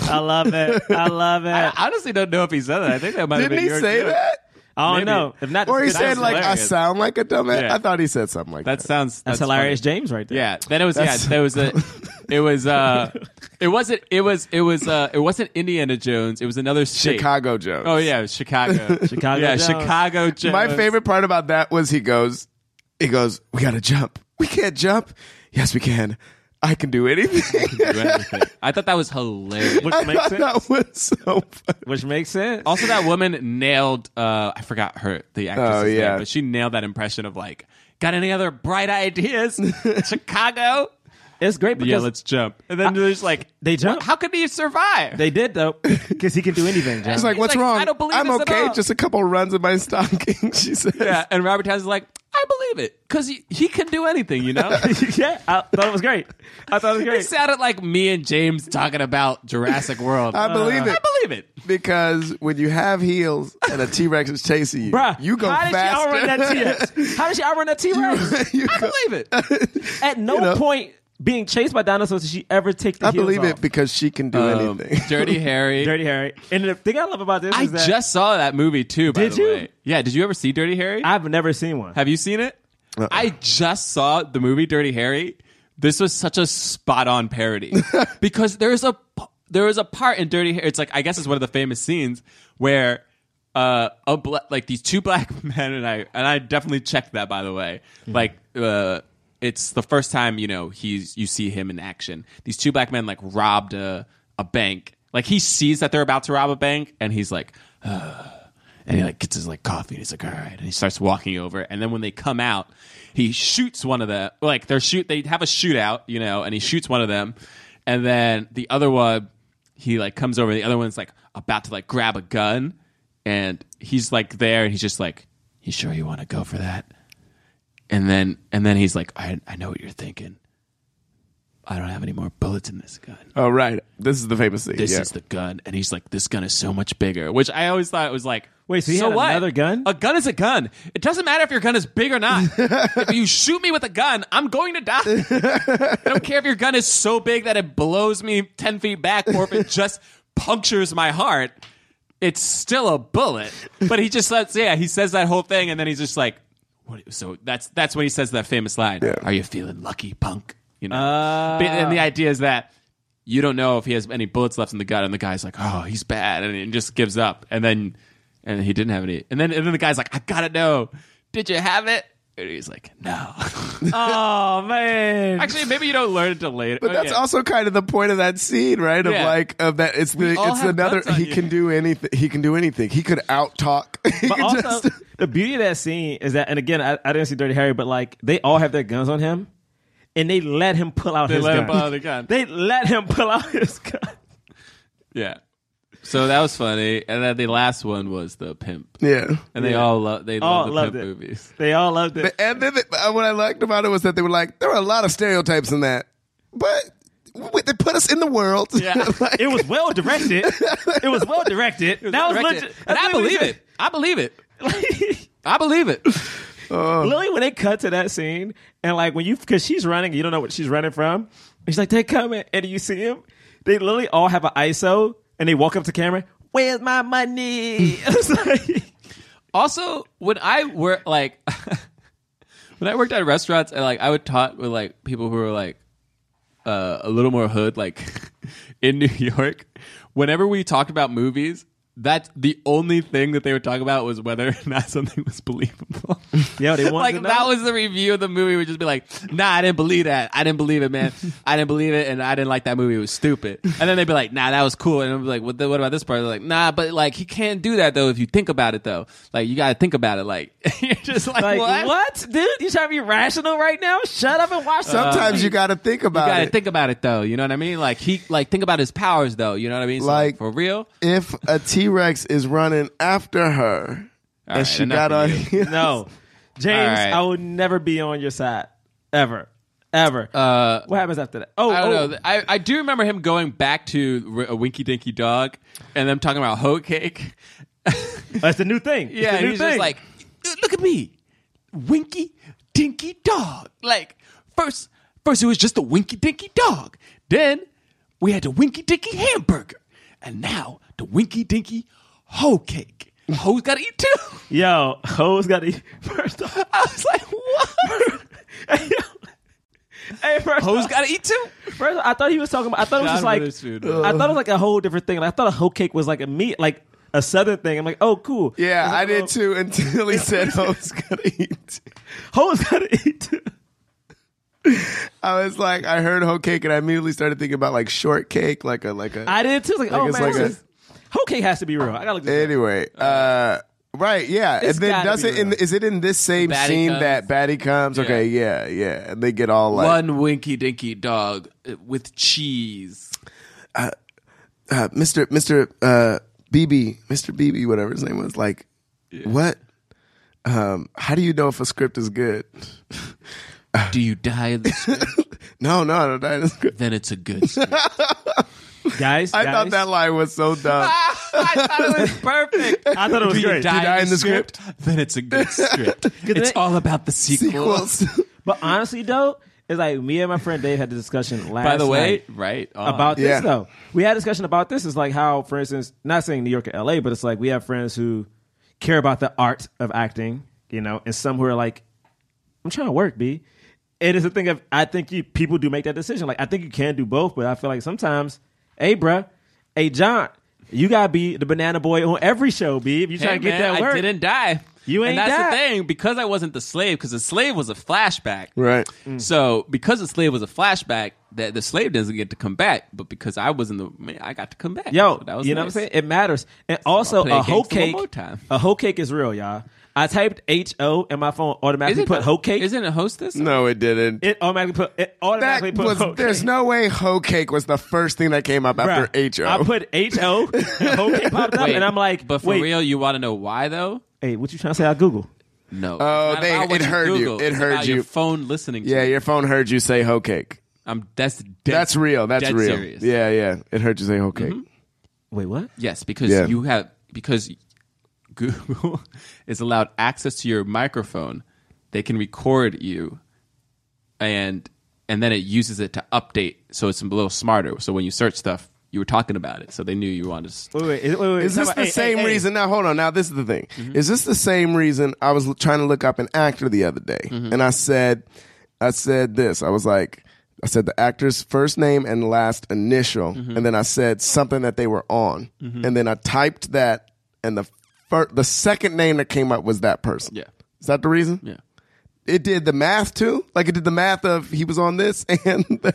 [SPEAKER 2] I love it. I love it.
[SPEAKER 3] I
[SPEAKER 2] I,
[SPEAKER 3] honestly don't know if he said that. I think that might have
[SPEAKER 4] Didn't
[SPEAKER 3] been
[SPEAKER 4] he
[SPEAKER 3] your
[SPEAKER 4] say
[SPEAKER 3] joke.
[SPEAKER 4] that?
[SPEAKER 2] don't
[SPEAKER 3] maybe.
[SPEAKER 2] know. If not,
[SPEAKER 4] Or he
[SPEAKER 2] that's-
[SPEAKER 4] said like I
[SPEAKER 3] hilarious.
[SPEAKER 4] sound like a dumbass.
[SPEAKER 3] Yeah.
[SPEAKER 4] I thought he said something like
[SPEAKER 3] That
[SPEAKER 4] that.
[SPEAKER 3] sounds
[SPEAKER 2] that's hilarious,
[SPEAKER 3] funny.
[SPEAKER 2] James, right there.
[SPEAKER 3] Yeah. Then it was
[SPEAKER 4] That's-
[SPEAKER 3] yeah. There was a. It was uh. It wasn't. It was. It was uh. It wasn't Indiana Jones. It was another state.
[SPEAKER 4] Chicago Jones.
[SPEAKER 3] Oh yeah, it was Chicago.
[SPEAKER 2] Chicago
[SPEAKER 3] Yeah,
[SPEAKER 2] Jones.
[SPEAKER 3] Chicago Jones.
[SPEAKER 4] My favorite part about that was he goes, he goes, we gotta jump. We can't jump. Yes, we can. I can do anything.
[SPEAKER 3] I thought that was hilarious.
[SPEAKER 2] which
[SPEAKER 4] I
[SPEAKER 2] makes
[SPEAKER 4] thought
[SPEAKER 2] sense.
[SPEAKER 4] that was so funny.
[SPEAKER 2] Which makes sense.
[SPEAKER 3] Also, that woman nailed. uh I forgot her the actress.
[SPEAKER 4] Oh, yeah.
[SPEAKER 3] but she nailed that impression of like. Got any other bright ideas? Chicago.
[SPEAKER 2] It's great because
[SPEAKER 3] Yeah, let's jump. And then there's like
[SPEAKER 2] they jump.
[SPEAKER 3] what- How could he survive?
[SPEAKER 2] they did though, because he can do anything. John.
[SPEAKER 4] He's like,
[SPEAKER 3] He's
[SPEAKER 4] what's
[SPEAKER 3] like,
[SPEAKER 4] wrong?
[SPEAKER 3] "I don't believe
[SPEAKER 4] I'm
[SPEAKER 3] this at
[SPEAKER 4] okay.
[SPEAKER 3] all."
[SPEAKER 4] Just a couple runs in my stocking. She says,
[SPEAKER 3] yeah, and Robert Townsend's like, I believe it because he, he can do anything, you know.
[SPEAKER 2] yeah, I thought it was great. I thought it was
[SPEAKER 3] It
[SPEAKER 2] great.
[SPEAKER 3] sounded like me and James talking about Jurassic World.
[SPEAKER 4] I believe it.
[SPEAKER 3] I believe it.
[SPEAKER 4] Because when you have heels and a T Rex is chasing you,
[SPEAKER 2] Bruh,
[SPEAKER 4] you go
[SPEAKER 2] how did
[SPEAKER 4] faster.
[SPEAKER 2] She outrun that T-Rex? How did she outrun that T-Rex?
[SPEAKER 4] You
[SPEAKER 3] I
[SPEAKER 4] go-
[SPEAKER 3] believe it.
[SPEAKER 2] At no
[SPEAKER 4] You know?
[SPEAKER 2] point being chased by dinosaurs did she ever take the
[SPEAKER 4] I
[SPEAKER 2] heels
[SPEAKER 4] believe
[SPEAKER 2] off.
[SPEAKER 4] it because she can do
[SPEAKER 3] Um,
[SPEAKER 4] anything.
[SPEAKER 3] Dirty Harry.
[SPEAKER 2] Dirty Harry. And the thing I love about this
[SPEAKER 3] I
[SPEAKER 2] is that
[SPEAKER 3] just saw that movie too. By
[SPEAKER 2] Did
[SPEAKER 3] the
[SPEAKER 2] you?
[SPEAKER 3] way, yeah. Did you ever see Dirty Harry?
[SPEAKER 2] I've never seen one.
[SPEAKER 3] Have you seen it? I just saw the movie Dirty Harry. This was such a spot on parody because there's a p- there is a part in Dirty Harry. It's like I guess it's one of the famous scenes where uh a bla- like these two black men and I and I definitely checked that by the way. Like uh it's the first time you know he's you see him in action. These two black men like robbed a a bank. Like he sees that they're about to rob a bank and he's like and he like gets his like coffee and he's like all right and he starts walking over and then when they come out he shoots one of the like they're shoot they have a shootout you know and he shoots one of them and then the other one he like comes over the other one's like about to like grab a gun and he's like there and he's just like you sure you want to go for that and then and then he's like I, I know what you're thinking i don't have any more bullets in this gun
[SPEAKER 4] oh, right. This is the famous thing.
[SPEAKER 3] this
[SPEAKER 4] yeah.
[SPEAKER 3] is the gun and he's like this gun is so much bigger which i always thought it was like
[SPEAKER 2] Wait, so he had
[SPEAKER 3] what?
[SPEAKER 2] another gun?
[SPEAKER 3] a gun is a gun it doesn't matter if your gun is big or not if you shoot me with a gun i'm going to die i don't care if your gun is so big that it blows me 10 feet back or if it just punctures my heart it's still a bullet but he just lets yeah he says that whole thing and then he's just like what, so that's that's when he says that famous line are you feeling lucky punk you know
[SPEAKER 2] Uh.
[SPEAKER 3] But- and the idea is that you don't know if he has any bullets left in the gun, and the guy's like, "Oh, he's bad," and he just gives up. And then, and he didn't have any. And then, and then the guy's like, "I gotta know, did you have it?" And he's like, "No."
[SPEAKER 2] Oh man.
[SPEAKER 3] Actually, maybe you don't learn it till later.
[SPEAKER 4] But that's also kind of the point of that scene, right? Of
[SPEAKER 3] Yeah.
[SPEAKER 4] like of that it's the
[SPEAKER 3] all
[SPEAKER 4] it's
[SPEAKER 3] have
[SPEAKER 4] another
[SPEAKER 3] guns on
[SPEAKER 4] he
[SPEAKER 3] you.
[SPEAKER 4] can do anything. He can do anything. He could out talk. he
[SPEAKER 2] But
[SPEAKER 4] could
[SPEAKER 2] also,
[SPEAKER 4] just
[SPEAKER 2] the beauty of that scene is that, and again, I, I didn't see Dirty Harry, but like they all have their guns on him, and they let him pull out
[SPEAKER 3] They
[SPEAKER 2] his
[SPEAKER 3] let him
[SPEAKER 2] gun.
[SPEAKER 3] pull out the gun.
[SPEAKER 2] They let him pull out his gun.
[SPEAKER 3] yeah. So that was funny, and then the last one was the pimp,
[SPEAKER 4] Yeah.
[SPEAKER 3] and they all love they
[SPEAKER 2] All
[SPEAKER 3] love the
[SPEAKER 2] loved
[SPEAKER 3] pimp
[SPEAKER 2] it.
[SPEAKER 3] movies.
[SPEAKER 2] They all loved it.
[SPEAKER 4] And then the, uh, what I liked about it was that they were like, there were a lot of stereotypes in that. But w- they put us in the world.
[SPEAKER 3] Yeah.
[SPEAKER 4] Like,
[SPEAKER 2] It was well directed. it was well directed. that was
[SPEAKER 3] Correct
[SPEAKER 2] legit.
[SPEAKER 3] it. and I believe it. I believe it. I believe it.
[SPEAKER 4] oh,
[SPEAKER 2] Literally, when they cut to that scene, and like when you, because she's running, you don't know what she's running from. She's like, "They coming," and you see him. They literally all have an ISO, and they walk up to camera. Where's my money? It's like-
[SPEAKER 3] Also, when I work like when I worked at restaurants and like I would talk with like people who were like uh, a little more hood, like in New York. Whenever we talked about movies, That's the only thing that they were talking about was whether or not something was believable.
[SPEAKER 2] Yo, they wanted
[SPEAKER 3] like
[SPEAKER 2] to know.
[SPEAKER 3] that was the review of the movie. Would just be like, "Nah, I didn't believe that. I didn't believe it, man. I didn't believe it, and I didn't like that movie. It was stupid." And then they'd be like, "Nah, that was cool." And I'd be like, "What? The, what about this part?" They're like, "Nah, but like he can't do that though. If you think about it though, like you got to think about it. Like you're just like,
[SPEAKER 2] Like
[SPEAKER 3] what?
[SPEAKER 2] what? dude? You trying to be rational right now? Shut up and watch uh,
[SPEAKER 4] Sometimes you got to think
[SPEAKER 3] You
[SPEAKER 4] about
[SPEAKER 3] gotta
[SPEAKER 4] it.
[SPEAKER 3] think about it though. You know what I mean? Like he, like think about his powers though. You know what I mean? So,
[SPEAKER 4] Like-
[SPEAKER 3] for real.
[SPEAKER 4] if a T Rex is running after her
[SPEAKER 3] All
[SPEAKER 4] and
[SPEAKER 3] right,
[SPEAKER 4] she
[SPEAKER 3] enough
[SPEAKER 4] got
[SPEAKER 3] of
[SPEAKER 4] on,
[SPEAKER 3] you.
[SPEAKER 2] Uh, No, James,
[SPEAKER 3] All right.
[SPEAKER 2] I will never be on your side ever, ever.
[SPEAKER 3] Uh,
[SPEAKER 2] what happens after that? Oh,
[SPEAKER 3] I don't
[SPEAKER 2] oh,
[SPEAKER 3] know. I, I do remember him going back to R- a Winky Dinky Dog and them talking about hoe cake.
[SPEAKER 2] that's the new thing. It's
[SPEAKER 3] Yeah,
[SPEAKER 2] the
[SPEAKER 3] and
[SPEAKER 2] new
[SPEAKER 3] he's
[SPEAKER 2] thing.
[SPEAKER 3] just like, look at me, Winky Dinky Dog. Like first, first it was just a Winky Dinky Dog. Then we had the Winky Dinky Hamburger, and now the Winky Dinky Hoe Cake. Hoes gotta eat too.
[SPEAKER 2] yo, hoes got to first off.
[SPEAKER 3] I was like, what?
[SPEAKER 2] hey, yo. Hey, first
[SPEAKER 3] Hoes
[SPEAKER 2] off-
[SPEAKER 3] gotta eat too.
[SPEAKER 2] First, of all, I thought he was talking about. I thought it was
[SPEAKER 3] God
[SPEAKER 2] just like.
[SPEAKER 3] Witherspoon.
[SPEAKER 2] I thought it was like a whole different thing. Like, I thought a hoe cake was like a meat, like a southern thing. I'm like, oh, cool.
[SPEAKER 4] yeah,
[SPEAKER 2] It's like,
[SPEAKER 4] I
[SPEAKER 2] oh,
[SPEAKER 4] did too until he said I was gonna eat.
[SPEAKER 2] Hoes gotta eat.
[SPEAKER 4] I was like, I heard whole cake, and I immediately started thinking about like shortcake, like a like a.
[SPEAKER 2] I did too. Like, oh
[SPEAKER 4] it's
[SPEAKER 2] man,
[SPEAKER 4] like
[SPEAKER 2] this is- hoe cake has to be real. I gotta look. This up.
[SPEAKER 4] anyway, uh, right? Yeah,
[SPEAKER 2] It's
[SPEAKER 4] and then
[SPEAKER 2] gotta
[SPEAKER 4] does
[SPEAKER 2] be
[SPEAKER 4] it? In,
[SPEAKER 2] real.
[SPEAKER 4] is it in this same
[SPEAKER 3] Batty
[SPEAKER 4] scene
[SPEAKER 3] comes.
[SPEAKER 4] that Batty comes? Okay, yeah, yeah, and they get all like,
[SPEAKER 3] One Winky Dinky Dog uh, with cheese.
[SPEAKER 4] uh, Mr. Mr. Uh, BB, Mr. BB, whatever his name was, like, what? Um, how do you know if a script is good?
[SPEAKER 3] Do you die in the script?
[SPEAKER 4] No, no, I don't know. It's good.
[SPEAKER 3] then it's a good script.
[SPEAKER 2] guys,
[SPEAKER 4] I
[SPEAKER 2] guys,
[SPEAKER 4] thought that line was so dumb.
[SPEAKER 3] I thought it was perfect.
[SPEAKER 2] I thought it was
[SPEAKER 3] Do you
[SPEAKER 2] great.
[SPEAKER 3] die,
[SPEAKER 4] Did I
[SPEAKER 3] in
[SPEAKER 4] in
[SPEAKER 3] the
[SPEAKER 4] the
[SPEAKER 3] script? Then it's a good script. it's
[SPEAKER 2] it-
[SPEAKER 3] all about the sequel.
[SPEAKER 4] Sequels.
[SPEAKER 2] But honestly, though, it's like me and my friend Dave had the discussion last.
[SPEAKER 3] By the way,
[SPEAKER 2] night
[SPEAKER 3] right on.
[SPEAKER 2] about
[SPEAKER 4] Yeah.
[SPEAKER 2] this though, we had a discussion about this. It's like how, for instance, not saying New York or L.A., but it's like we have friends who care about the art of acting, you know, and some who are like, I'm trying to work, b. It is a thing of I think you people do make that decision. Like I think you can do both, but I feel like sometimes, hey, bruh, hey, John. You gotta be the banana boy on every show, b. If you try
[SPEAKER 3] Hey,
[SPEAKER 2] to get
[SPEAKER 3] man,
[SPEAKER 2] that work,
[SPEAKER 3] I didn't die.
[SPEAKER 2] You ain't
[SPEAKER 3] and that's the
[SPEAKER 2] die.
[SPEAKER 3] thing because I wasn't the slave because the slave was a flashback.
[SPEAKER 4] right.
[SPEAKER 2] Mm.
[SPEAKER 3] So because the slave was a flashback, that the slave doesn't get to come back. But because I was in the, man, I got to come back.
[SPEAKER 2] Yo,
[SPEAKER 3] So that was
[SPEAKER 2] you know what I'm
[SPEAKER 3] nice.
[SPEAKER 2] saying? It matters. And also,
[SPEAKER 3] play
[SPEAKER 2] a hoe
[SPEAKER 3] gangsta one
[SPEAKER 2] cake.
[SPEAKER 3] more time.
[SPEAKER 2] A hoe cake is real, y'all. I typed H O and my phone automatically put
[SPEAKER 3] a-
[SPEAKER 2] hoe cake.
[SPEAKER 3] Isn't it hostess?
[SPEAKER 4] No, it didn't.
[SPEAKER 2] it automatically put it
[SPEAKER 4] that
[SPEAKER 2] automatically put
[SPEAKER 4] was.
[SPEAKER 2] hoe
[SPEAKER 4] There's
[SPEAKER 2] cake.
[SPEAKER 4] no way hoe cake was the first thing that came up after
[SPEAKER 2] Bruh,
[SPEAKER 4] H O.
[SPEAKER 2] I put H O and hoe cake popped up,
[SPEAKER 3] Wait,
[SPEAKER 2] and I'm like,
[SPEAKER 3] but for
[SPEAKER 2] wait,
[SPEAKER 3] real, you want to know why though?
[SPEAKER 2] hey, what you trying to say? I Google.
[SPEAKER 3] No.
[SPEAKER 4] Oh,
[SPEAKER 3] Not
[SPEAKER 4] they-
[SPEAKER 3] about what
[SPEAKER 4] it heard you.
[SPEAKER 3] Google.
[SPEAKER 4] It
[SPEAKER 3] It's
[SPEAKER 4] heard
[SPEAKER 3] about
[SPEAKER 4] you.
[SPEAKER 3] Your phone listening. To
[SPEAKER 4] yeah,
[SPEAKER 3] you.
[SPEAKER 4] your phone heard you say hoe cake.
[SPEAKER 3] I'm. That's dead,
[SPEAKER 4] That's real. That's
[SPEAKER 3] dead
[SPEAKER 4] real.
[SPEAKER 3] serious.
[SPEAKER 4] Yeah, yeah. It heard you say hoe
[SPEAKER 2] Mm-hmm.
[SPEAKER 4] cake.
[SPEAKER 2] Wait, what?
[SPEAKER 3] Yes, because
[SPEAKER 4] Yeah.
[SPEAKER 3] you have because Google is allowed access to your microphone. They can record you, and and then it uses it to update, so it's a little smarter. So when you search stuff, you were talking about it, so they knew you wanted. To,
[SPEAKER 2] Wait, wait, wait, wait, wait.
[SPEAKER 4] Is this
[SPEAKER 2] Hey,
[SPEAKER 4] the
[SPEAKER 2] hey,
[SPEAKER 4] same
[SPEAKER 2] hey.
[SPEAKER 4] reason? Now, hold on. Now, this is the thing.
[SPEAKER 3] Mm-hmm.
[SPEAKER 4] Is this the same reason I was l- trying to look up an actor the other day,
[SPEAKER 3] Mm-hmm.
[SPEAKER 4] and I said, I said this. I was like, I said the actor's first name and last initial,
[SPEAKER 3] Mm-hmm.
[SPEAKER 4] and then I said something that they were on, and then I typed that, and the fir- the second name that came up was that person.
[SPEAKER 3] Yeah.
[SPEAKER 4] Is that the reason?
[SPEAKER 3] yeah,
[SPEAKER 4] It did the math too. Like it did the math of he was on this, and the,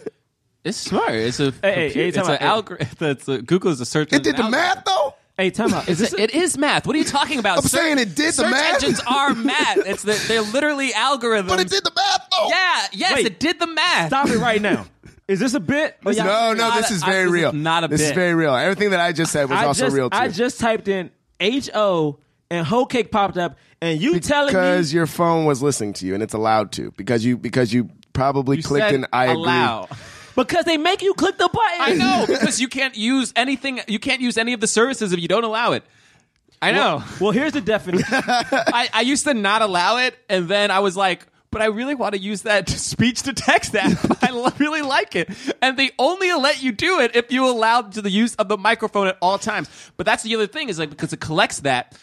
[SPEAKER 3] it's smart. It's
[SPEAKER 2] hey,
[SPEAKER 3] a compu-
[SPEAKER 2] hey,
[SPEAKER 3] it's
[SPEAKER 2] tell
[SPEAKER 3] an
[SPEAKER 2] me-
[SPEAKER 3] algorithm. It's a, Google is a search.
[SPEAKER 4] it did the math though.
[SPEAKER 2] Hey, time out. Is this?
[SPEAKER 3] It is math. What are you talking about?
[SPEAKER 4] I'm saying it did the
[SPEAKER 3] search
[SPEAKER 4] math.
[SPEAKER 3] engines are math. It's the, they're literally algorithms.
[SPEAKER 4] But it did the math though.
[SPEAKER 3] Yeah, yes,
[SPEAKER 2] Wait.
[SPEAKER 3] it did the math.
[SPEAKER 2] Stop it right now. Is this a bit? Or y'all-
[SPEAKER 4] No, no,
[SPEAKER 3] not
[SPEAKER 4] this
[SPEAKER 3] a-
[SPEAKER 4] is
[SPEAKER 3] I-
[SPEAKER 4] very
[SPEAKER 3] this is
[SPEAKER 4] real.
[SPEAKER 3] not a
[SPEAKER 4] This is
[SPEAKER 3] bit.
[SPEAKER 4] very real. Everything that I just said was
[SPEAKER 2] I
[SPEAKER 4] also
[SPEAKER 2] just,
[SPEAKER 4] real too.
[SPEAKER 2] I just typed in H O and hoe cake popped up, and you telling me
[SPEAKER 4] because your phone was listening to you, and it's allowed to because you because you probably
[SPEAKER 3] You
[SPEAKER 4] clicked
[SPEAKER 3] said
[SPEAKER 4] in. I agree.
[SPEAKER 3] allow.
[SPEAKER 2] Because they make you click the button.
[SPEAKER 3] I know because you can't use anything. You can't use any of the services if you don't allow it. I know.
[SPEAKER 2] Well, here's the definition.
[SPEAKER 3] I, I used to not allow it, and then I was like, but I really want to use that speech to text app. I lo- really like it, and they only let you do it if you allowed to the use of the microphone at all times. But that's the other thing is like because it collects that,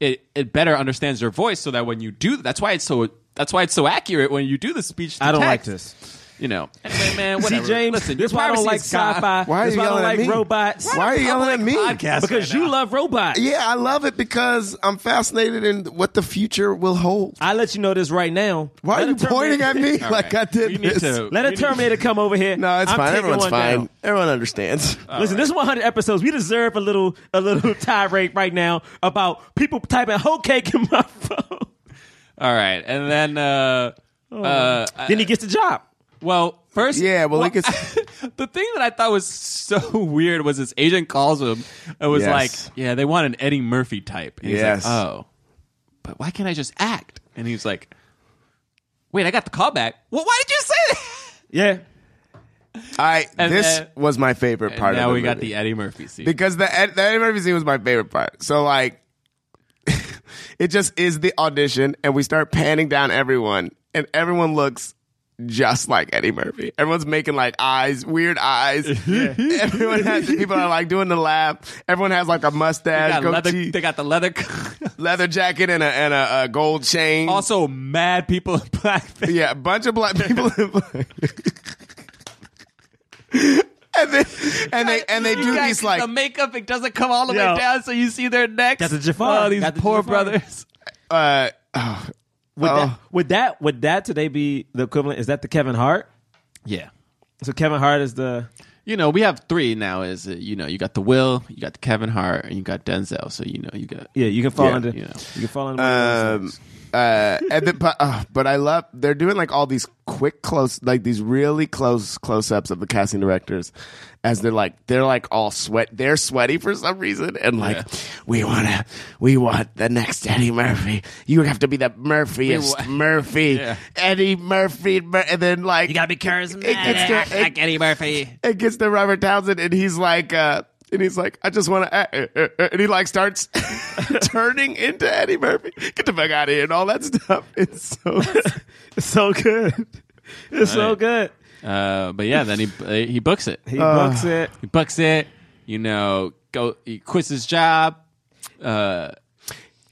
[SPEAKER 3] it it better understands your voice, so that when you do, that's why it's so that's why it's so accurate when you do the speech. To
[SPEAKER 2] I don't like
[SPEAKER 3] text.
[SPEAKER 2] this.
[SPEAKER 3] you know. Anyway, man, whatever.
[SPEAKER 2] See, James,
[SPEAKER 3] listen,
[SPEAKER 2] this
[SPEAKER 3] your
[SPEAKER 2] why I don't
[SPEAKER 3] privacy
[SPEAKER 2] like
[SPEAKER 3] is God.
[SPEAKER 2] sci-fi.
[SPEAKER 4] Why are
[SPEAKER 2] this
[SPEAKER 4] you
[SPEAKER 2] why I don't
[SPEAKER 4] yelling at
[SPEAKER 2] like
[SPEAKER 4] me?
[SPEAKER 2] robots.
[SPEAKER 4] Why are you yelling at me?
[SPEAKER 2] Because you love robots.
[SPEAKER 4] Yeah, I love it because I'm fascinated in what the future will hold.
[SPEAKER 2] I let you know this right now.
[SPEAKER 4] Why
[SPEAKER 2] Let
[SPEAKER 4] are you
[SPEAKER 2] a Terminator-
[SPEAKER 4] pointing at me like I did
[SPEAKER 3] We need
[SPEAKER 4] this?
[SPEAKER 3] to-
[SPEAKER 2] Let a Terminator come over here.
[SPEAKER 4] No, it's
[SPEAKER 2] I'm
[SPEAKER 4] fine.
[SPEAKER 2] taking
[SPEAKER 4] Everyone's
[SPEAKER 2] one
[SPEAKER 4] fine.
[SPEAKER 2] down.
[SPEAKER 4] Everyone understands.
[SPEAKER 3] Uh,
[SPEAKER 2] Listen, this is 100 episodes. We deserve a little a little tirade right now about people typing hoe cake in my phone.
[SPEAKER 3] All right, and then uh,
[SPEAKER 2] Oh.
[SPEAKER 3] uh, I-
[SPEAKER 2] Then he gets the job.
[SPEAKER 3] well, first,
[SPEAKER 4] Yeah, well, it gets-
[SPEAKER 3] the thing that I thought was so weird was his agent calls him and was
[SPEAKER 4] Yes.
[SPEAKER 3] like, "Yeah, they want an Eddie Murphy type." And he's like,
[SPEAKER 4] Yes.
[SPEAKER 3] oh, but why can't I just act? And he's like, "Wait, I got the call back. Well, why did you say that?"
[SPEAKER 2] Yeah.
[SPEAKER 4] I
[SPEAKER 3] And
[SPEAKER 4] this
[SPEAKER 3] then-
[SPEAKER 4] was my favorite
[SPEAKER 3] And
[SPEAKER 4] part.
[SPEAKER 3] now
[SPEAKER 4] of the
[SPEAKER 3] we got
[SPEAKER 4] movie.
[SPEAKER 3] the Eddie Murphy scene.
[SPEAKER 4] because the Ed- the Eddie Murphy scene was my favorite part. So like, it just is the audition, and we start panning down everyone, and everyone looks just like Eddie Murphy. Everyone's making like eyes, weird eyes. everyone has people are like doing the laugh. Everyone has like a
[SPEAKER 3] they,
[SPEAKER 4] mustache,
[SPEAKER 3] got leather,
[SPEAKER 4] goatee,
[SPEAKER 3] they got the leather.
[SPEAKER 4] leather jacket, and a and a, a gold chain.
[SPEAKER 3] also, mad people in blackface.
[SPEAKER 4] Yeah, a bunch of black people. in black. and then, and they and they
[SPEAKER 3] You
[SPEAKER 4] do
[SPEAKER 3] guys-
[SPEAKER 4] these like
[SPEAKER 3] the makeup. It doesn't come all the
[SPEAKER 2] Yo.
[SPEAKER 3] way down, so you see their necks.
[SPEAKER 2] Got the Jafar.
[SPEAKER 3] Oh, these
[SPEAKER 2] Got the
[SPEAKER 3] poor
[SPEAKER 2] Jafar.
[SPEAKER 3] brothers.
[SPEAKER 4] uh, oh,
[SPEAKER 2] Would,
[SPEAKER 4] Oh.
[SPEAKER 2] that, would that would that today be the equivalent? Is that the Kevin Hart?
[SPEAKER 3] Yeah.
[SPEAKER 2] So Kevin Hart is the
[SPEAKER 3] You know, we have three now. Is uh, you know, you got the Will, you got the Kevin Hart, and you got Denzel. So you know, you got
[SPEAKER 2] yeah. You can fall
[SPEAKER 3] Yeah,
[SPEAKER 2] under.
[SPEAKER 3] you
[SPEAKER 2] You,
[SPEAKER 3] know.
[SPEAKER 2] can fall under.
[SPEAKER 4] um, uh, and then, but, uh, but I love they're doing like all these quick close like these really close close ups of the casting directors as they're like they're like all sweat they're sweaty for some reason and like
[SPEAKER 3] Yeah.
[SPEAKER 4] we want to we want the next Eddie Murphy you have to be the Murphyest
[SPEAKER 3] wa-
[SPEAKER 4] Murphy
[SPEAKER 3] Yeah.
[SPEAKER 4] Eddie Murphy Mur- and then like
[SPEAKER 2] be charismatic.
[SPEAKER 4] gets to- it-
[SPEAKER 2] Eddie Murphy.
[SPEAKER 4] it gets to Robert Townsend, and he's like, uh, and he's like, I just want to, uh, uh, uh," and he like starts turning into Eddie Murphy. Get the fuck out of here and all that stuff. It's so
[SPEAKER 2] It's so good. It's so
[SPEAKER 3] Right.
[SPEAKER 2] good.
[SPEAKER 3] Uh, but yeah, then he uh, he books it.
[SPEAKER 2] He
[SPEAKER 4] Uh,
[SPEAKER 2] books it.
[SPEAKER 3] He books it. You know, go. He quits his job. Uh,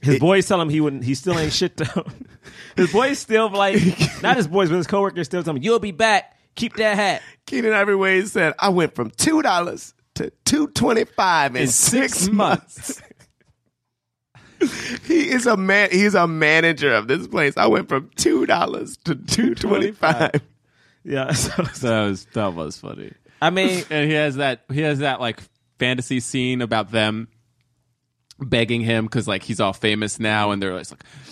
[SPEAKER 2] His boys tell him he wouldn't. He still ain't shit though. his boys still like not his boys, but his coworkers still tell him you'll be back. Keep that hat.
[SPEAKER 4] Keenan Ivory Wayne said, I went from two dollars to two twenty five in,
[SPEAKER 3] in
[SPEAKER 4] six, months. He is a man. He's a manager of this place. I went from two dollars to two twenty five.
[SPEAKER 2] Yeah. So,
[SPEAKER 3] So that was that was funny.
[SPEAKER 2] I mean,
[SPEAKER 3] And he has that he has that like fantasy scene about them begging him because like he's all famous now, and they're like,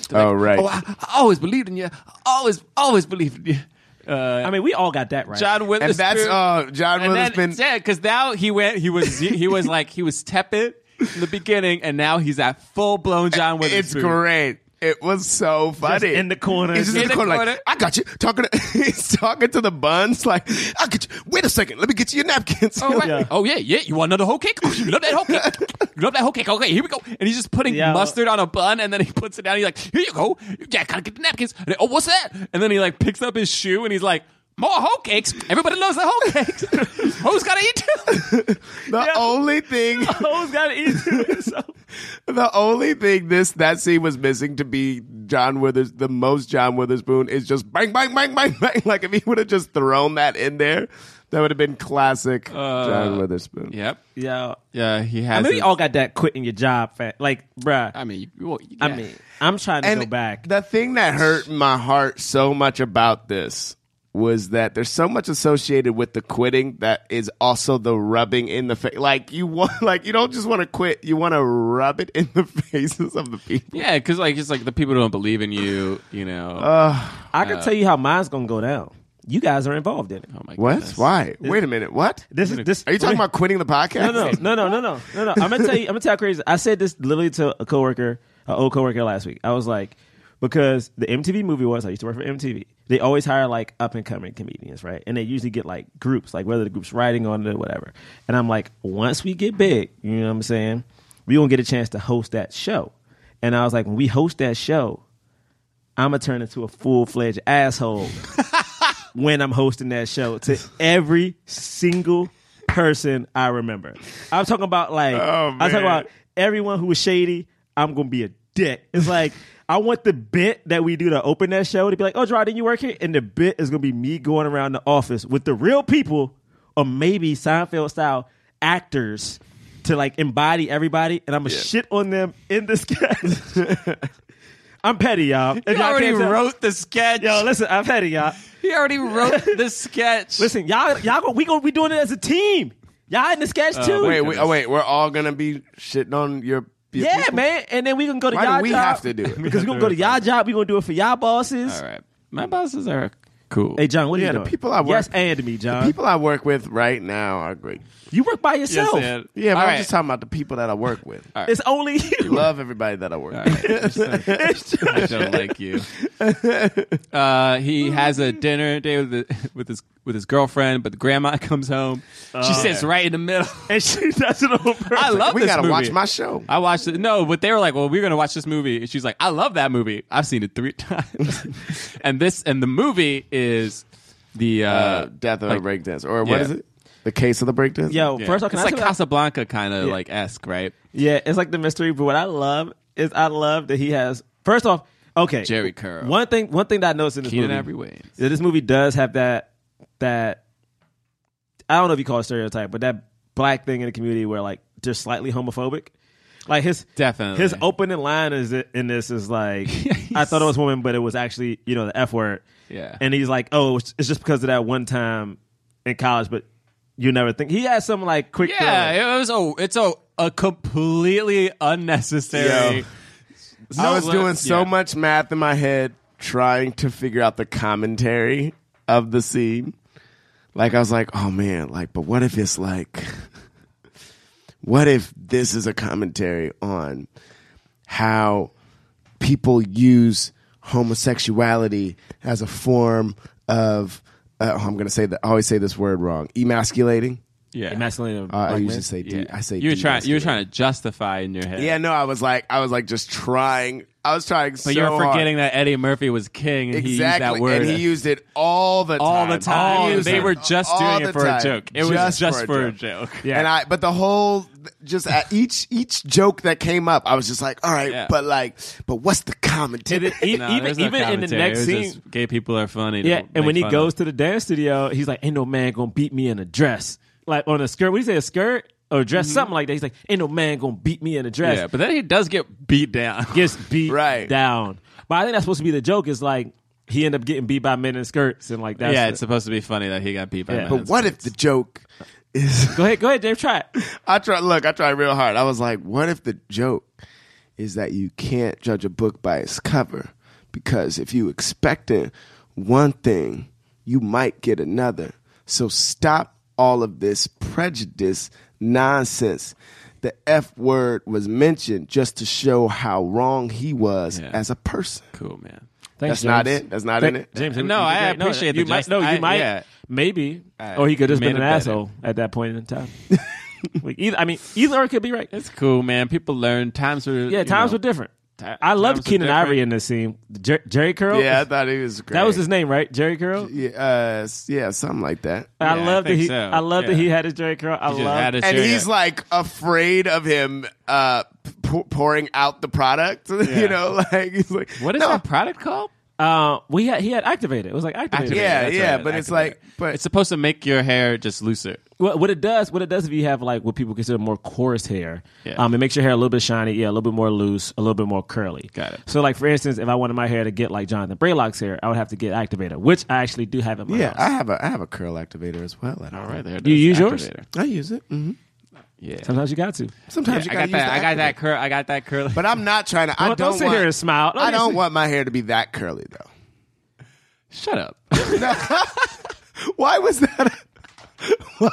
[SPEAKER 3] they're like,
[SPEAKER 4] Oh, right.
[SPEAKER 3] oh, I, I always believed in you, I always always believed in you. Uh,
[SPEAKER 2] I mean, we all got that right.
[SPEAKER 3] John Witherspoon.
[SPEAKER 4] And that's uh, John
[SPEAKER 3] and then,
[SPEAKER 4] Witherspoon.
[SPEAKER 3] yeah, because now he went. He was he was like he was tepid in the beginning, and now he's at full blown John
[SPEAKER 4] It's
[SPEAKER 3] Witherspoon.
[SPEAKER 4] great. It was so funny.
[SPEAKER 2] in the corner.
[SPEAKER 4] He's just in,
[SPEAKER 3] In
[SPEAKER 4] the
[SPEAKER 3] the
[SPEAKER 4] corner,
[SPEAKER 3] corner.
[SPEAKER 4] like, I got you. Talking to, he's talking to the buns, like, I'll get you. Wait a second. Let me get you your napkins.
[SPEAKER 3] Oh, right.
[SPEAKER 2] Yeah.
[SPEAKER 3] oh yeah, yeah. You want another whole cake? Oh, you love that whole cake. You love that whole cake. Okay, here we go. And he's just putting
[SPEAKER 2] Yeah.
[SPEAKER 3] mustard on a bun, and then he puts it down. He's like, "Here you go. Yeah, gotta get the napkins." And then, oh, what's that? And then he like picks up his shoe, and he's like, "More whole cakes. Everybody loves the whole cakes. Who's gotta eat too?"
[SPEAKER 4] the only thing,
[SPEAKER 2] Hoes gotta eat. So-
[SPEAKER 4] the only thing this, that scene was missing to be John Withers, the most John Witherspoon is just bang, bang, bang, bang, bang. Like, if he would have just thrown that in there, that would have been classic John Witherspoon.
[SPEAKER 3] yep.
[SPEAKER 2] yeah.
[SPEAKER 3] Yeah, he has.
[SPEAKER 2] I mean, we
[SPEAKER 3] his-
[SPEAKER 2] all got that quitting your job, fa- like, bruh.
[SPEAKER 3] I mean, you- well, yeah.
[SPEAKER 2] I mean, I'm trying to go back.
[SPEAKER 4] The thing that hurt my heart so much about this was that there's so much associated with the quitting that is also the rubbing in the face. Like you want, like you don't just want to quit; you want to rub it in the faces of the people.
[SPEAKER 3] Yeah, because like it's like the people don't believe in you, you know.
[SPEAKER 2] Oh, I can tell you how mine's gonna go down. You guys are involved in it.
[SPEAKER 3] oh my
[SPEAKER 4] What?
[SPEAKER 3] goodness.
[SPEAKER 4] Why? Wait a minute. What?
[SPEAKER 2] This is this.
[SPEAKER 4] Are you talking about quitting the
[SPEAKER 2] No,
[SPEAKER 4] podcast?
[SPEAKER 2] no, no, no, no, no, no, no. I'm gonna tell you. I'm gonna tell you crazy. I said this literally to a coworker, an old coworker last week. I was like, because the MTV movie was. I used to work for MTV. They always hire like up and coming comedians, right? And they usually get like groups, like whether the group's writing on it or whatever. And I'm like, once we get big, you know what I'm saying? We gonna get a chance to host that show. And I was like, when we host that show, I'm gonna turn into a full fledged asshole when I'm hosting that show to every single person I remember. I'm
[SPEAKER 3] Oh,
[SPEAKER 2] talking about like I'm talking about everyone who was shady. I'm gonna be a dick. It's like I want the bit that we do to open that show to be like, oh, Gerard, didn't you work here? And the bit is going to be me going around the office with the real people or maybe Seinfeld style actors to like embody everybody. And I'm going to shit on them in the sketch. I'm petty, y'all. If
[SPEAKER 3] He
[SPEAKER 2] y'all
[SPEAKER 3] already
[SPEAKER 2] can't tell-
[SPEAKER 3] wrote the sketch.
[SPEAKER 2] Yo, listen, I'm petty, y'all.
[SPEAKER 3] he already wrote the sketch.
[SPEAKER 2] Listen, y'all, y'all, go, we going we doing it as a team. Y'all in the sketch too.
[SPEAKER 4] Wait, wait, oh, wait. We're all gonna be shitting on your. your
[SPEAKER 2] yeah,
[SPEAKER 4] people?
[SPEAKER 2] man. And then we can go to
[SPEAKER 4] Why do
[SPEAKER 2] y'all
[SPEAKER 4] we
[SPEAKER 2] job.
[SPEAKER 4] have to do it?
[SPEAKER 2] because we gonna go to y'all job. We gonna do it for y'all bosses.
[SPEAKER 3] All right, my bosses are cool.
[SPEAKER 2] Hey, John, what are
[SPEAKER 4] Yeah,
[SPEAKER 2] you
[SPEAKER 4] the
[SPEAKER 2] doing?
[SPEAKER 4] people I work-
[SPEAKER 2] Yes, and me, John.
[SPEAKER 4] People I work with right now are great.
[SPEAKER 2] you work by
[SPEAKER 3] Yes,
[SPEAKER 2] yourself.
[SPEAKER 3] and-
[SPEAKER 4] Yeah, but
[SPEAKER 3] All
[SPEAKER 4] I'm
[SPEAKER 3] right.
[SPEAKER 4] just talking about the people that I work with.
[SPEAKER 2] it's only you.
[SPEAKER 4] Love everybody that I work
[SPEAKER 3] All
[SPEAKER 4] with.
[SPEAKER 3] right. I don't like you. Uh, he has a dinner day with, the, with his with his girlfriend, but the grandma comes home. she sits right in the middle.
[SPEAKER 2] and she does it on purpose.
[SPEAKER 3] I love
[SPEAKER 4] we
[SPEAKER 3] this
[SPEAKER 4] gotta
[SPEAKER 3] movie.
[SPEAKER 4] watch my show.
[SPEAKER 3] I watched it. No, but they were like, "Well, we're gonna watch this movie," and she's like, "I love that movie. I've seen it three times." and this and the movie is the uh,
[SPEAKER 4] Uh, Death of
[SPEAKER 3] like-
[SPEAKER 4] a Breakdance, or
[SPEAKER 3] yeah.
[SPEAKER 4] what is it? The case of the breakdance.
[SPEAKER 2] Yo,
[SPEAKER 3] yeah.
[SPEAKER 2] first of all, can I
[SPEAKER 3] it's like
[SPEAKER 2] say what I-
[SPEAKER 3] Casablanca kind of like esque, right?
[SPEAKER 2] Yeah, it's like the mystery. But what I love is I love that he has. First off, okay,
[SPEAKER 3] Jerry Curl.
[SPEAKER 2] One thing, one thing that I noticed in this
[SPEAKER 3] Keenan
[SPEAKER 2] movie,
[SPEAKER 3] Ivory Wayans.
[SPEAKER 2] Yeah, this movie does have that that I don't know if you call it stereotype, but that black thing in the community where like they're slightly homophobic. Like his
[SPEAKER 3] Definitely.
[SPEAKER 2] his opening line is in this is like I thought it was woman, but it was actually you know the f word.
[SPEAKER 3] Yeah.
[SPEAKER 2] and he's like, oh, it's it's just because of that one time in college, but you never think he has some like quick. throwaway.
[SPEAKER 3] Yeah, it was a it's a a completely unnecessary.
[SPEAKER 4] Yo. I was doing so
[SPEAKER 3] yeah.
[SPEAKER 4] much math in my head trying to figure out the commentary of the scene. Like I was like, oh man, like, but what if it's like, what if this is a commentary on how people use homosexuality as a form of, uh, oh, I'm gonna say that I always say this word wrong, emasculating.
[SPEAKER 3] Yeah,
[SPEAKER 2] masculine.
[SPEAKER 4] Uh, I usually say, de- I say,
[SPEAKER 3] you were trying you were
[SPEAKER 4] demasculating.
[SPEAKER 3] trying to justify in your head.
[SPEAKER 4] Yeah, no, I was like, I was like just trying. I was trying so
[SPEAKER 3] but you're
[SPEAKER 4] hard.
[SPEAKER 3] forgetting that Eddie Murphy was king and he used
[SPEAKER 4] exactly,
[SPEAKER 3] that word.
[SPEAKER 4] and he used it all the time.
[SPEAKER 3] all the time.
[SPEAKER 4] He
[SPEAKER 3] and
[SPEAKER 4] used
[SPEAKER 3] they
[SPEAKER 4] it
[SPEAKER 3] were just
[SPEAKER 4] all
[SPEAKER 3] doing
[SPEAKER 4] the
[SPEAKER 3] it for
[SPEAKER 4] time.
[SPEAKER 3] a joke. It was just for a joke.
[SPEAKER 4] Yeah. And I, but the whole, just at each each joke that came up, I was just like, all right,
[SPEAKER 3] Yeah.
[SPEAKER 4] but like, but what's the commentary?
[SPEAKER 2] E-
[SPEAKER 3] No,
[SPEAKER 2] even
[SPEAKER 3] there's no
[SPEAKER 2] even in the
[SPEAKER 3] commentary.
[SPEAKER 2] next
[SPEAKER 3] It was
[SPEAKER 2] scene,
[SPEAKER 3] just gay people are funny. to
[SPEAKER 2] Yeah,
[SPEAKER 3] make
[SPEAKER 2] and when he
[SPEAKER 3] fun
[SPEAKER 2] goes
[SPEAKER 3] of.
[SPEAKER 2] to the dance studio, he's like, "Ain't no man gonna beat me in a dress, like on a skirt." What do you say, a skirt or a dress, something like that? He's like, "Ain't no man gonna beat me in a dress."
[SPEAKER 3] Mm-hmm. yeah, but then he does get beat down.
[SPEAKER 2] gets beat
[SPEAKER 4] Right.
[SPEAKER 2] down. But I think that's supposed to be the joke. Is like he ended up getting beat by men in skirts and like that.
[SPEAKER 3] yeah, it's supposed to be funny that he got beat by
[SPEAKER 2] Yeah.
[SPEAKER 3] men.
[SPEAKER 4] but what if the joke is?
[SPEAKER 2] go ahead, go ahead, Dave. Try it.
[SPEAKER 4] I tried. Look, I tried real hard. I was like, what if the joke is that you can't judge a book by its cover because if you expecting one thing, you might get another. So stop all of this prejudice nonsense. The F word was mentioned just to show how wrong he was
[SPEAKER 3] Yeah.
[SPEAKER 4] as a person.
[SPEAKER 3] cool, man.
[SPEAKER 4] That's not it. That's not in it.
[SPEAKER 2] James.
[SPEAKER 3] Uh, No, I appreciate
[SPEAKER 2] you
[SPEAKER 3] the
[SPEAKER 2] might.
[SPEAKER 3] just-
[SPEAKER 2] no, you
[SPEAKER 3] I-
[SPEAKER 2] might.
[SPEAKER 3] yeah.
[SPEAKER 2] Maybe, or he could just
[SPEAKER 3] made
[SPEAKER 2] been an
[SPEAKER 3] it better.
[SPEAKER 2] asshole at that point in time. Like, either, I mean, either or it could be right.
[SPEAKER 3] It's cool, man. People learn times were
[SPEAKER 2] Yeah,
[SPEAKER 3] you
[SPEAKER 2] times
[SPEAKER 3] know,
[SPEAKER 2] were different.
[SPEAKER 3] ti-
[SPEAKER 2] I loved
[SPEAKER 3] times were
[SPEAKER 2] Keenan
[SPEAKER 3] different.
[SPEAKER 2] Ivory in this scene. Jer- Jerry Curl.
[SPEAKER 4] Yeah, I thought he was great.
[SPEAKER 2] That was his name, right? Jerry Curl.
[SPEAKER 4] Yeah, uh, yeah, something like that.
[SPEAKER 2] I
[SPEAKER 3] Yeah, I
[SPEAKER 2] love that
[SPEAKER 3] think
[SPEAKER 2] he.
[SPEAKER 3] so.
[SPEAKER 2] I love that
[SPEAKER 3] Yeah.
[SPEAKER 2] he had his Jerry Curl. I
[SPEAKER 3] Just
[SPEAKER 2] love.
[SPEAKER 3] had a
[SPEAKER 4] and
[SPEAKER 3] shirt
[SPEAKER 4] he's
[SPEAKER 3] up.
[SPEAKER 4] like afraid of him uh p- pouring out the product you know like he's like
[SPEAKER 3] What is
[SPEAKER 4] no,
[SPEAKER 3] that product called?
[SPEAKER 2] Uh, we had he had activated. It was like activated.
[SPEAKER 4] Yeah,
[SPEAKER 3] that's
[SPEAKER 4] yeah,
[SPEAKER 3] right,
[SPEAKER 4] but it's
[SPEAKER 3] activated.
[SPEAKER 4] like- but-
[SPEAKER 3] it's supposed to make your hair just looser.
[SPEAKER 2] What, what it does, what it does, if you have like what people consider more coarse hair,
[SPEAKER 3] Yeah.
[SPEAKER 2] um, it makes your hair a little bit shiny, yeah, a little bit more loose, a little bit more curly.
[SPEAKER 3] Got it.
[SPEAKER 2] So, like for instance, if I wanted my hair to get like Jonathan Braylock's hair, I would have to get activated, which I actually do have in my
[SPEAKER 4] yeah
[SPEAKER 2] house.
[SPEAKER 4] i have a i have a curl activator as well I,
[SPEAKER 3] All right, there. it
[SPEAKER 2] You
[SPEAKER 3] is,
[SPEAKER 2] use yours?
[SPEAKER 3] activator.
[SPEAKER 4] I use it hmm
[SPEAKER 3] Yeah.
[SPEAKER 2] Sometimes you got to.
[SPEAKER 3] I
[SPEAKER 4] sometimes you gotta
[SPEAKER 3] got
[SPEAKER 4] use
[SPEAKER 3] that. I got
[SPEAKER 4] the
[SPEAKER 3] that
[SPEAKER 4] activator.
[SPEAKER 3] curl. I got that curl.
[SPEAKER 4] but i'm not trying to i
[SPEAKER 2] Don't-
[SPEAKER 4] don't,
[SPEAKER 2] don't sit
[SPEAKER 4] want,
[SPEAKER 2] here and smile. Don't
[SPEAKER 4] i
[SPEAKER 2] just-
[SPEAKER 4] don't want my hair to be that curly though
[SPEAKER 3] Shut up.
[SPEAKER 4] why was that why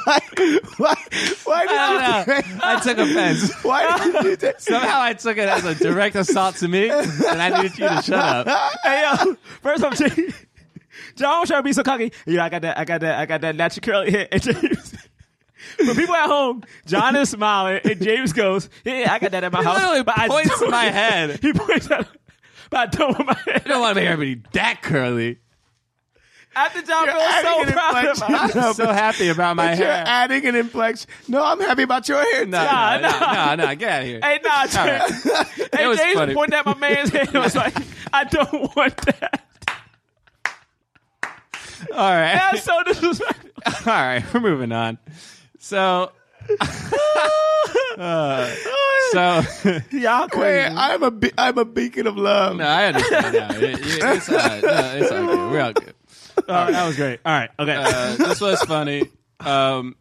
[SPEAKER 4] why why did
[SPEAKER 3] I
[SPEAKER 4] you
[SPEAKER 3] don't know. I took offense.
[SPEAKER 4] why did you do that?
[SPEAKER 3] Somehow I took it as a direct assault to me, and I needed you to shut up.
[SPEAKER 2] Hey yo, first I'm Jay- John was trying to be so cocky. Yeah, I got that. I got that. I got that natural curly hair. And James, for people at home, John is smiling, and James goes, "Yeah, I got that at my house."
[SPEAKER 3] literally
[SPEAKER 2] but I
[SPEAKER 3] points
[SPEAKER 2] don't-
[SPEAKER 3] my head.
[SPEAKER 2] He points at, but I don't want my head.
[SPEAKER 3] I don't want to make everybody that curly.
[SPEAKER 2] After John
[SPEAKER 4] You're
[SPEAKER 2] feels so
[SPEAKER 4] adding an
[SPEAKER 2] proud of
[SPEAKER 4] inflection.
[SPEAKER 2] him.
[SPEAKER 3] I'm so happy about my
[SPEAKER 4] But you're
[SPEAKER 3] hair.
[SPEAKER 4] adding an inflection. No, I'm happy about your hair.
[SPEAKER 3] No,
[SPEAKER 4] too.
[SPEAKER 3] no,
[SPEAKER 2] Nah,
[SPEAKER 3] no, no, no, get out of here.
[SPEAKER 2] Hey, nah, Trent.
[SPEAKER 3] It
[SPEAKER 2] Hey,
[SPEAKER 3] was
[SPEAKER 2] James
[SPEAKER 3] funny.
[SPEAKER 2] pointed at my man's head and was like, I don't want that.
[SPEAKER 3] All right.
[SPEAKER 2] That's so disrespectful.
[SPEAKER 3] All right, we're moving on. So, Uh, so
[SPEAKER 2] Y'all
[SPEAKER 4] Wait,
[SPEAKER 2] crazy.
[SPEAKER 4] I'm a be- I'm a beacon of love.
[SPEAKER 3] no, I understand now. It- it- it's all right. No, it's all good. We're all good.
[SPEAKER 2] All right, that was great. All right, okay.
[SPEAKER 3] Uh, this was funny. Um,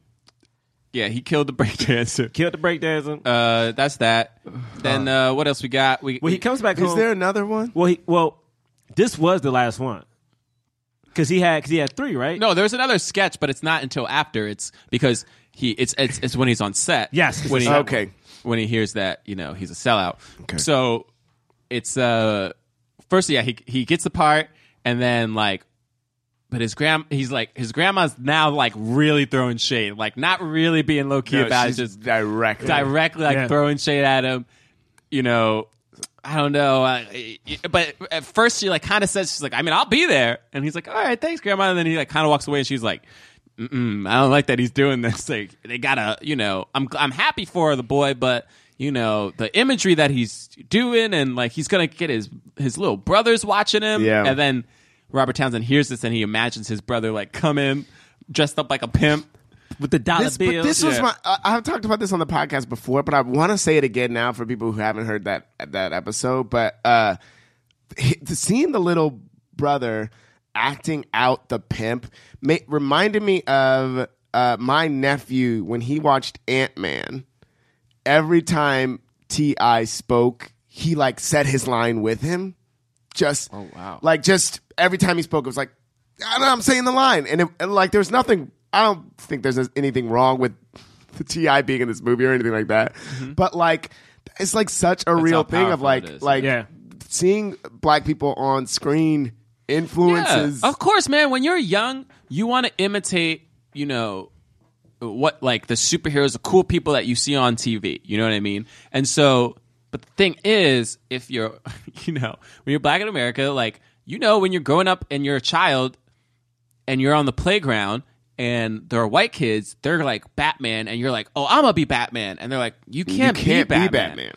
[SPEAKER 3] yeah, he killed the breakdancer.
[SPEAKER 2] Killed the breakdancing.
[SPEAKER 3] Uh, that's that. Then uh, what else we got? We,
[SPEAKER 2] when he comes back
[SPEAKER 4] Is
[SPEAKER 2] home,
[SPEAKER 4] there another one?
[SPEAKER 2] well, he, well, this was the last one because he had cause he had three, right?
[SPEAKER 3] No, there's another sketch, but it's not until after. It's because he it's it's, it's when he's on set.
[SPEAKER 2] Yes, it's
[SPEAKER 3] when
[SPEAKER 2] a
[SPEAKER 3] he,
[SPEAKER 2] set.
[SPEAKER 4] Okay.
[SPEAKER 3] when he hears that you know he's a sellout. Okay. So it's uh first yeah he he gets the part and then like. But his grand, he's like his grandma's now like really throwing shade, like not really being low key about it, just
[SPEAKER 4] direct.
[SPEAKER 3] directly like
[SPEAKER 2] Yeah.
[SPEAKER 3] throwing shade at him. You know, I don't know. I, but at first, she like kind of says she's like, I mean, I'll be there, and he's like, all right, thanks, grandma. And then he like kind of walks away, and she's like. Mm-mm, I don't like that he's doing this. Like they gotta, you know, I'm I'm happy for the boy, but you know the imagery that he's doing, and like he's gonna get his his little brothers watching him,
[SPEAKER 4] Yeah.
[SPEAKER 3] and then Robert Townsend hears this and he imagines his brother like come in dressed up like a pimp,
[SPEAKER 2] with the dollar
[SPEAKER 4] This, but
[SPEAKER 2] bill.
[SPEAKER 4] this was
[SPEAKER 3] Yeah.
[SPEAKER 4] my. I I've talked about this on the podcast before, but I want to say it again now for people who haven't heard that that episode. But uh, he- seeing the little brother acting out the pimp ma- reminded me of uh, my nephew when he watched Ant Man. Every time Ti spoke, he like said his line with him. Just oh wow! Like just every time he spoke, it was like I don't know, I'm saying the line, and, it, and like there's nothing. I don't think there's anything wrong with the Ti being in this movie or anything like that. But like it's like such a
[SPEAKER 3] Mm-hmm.
[SPEAKER 4] real
[SPEAKER 3] how
[SPEAKER 4] thing of
[SPEAKER 3] powerful it
[SPEAKER 4] like
[SPEAKER 3] is.
[SPEAKER 4] like
[SPEAKER 2] Yeah.
[SPEAKER 4] seeing black people on screen influences.
[SPEAKER 3] Yeah, of course, man. When you're young, you want to imitate, you know, what like the superheroes, the cool people that you see on TV. You know what I mean? And so, but the thing is, if you're, you know, when you're black in America, like you know, when you're growing up and you're a child, and you're on the playground. And there are white kids, they're like Batman, and you're like, oh, I'm gonna be Batman. And they're like, you can't,
[SPEAKER 4] can't be
[SPEAKER 3] be, Batman.
[SPEAKER 4] Batman.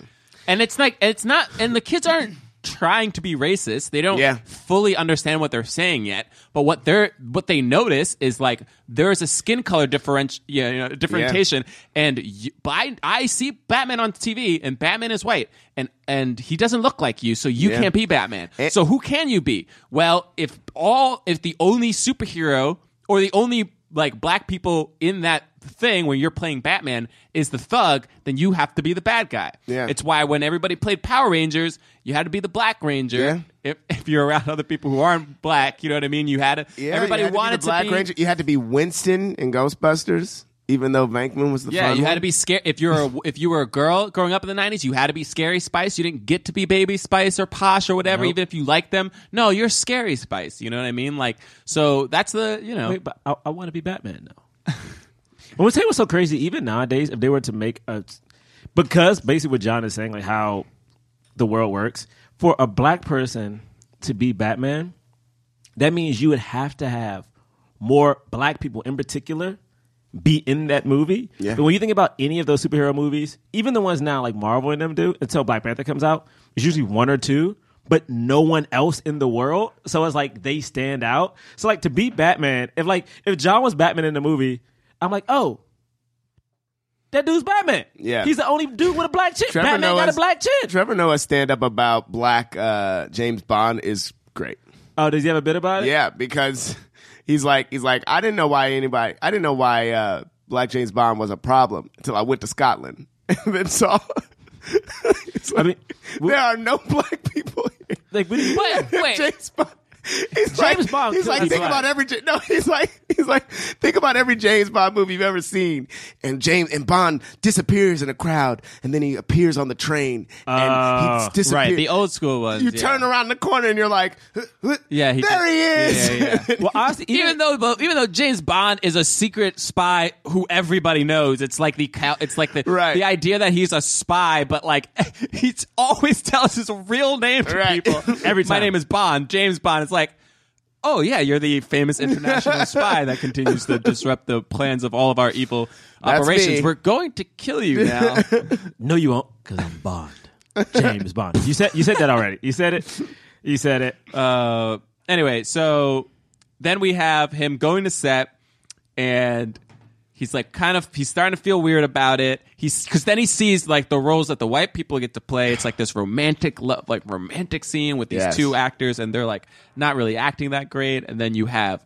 [SPEAKER 3] And it's like, it's not, and the kids aren't trying to be racist. They don't
[SPEAKER 4] Yeah.
[SPEAKER 3] fully understand what they're saying yet. But what they're what they notice is like there is a skin color different, yeah, you know, differentiation. And you, but I, I see Batman on TV, and Batman is white, and and he doesn't look like you, so you
[SPEAKER 4] Yeah. Eh.
[SPEAKER 3] can't be Batman. so who can you be? Well, if all if the only superhero or the only like black people in that thing when you're playing Batman is the thug, then you have to be the bad guy.
[SPEAKER 4] Yeah.
[SPEAKER 3] It's why when everybody played Power Rangers, you had to be the black ranger
[SPEAKER 4] Yeah.
[SPEAKER 3] if, if you're around other people who aren't black, you know what I mean. You had to,
[SPEAKER 4] Yeah,
[SPEAKER 3] everybody
[SPEAKER 4] you had to be the
[SPEAKER 3] wanted to
[SPEAKER 4] Black
[SPEAKER 3] be.
[SPEAKER 4] Ranger. You had to be Winston in Ghostbusters, even though Vankman was the
[SPEAKER 3] Yeah,
[SPEAKER 4] fun
[SPEAKER 3] you
[SPEAKER 4] one.
[SPEAKER 3] had to be scared. If you're a, if you were a girl growing up in the '90s, you had to be Scary Spice. You didn't get to be Baby Spice or Posh or whatever, even if you liked them. No, you're Scary Spice. You know what I mean? Like, so that's the you know.
[SPEAKER 2] Wait, but I, I want to be Batman now. I would say what's so crazy. Even nowadays, if they were to make a, because basically what John is saying, like how the world works, for a black person to be Batman, that means you would have to have more black people in particular be in that movie.
[SPEAKER 4] Yeah.
[SPEAKER 2] But when you think about any of those superhero movies, even the ones now like Marvel and them do, until Black Panther comes out, it's usually one or two, but no one else in the world. So it's like they stand out. So like to be Batman, if like if John was Batman in the movie, I'm like, oh, that dude's Batman.
[SPEAKER 4] Yeah.
[SPEAKER 2] He's the only dude with a black chick.
[SPEAKER 4] Trevor
[SPEAKER 2] Batman got a
[SPEAKER 4] Noah's-
[SPEAKER 2] black chick.
[SPEAKER 4] Trevor Noah's stand up about black uh, James Bond is great.
[SPEAKER 2] Oh, does he have a bit about it?
[SPEAKER 4] Yeah, because he's like he's like I didn't know why anybody I didn't know why uh, Black James Bond was a problem until I went to Scotland and then saw. It's
[SPEAKER 2] I mean,
[SPEAKER 4] like, there are no black people here.
[SPEAKER 2] Like, what do you-
[SPEAKER 3] But wait,
[SPEAKER 4] James Bond. He's like,
[SPEAKER 2] Bond
[SPEAKER 4] He's
[SPEAKER 2] could
[SPEAKER 4] like,
[SPEAKER 2] be
[SPEAKER 4] think
[SPEAKER 2] black."
[SPEAKER 4] about every. Ja- No, he's like, he's like, think about every James Bond movie you've ever seen, and James and Bond disappears in a crowd, and then he appears on the train, and
[SPEAKER 2] Oh,
[SPEAKER 4] he disappears.
[SPEAKER 3] Uh, right, the old school ones.
[SPEAKER 4] you
[SPEAKER 3] yeah.
[SPEAKER 4] turn around the corner, and you're like, "Huh, huh,
[SPEAKER 3] Yeah, he
[SPEAKER 4] there
[SPEAKER 3] did-
[SPEAKER 4] he is.
[SPEAKER 3] yeah, yeah, yeah.
[SPEAKER 2] Well, honestly, even,
[SPEAKER 3] Even though, but even though James Bond is a secret spy who everybody knows, it's like the cow- it's like the
[SPEAKER 4] Right.
[SPEAKER 3] the idea that he's a spy, but like he always tells his real name to
[SPEAKER 4] Right.
[SPEAKER 3] people.
[SPEAKER 2] Every
[SPEAKER 3] my
[SPEAKER 2] time.
[SPEAKER 3] name is Bond, James Bond. It's like oh yeah, you're the famous international spy that continues to disrupt the plans of all of our evil operations.
[SPEAKER 4] me.
[SPEAKER 3] We're going to kill you now.
[SPEAKER 2] No, you won't, because I'm Bond, James Bond. You said you said that already. You said it. You said it.
[SPEAKER 3] Uh, anyway, so then we have him going to set, and he's like, kind of, he's starting to feel weird about it. He's because then he sees like the roles that the white people get to play. It's like this romantic love, like romantic scene with these
[SPEAKER 4] Yes.
[SPEAKER 3] two actors, and they're like not really acting that great. And then you have.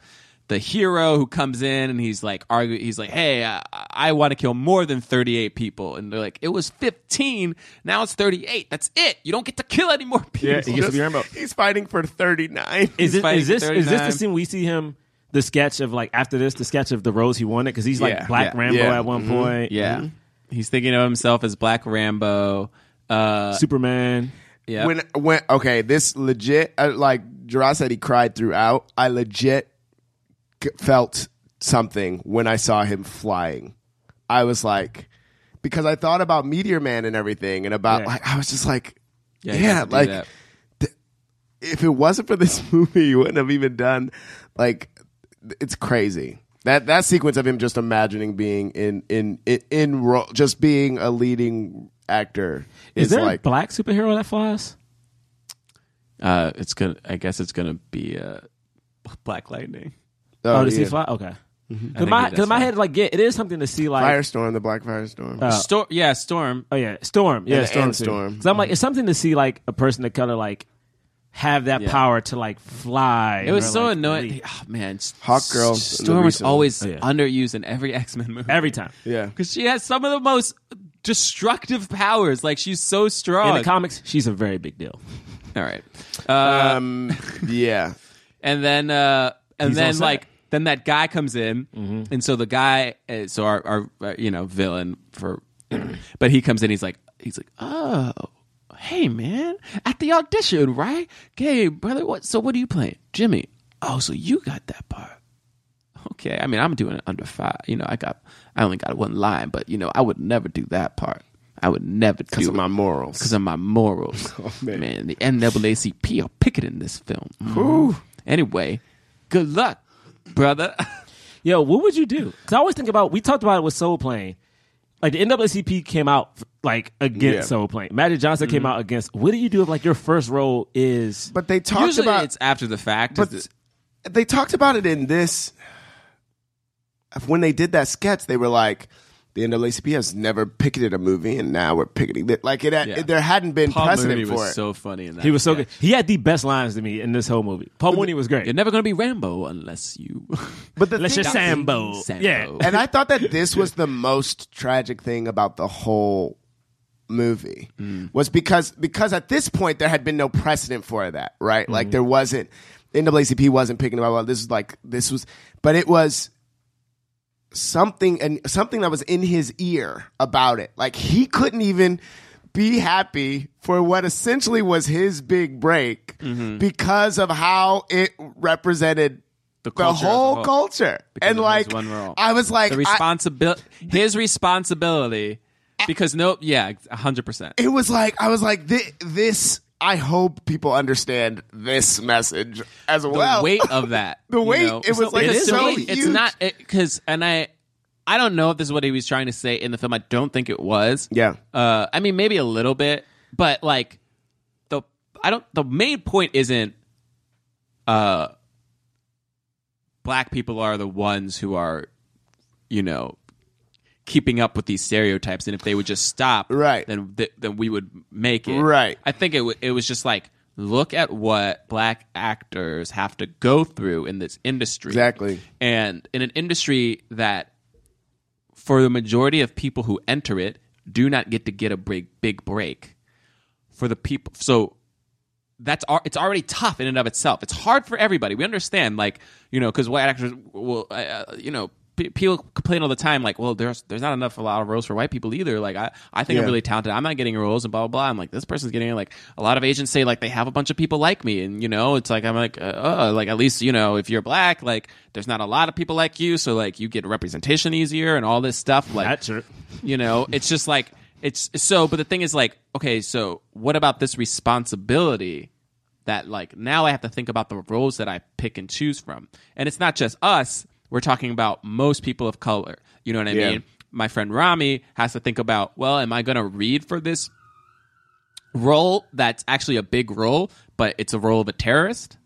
[SPEAKER 3] The hero who comes in and he's like argue, he's like, "Hey, I, I want to kill more than thirty eight people," and they're like, "It was fifteen, now it's thirty eight. That's it. You don't get to kill any more people."
[SPEAKER 2] Yeah, he gets to be Rambo.
[SPEAKER 4] He's fighting for 39.
[SPEAKER 2] Is
[SPEAKER 3] He's
[SPEAKER 2] this,
[SPEAKER 3] fighting
[SPEAKER 2] is this is this
[SPEAKER 3] 39.
[SPEAKER 2] the scene we see him? The sketch of like after this, the sketch of the rose he wanted because he's like
[SPEAKER 3] Yeah.
[SPEAKER 2] Black
[SPEAKER 3] Yeah. Mm-hmm.
[SPEAKER 2] Rambo
[SPEAKER 4] Yeah.
[SPEAKER 2] at one point. Mm-hmm.
[SPEAKER 3] Yeah. He's thinking of himself as Black Rambo. Uh,
[SPEAKER 2] Superman.
[SPEAKER 3] yeah.
[SPEAKER 4] When when okay, this legit uh, like Gerard said he cried throughout. I legit c- felt something when I saw him flying. I was like because I thought about Meteor Man and everything and about
[SPEAKER 2] Yeah.
[SPEAKER 4] like I was just like yeah,
[SPEAKER 3] you have to do
[SPEAKER 4] like
[SPEAKER 3] that.
[SPEAKER 4] if it wasn't for this movie, you wouldn't have even done like it's crazy. That that sequence of him just imagining being in in in, in ro- just being a leading actor
[SPEAKER 2] Is
[SPEAKER 4] is,
[SPEAKER 2] there
[SPEAKER 4] like
[SPEAKER 2] a black superhero that flies?
[SPEAKER 3] Uh, it's gonna. I guess it's gonna be uh, Black Lightning.
[SPEAKER 2] Oh, does he
[SPEAKER 4] yeah.
[SPEAKER 2] fly? Okay. Because
[SPEAKER 3] Mm-hmm. think he
[SPEAKER 2] my,
[SPEAKER 3] does
[SPEAKER 2] 'cause my
[SPEAKER 3] fly.
[SPEAKER 2] head like yeah, it is something to see like
[SPEAKER 4] Firestorm, the Black Firestorm.
[SPEAKER 2] Uh,
[SPEAKER 3] Storm. Yeah, Storm.
[SPEAKER 2] Oh yeah, Storm. Yeah,
[SPEAKER 4] And-
[SPEAKER 2] Storm.
[SPEAKER 4] and
[SPEAKER 2] too.
[SPEAKER 4] Storm.
[SPEAKER 2] So I'm like, it's something to see like a person of color like have that
[SPEAKER 3] Yeah.
[SPEAKER 2] power to like fly.
[SPEAKER 3] It was
[SPEAKER 2] or,
[SPEAKER 3] so
[SPEAKER 2] like,
[SPEAKER 3] annoying.
[SPEAKER 2] leap.
[SPEAKER 3] Oh, man, S-
[SPEAKER 4] Hawk Girl
[SPEAKER 3] S-
[SPEAKER 4] in the
[SPEAKER 3] Storm is
[SPEAKER 4] recent
[SPEAKER 3] always
[SPEAKER 2] one. Oh, yeah.
[SPEAKER 3] underused in every X Men movie
[SPEAKER 2] Every time
[SPEAKER 4] yeah.
[SPEAKER 3] because she has some of the most destructive powers. Like she's so
[SPEAKER 2] in
[SPEAKER 3] strong.
[SPEAKER 2] the comics, she's a very big deal.
[SPEAKER 3] All right. Uh,
[SPEAKER 4] Um, yeah.
[SPEAKER 3] and then uh and
[SPEAKER 2] He's all
[SPEAKER 3] then
[SPEAKER 2] set. Mm-hmm.
[SPEAKER 3] like then that guy comes in and so the guy uh, so our, our uh, you know villain for but he comes in he's like he's like oh hey man at the audition right okay brother what so what are you playing jimmy oh so you got that part okay i mean i'm doing it under five you know i got i only got one line but you know i would never do that part i would never do
[SPEAKER 4] Because of
[SPEAKER 3] it
[SPEAKER 4] my morals. Oh,
[SPEAKER 3] because of my morals. man.
[SPEAKER 4] man.
[SPEAKER 3] the NAACP are picketing this film. Mm. Anyway, good luck, brother.
[SPEAKER 2] Yo, what would you do? Because I always think about we talked about it with Soul Plane. Like the NAACP came out like against
[SPEAKER 4] Yeah.
[SPEAKER 2] Soul Plane. Magic Johnson came out against. What do you do if like your first role is?
[SPEAKER 4] But they talked
[SPEAKER 3] Usually
[SPEAKER 4] about
[SPEAKER 3] it's after the fact.
[SPEAKER 4] but
[SPEAKER 3] It's-
[SPEAKER 4] they talked about it in this when they did that sketch, they were like the NAACP has never picketed a movie, and now we're picketing it. Like it, had,
[SPEAKER 3] Yeah.
[SPEAKER 4] there hadn't been
[SPEAKER 3] Paul
[SPEAKER 4] precedent
[SPEAKER 3] Mooney
[SPEAKER 4] for
[SPEAKER 3] was
[SPEAKER 4] it.
[SPEAKER 3] so funny in that.
[SPEAKER 2] he was so
[SPEAKER 3] Yeah.
[SPEAKER 2] good. He had the best lines to me in this whole movie. Paul Mooney was
[SPEAKER 3] You're
[SPEAKER 2] great.
[SPEAKER 3] never going to be Rambo unless you.
[SPEAKER 4] but the
[SPEAKER 2] Let's
[SPEAKER 4] thing-
[SPEAKER 2] just Sambo.
[SPEAKER 3] Sambo.
[SPEAKER 2] Yeah,
[SPEAKER 4] and I thought that this was the most tragic thing about the whole movie was because because at this point there had been no precedent for that, right? Like there wasn't NAACP wasn't picking up. Well, this was like this was, but it was something and something that was in his ear about it. Like he couldn't even be happy for what essentially was his big break because of how it represented the,
[SPEAKER 3] culture as a
[SPEAKER 4] whole
[SPEAKER 3] whole.
[SPEAKER 4] culture.
[SPEAKER 3] Because
[SPEAKER 4] and
[SPEAKER 3] of his
[SPEAKER 4] like
[SPEAKER 3] one role.
[SPEAKER 4] I was like
[SPEAKER 3] the
[SPEAKER 4] I-
[SPEAKER 3] responsibility. His responsibility. Because no, yeah, hundred percent.
[SPEAKER 4] it was like I was like this, this I hope people understand this message as
[SPEAKER 3] The
[SPEAKER 4] well.
[SPEAKER 3] weight of that,
[SPEAKER 4] The
[SPEAKER 3] you
[SPEAKER 4] weight,
[SPEAKER 3] know?
[SPEAKER 4] it was like
[SPEAKER 3] Because to
[SPEAKER 4] so
[SPEAKER 3] me,
[SPEAKER 4] huge.
[SPEAKER 3] It's not because, and I, I don't know if this is what he was trying to say in the film. I don't think it was.
[SPEAKER 4] yeah.
[SPEAKER 3] Uh, I mean, maybe a little bit, but like the I don't. The main point isn't uh, black people are the ones who are, you know, keeping up with these stereotypes, and if they would just stop,
[SPEAKER 4] Right.
[SPEAKER 3] then th- then we would make it,
[SPEAKER 4] Right.
[SPEAKER 3] I think it w- it was just like look at what black actors have to go through in this industry,
[SPEAKER 4] Exactly.
[SPEAKER 3] and in an industry that for the majority of people who enter it do not get to get a big big break for the people so that's al- it's already tough in and of itself it's hard for everybody we understand like you know because white actors will uh, uh, you know pe- People complain all the time, like, "Well, there's there's not enough a lot of roles for white people either." Like, I, I think I'm
[SPEAKER 4] Yeah.
[SPEAKER 3] really talented. I'm not getting roles, and blah blah blah. I'm like, this person's getting it. like a lot of agents say like they have a bunch of people like me, and you know, it's like I'm like, uh, uh, like at least you know if you're black, like there's not a lot of people like you, so like you get representation easier and all this stuff. Like,
[SPEAKER 2] that's true.
[SPEAKER 3] you know, it's just like it's so. But the thing is, like, okay, so what about this responsibility that like now I have to think about the roles that I pick and choose from. And it's not just us. We're talking about most people of color. You know what I
[SPEAKER 4] Yeah.
[SPEAKER 3] mean? My friend Rami has to think about, well, am I going to read for this role that's actually a big role, but it's a role of a terrorist?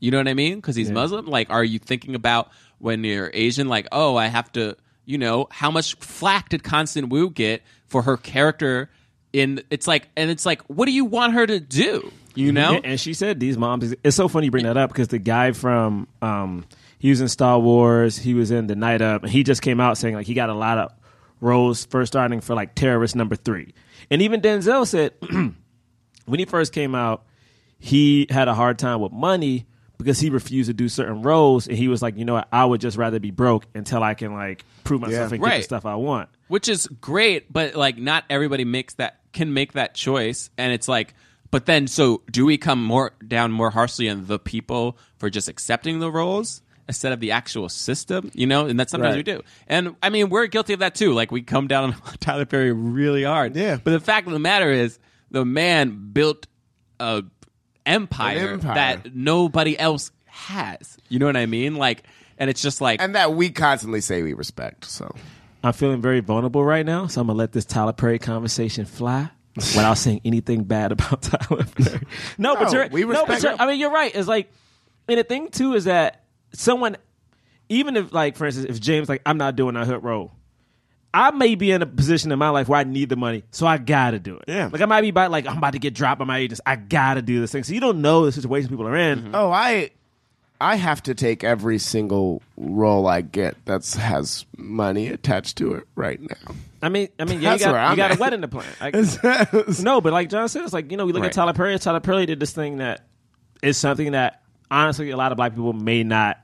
[SPEAKER 3] You know what I mean? Because he's Muslim. Like, are you thinking about when you're Asian? Like, oh, I have to, you know, how much flack did Constant Wu get for her character? In it's like, and it's like, what do you want her to do? You know,
[SPEAKER 2] And- And she said these moms. It's so funny you bring that up because the guy from um, he was in Star Wars. He was in The Night Up, and he just came out saying like he got a lot of roles first starting for like terrorist number three. And even Denzel said when he first came out, he had a hard time with money because he refused to do certain roles, and he was like, you know what, I would just rather be broke until I can like prove myself and get
[SPEAKER 3] Right.
[SPEAKER 2] the stuff I want.
[SPEAKER 3] which is great but like not everybody makes that can make that choice and it's like but then so do we come more down more harshly on the people for just accepting the roles instead of the actual system you know and that's sometimes
[SPEAKER 4] Right.
[SPEAKER 3] we do and i mean we're guilty of that too like we come down on tyler perry really hard
[SPEAKER 4] Yeah.
[SPEAKER 3] but the fact of the matter is the man built a empire,
[SPEAKER 4] An empire.
[SPEAKER 3] that nobody else has you know what i mean like and it's just like
[SPEAKER 4] and that we constantly say we respect. So
[SPEAKER 2] I'm feeling very vulnerable right now, so I'm gonna let this Tyler Perry conversation fly without saying anything bad about Tyler Perry. No, but
[SPEAKER 4] No,
[SPEAKER 2] you're,
[SPEAKER 4] we
[SPEAKER 2] no, but
[SPEAKER 4] respect
[SPEAKER 2] you're,
[SPEAKER 4] him.
[SPEAKER 2] I mean, you're right. It's like, and the thing too is that someone, even if like for instance, if James like I'm not doing a hood role, I may be in a position in my life where I need the money, so I gotta do it.
[SPEAKER 4] Yeah.
[SPEAKER 2] like I might be about like I'm about to get dropped by my agents. I gotta do this thing. So you don't know the situation people are in.
[SPEAKER 4] oh, I I have to take every single role I get that has money attached to it right now.
[SPEAKER 2] I mean, I mean, yeah, you
[SPEAKER 4] That's where
[SPEAKER 2] got, you
[SPEAKER 4] I'm
[SPEAKER 2] got a
[SPEAKER 4] at.
[SPEAKER 2] wedding to plan. Like, no, but like John said, it's like you know, we look
[SPEAKER 4] Right.
[SPEAKER 2] at Tyler Perry. Tyler Perry did this thing that is something that honestly a lot of black people may not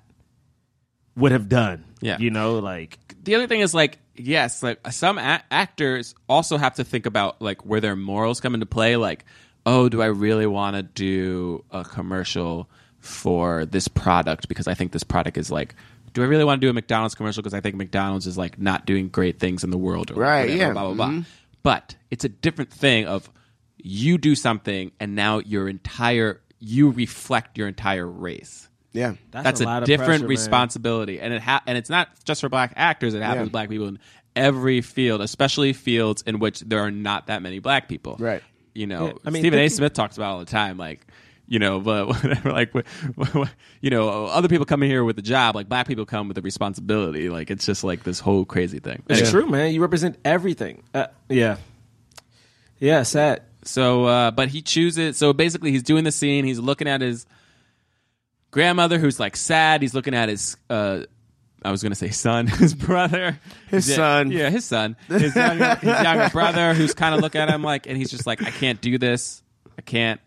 [SPEAKER 2] would have done.
[SPEAKER 3] Yeah.
[SPEAKER 2] you know, like
[SPEAKER 3] the other thing is like yes like some a- actors also have to think about like where their morals come into play like oh do i really want to do a commercial for this product because i think this product is like do i really want to do a mcdonald's commercial because i think mcdonald's is like not doing great things in the world or like,
[SPEAKER 4] Right,
[SPEAKER 3] whatever,
[SPEAKER 4] yeah. mm-hmm.
[SPEAKER 3] blah blah blah but it's a different thing of you do something and now your entire you reflect your entire race
[SPEAKER 4] Yeah.
[SPEAKER 2] that's,
[SPEAKER 3] that's,
[SPEAKER 2] a, lot
[SPEAKER 3] a
[SPEAKER 2] of
[SPEAKER 3] different
[SPEAKER 2] pressure, man.
[SPEAKER 3] responsibility, and it ha- and it's not just for black actors. It happens
[SPEAKER 4] Yeah.
[SPEAKER 3] to black people in every field, especially fields in which there are not that many black people.
[SPEAKER 4] Right.
[SPEAKER 3] You know,
[SPEAKER 2] Yeah, I mean,
[SPEAKER 3] Stephen A.
[SPEAKER 2] thinking-
[SPEAKER 3] Smith talks about it all the time, like. You know, but whatever, like, wh- wh- wh- you know, other people come in here with a job, like black people come with a responsibility. Like, it's just like this whole crazy thing.
[SPEAKER 2] It's
[SPEAKER 3] Anyway,
[SPEAKER 2] true, man. You represent everything. Uh, yeah, yeah, sad.
[SPEAKER 3] So, uh, but he chooses. So basically, he's doing the scene. He's looking at his grandmother, who's like sad. He's looking at his. Uh, I was gonna say son, his brother,
[SPEAKER 4] His
[SPEAKER 3] Yeah,
[SPEAKER 4] son.
[SPEAKER 3] yeah, his son, his younger, his younger brother, who's kind of looking at him like, and he's just like, I can't do this, I can't,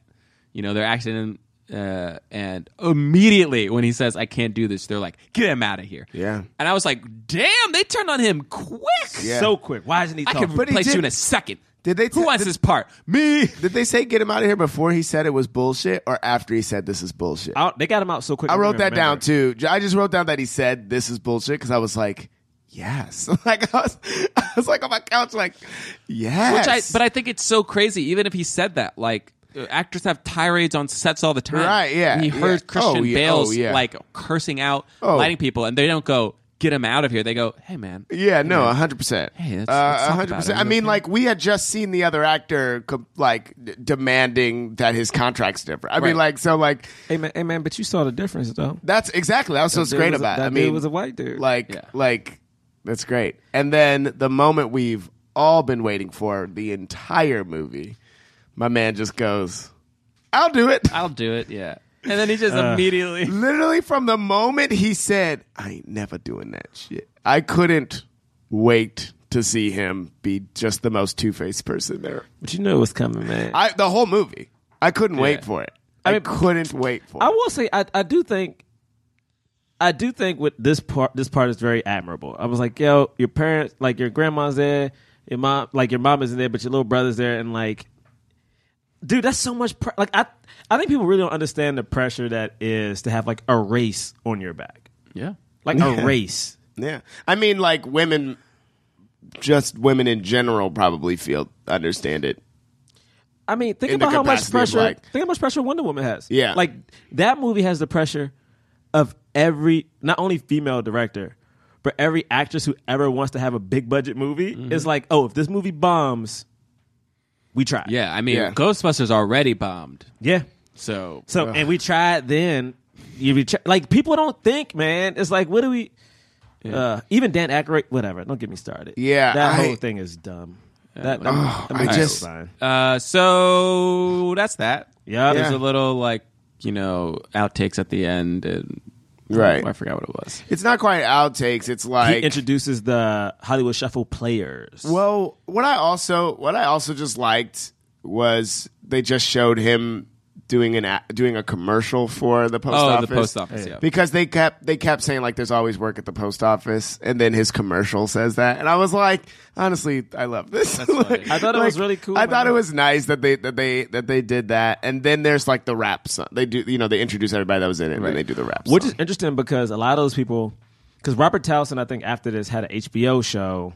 [SPEAKER 3] you know, they're acting, uh, and immediately when he says, I can't do this, they're like, get him out of here,
[SPEAKER 4] Yeah.
[SPEAKER 3] and I was like, damn, they turned on him quick,
[SPEAKER 4] Yeah.
[SPEAKER 2] So quick. Why isn't he
[SPEAKER 3] I
[SPEAKER 2] talking?
[SPEAKER 3] can
[SPEAKER 4] But he
[SPEAKER 3] replace you
[SPEAKER 4] did-
[SPEAKER 3] in a second.
[SPEAKER 4] Did they
[SPEAKER 3] Who
[SPEAKER 4] t-
[SPEAKER 3] wants
[SPEAKER 4] did-
[SPEAKER 3] this part? Me.
[SPEAKER 4] Did they say get him out of here before he said it was bullshit or after he said this is bullshit?
[SPEAKER 2] I, they got him out so quick.
[SPEAKER 4] I wrote
[SPEAKER 2] couldn't
[SPEAKER 4] that down
[SPEAKER 2] remember.
[SPEAKER 4] too. J- I just wrote down that he said this is bullshit because I was like, yes. Like I was, I was like on my couch, like, yes.
[SPEAKER 3] Which I, but I think it's so crazy. Even if he said that, like uh, actors have tirades on sets all the time.
[SPEAKER 4] Right, yeah,
[SPEAKER 3] We heard
[SPEAKER 4] yeah.
[SPEAKER 3] Christian
[SPEAKER 4] Oh, yeah,
[SPEAKER 3] Bale's
[SPEAKER 4] oh, yeah.
[SPEAKER 3] like cursing out
[SPEAKER 4] Oh.
[SPEAKER 3] lighting people, and they don't go get him out of here. They go, hey man,
[SPEAKER 4] yeah, no, hundred percent. Uh,
[SPEAKER 3] Hey, let's- let's talk
[SPEAKER 4] hundred
[SPEAKER 3] about it.
[SPEAKER 4] percent. I
[SPEAKER 3] You
[SPEAKER 4] mean,
[SPEAKER 3] okay?
[SPEAKER 4] like we had just seen the other actor com- like d- demanding that his contract's different. I
[SPEAKER 3] Right.
[SPEAKER 4] mean, like so, like
[SPEAKER 2] Hey man, hey man, but you saw the difference though.
[SPEAKER 4] that's exactly that's what's
[SPEAKER 2] dude
[SPEAKER 4] great
[SPEAKER 2] was a-
[SPEAKER 4] about. it.
[SPEAKER 2] that
[SPEAKER 4] I
[SPEAKER 2] dude
[SPEAKER 4] mean,
[SPEAKER 2] was a white dude.
[SPEAKER 4] Like,
[SPEAKER 3] Yeah.
[SPEAKER 4] like that's great. And then the moment we've all been waiting for the entire movie, my man just goes, "I'll do it."
[SPEAKER 3] I'll do it. Yeah, Uh, and then he just immediately.
[SPEAKER 4] Literally from the moment he said, I ain't never doing that shit. I couldn't wait to see him be just the most two faced person there.
[SPEAKER 2] But you knew it was coming, man.
[SPEAKER 4] I the whole movie. I couldn't
[SPEAKER 3] Yeah.
[SPEAKER 4] wait for it. I,
[SPEAKER 2] mean-
[SPEAKER 4] couldn't wait for
[SPEAKER 2] I
[SPEAKER 4] it.
[SPEAKER 2] will say I, I do think I do think with this part this part is very admirable. I was like, yo, your parents like your grandma's there, your mom like your mom isn't there, but your little brother's there and like dude, that's so much pre- like I I think people really don't understand the pressure that is to have like a race on your back.
[SPEAKER 3] Yeah,
[SPEAKER 2] Like
[SPEAKER 4] Yeah.
[SPEAKER 2] a race.
[SPEAKER 4] Yeah. I mean like women just women in general probably feel understand it
[SPEAKER 2] I mean, think
[SPEAKER 4] In the
[SPEAKER 2] about how much
[SPEAKER 4] capacity of,
[SPEAKER 2] pressure.
[SPEAKER 4] like-
[SPEAKER 2] think how much pressure Wonder Woman has.
[SPEAKER 4] Yeah.
[SPEAKER 2] like that movie has the pressure of every not only female director, but every actress who ever wants to have a big budget movie
[SPEAKER 4] Mm-hmm.
[SPEAKER 2] is like, oh, if this movie bombs, we tried.
[SPEAKER 3] Yeah, I mean,
[SPEAKER 4] Yeah.
[SPEAKER 3] Ghostbusters already bombed.
[SPEAKER 2] yeah.
[SPEAKER 3] So,
[SPEAKER 2] So and we tried then. You be tr- like people don't think, man. It's like, what do we? Uh, even Dan Aykroyd, whatever. Don't get me started.
[SPEAKER 4] Yeah,
[SPEAKER 2] that
[SPEAKER 4] I-
[SPEAKER 2] whole thing is dumb. That, that, that movie's
[SPEAKER 4] just-
[SPEAKER 2] fine.
[SPEAKER 3] uh, so that's that.
[SPEAKER 2] Yeah.
[SPEAKER 3] there's
[SPEAKER 4] Yeah.
[SPEAKER 3] a little like you know outtakes at the end, and
[SPEAKER 4] Right.
[SPEAKER 3] I forgot what it was.
[SPEAKER 4] It's not quite outtakes. It's like
[SPEAKER 2] he introduces the Hollywood Shuffle players.
[SPEAKER 4] Well, what I also what I also just liked was they just showed him doing an a- doing a commercial for the post
[SPEAKER 3] oh,
[SPEAKER 4] office.
[SPEAKER 3] the post office. Yeah.
[SPEAKER 4] Because they kept they kept saying like there's always work at the post office, and then his commercial says that, and I was like, honestly, I love this. Like-
[SPEAKER 2] I thought it was
[SPEAKER 4] like,
[SPEAKER 2] really cool.
[SPEAKER 4] I thought it was nice that they that they that they did that, and then there's like the rap song. They do you know they introduce everybody that was in it, and then they do the rap.
[SPEAKER 2] which
[SPEAKER 4] song.
[SPEAKER 2] is interesting because a lot of those people, because Robert Towson, I think after this had an HBO show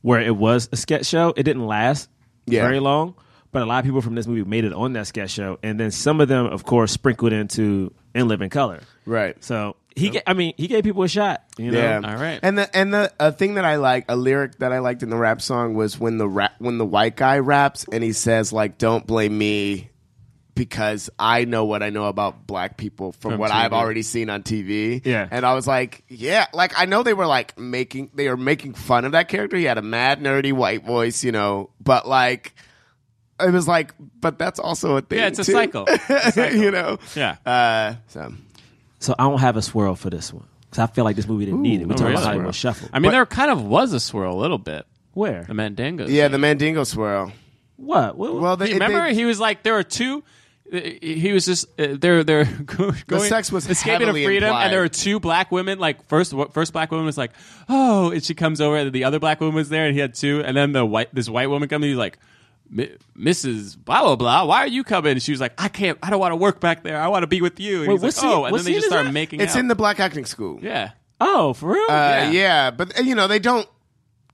[SPEAKER 2] where it was a sketch show. It didn't last
[SPEAKER 4] Yeah.
[SPEAKER 2] very long, but a lot of people from this movie made it on that sketch show, and then some of them, of course, sprinkled into In Living Color.
[SPEAKER 4] right.
[SPEAKER 2] So he, ga- I mean, he gave people a shot. You know?
[SPEAKER 4] Yeah.
[SPEAKER 3] All right.
[SPEAKER 4] And the and the a thing that I like, a lyric that I liked in the rap song was when the rap when the white guy raps and he says like, "Don't blame me." Because I know what I know about black people from,
[SPEAKER 3] From
[SPEAKER 4] what I've
[SPEAKER 3] TV.
[SPEAKER 4] already seen on TV,
[SPEAKER 2] Yeah.
[SPEAKER 4] and I was like, yeah, like I know they were like making they were making fun of that character. He had a mad nerdy white voice, you know, but like it was like, but that's also a thing.
[SPEAKER 3] Yeah, it's a
[SPEAKER 4] too.
[SPEAKER 3] cycle.
[SPEAKER 4] you know.
[SPEAKER 3] Yeah.
[SPEAKER 4] Uh, so
[SPEAKER 2] So I don't have a swirl for this one because I feel like this movie didn't need it. We talking
[SPEAKER 3] really?
[SPEAKER 2] about Hollywood Shuffle.
[SPEAKER 3] I mean, there kind of was a swirl a little bit.
[SPEAKER 2] where?
[SPEAKER 3] The Mandingo.
[SPEAKER 4] yeah, the Mandingo swirl.
[SPEAKER 2] what? What?
[SPEAKER 4] Well, they,
[SPEAKER 3] You remember
[SPEAKER 4] they-
[SPEAKER 3] he was like there were two. He was just uh, they're they're going
[SPEAKER 4] sex was
[SPEAKER 3] escaping to
[SPEAKER 4] heavily
[SPEAKER 3] freedom,
[SPEAKER 4] implied.
[SPEAKER 3] and there were two black women. Like first first black woman was like, oh, and she comes over, and the other black woman was there, and he had two, and then the white this white woman comes, and he's like. "Mi- Mrs. Blah blah blah. Why are you coming? And she was like, I can't. I don't want to work back there. I want to be with you. And
[SPEAKER 2] Wait,
[SPEAKER 3] he's
[SPEAKER 2] what
[SPEAKER 3] like,
[SPEAKER 2] scene-
[SPEAKER 3] oh, and
[SPEAKER 2] what
[SPEAKER 3] then they
[SPEAKER 2] scene
[SPEAKER 3] just
[SPEAKER 2] is
[SPEAKER 3] start
[SPEAKER 2] that?
[SPEAKER 3] making.
[SPEAKER 4] it's
[SPEAKER 3] out.
[SPEAKER 4] in the black acting school.
[SPEAKER 3] yeah.
[SPEAKER 2] oh, for real?
[SPEAKER 4] Uh,
[SPEAKER 3] Yeah.
[SPEAKER 4] yeah. but uh, you know they don't.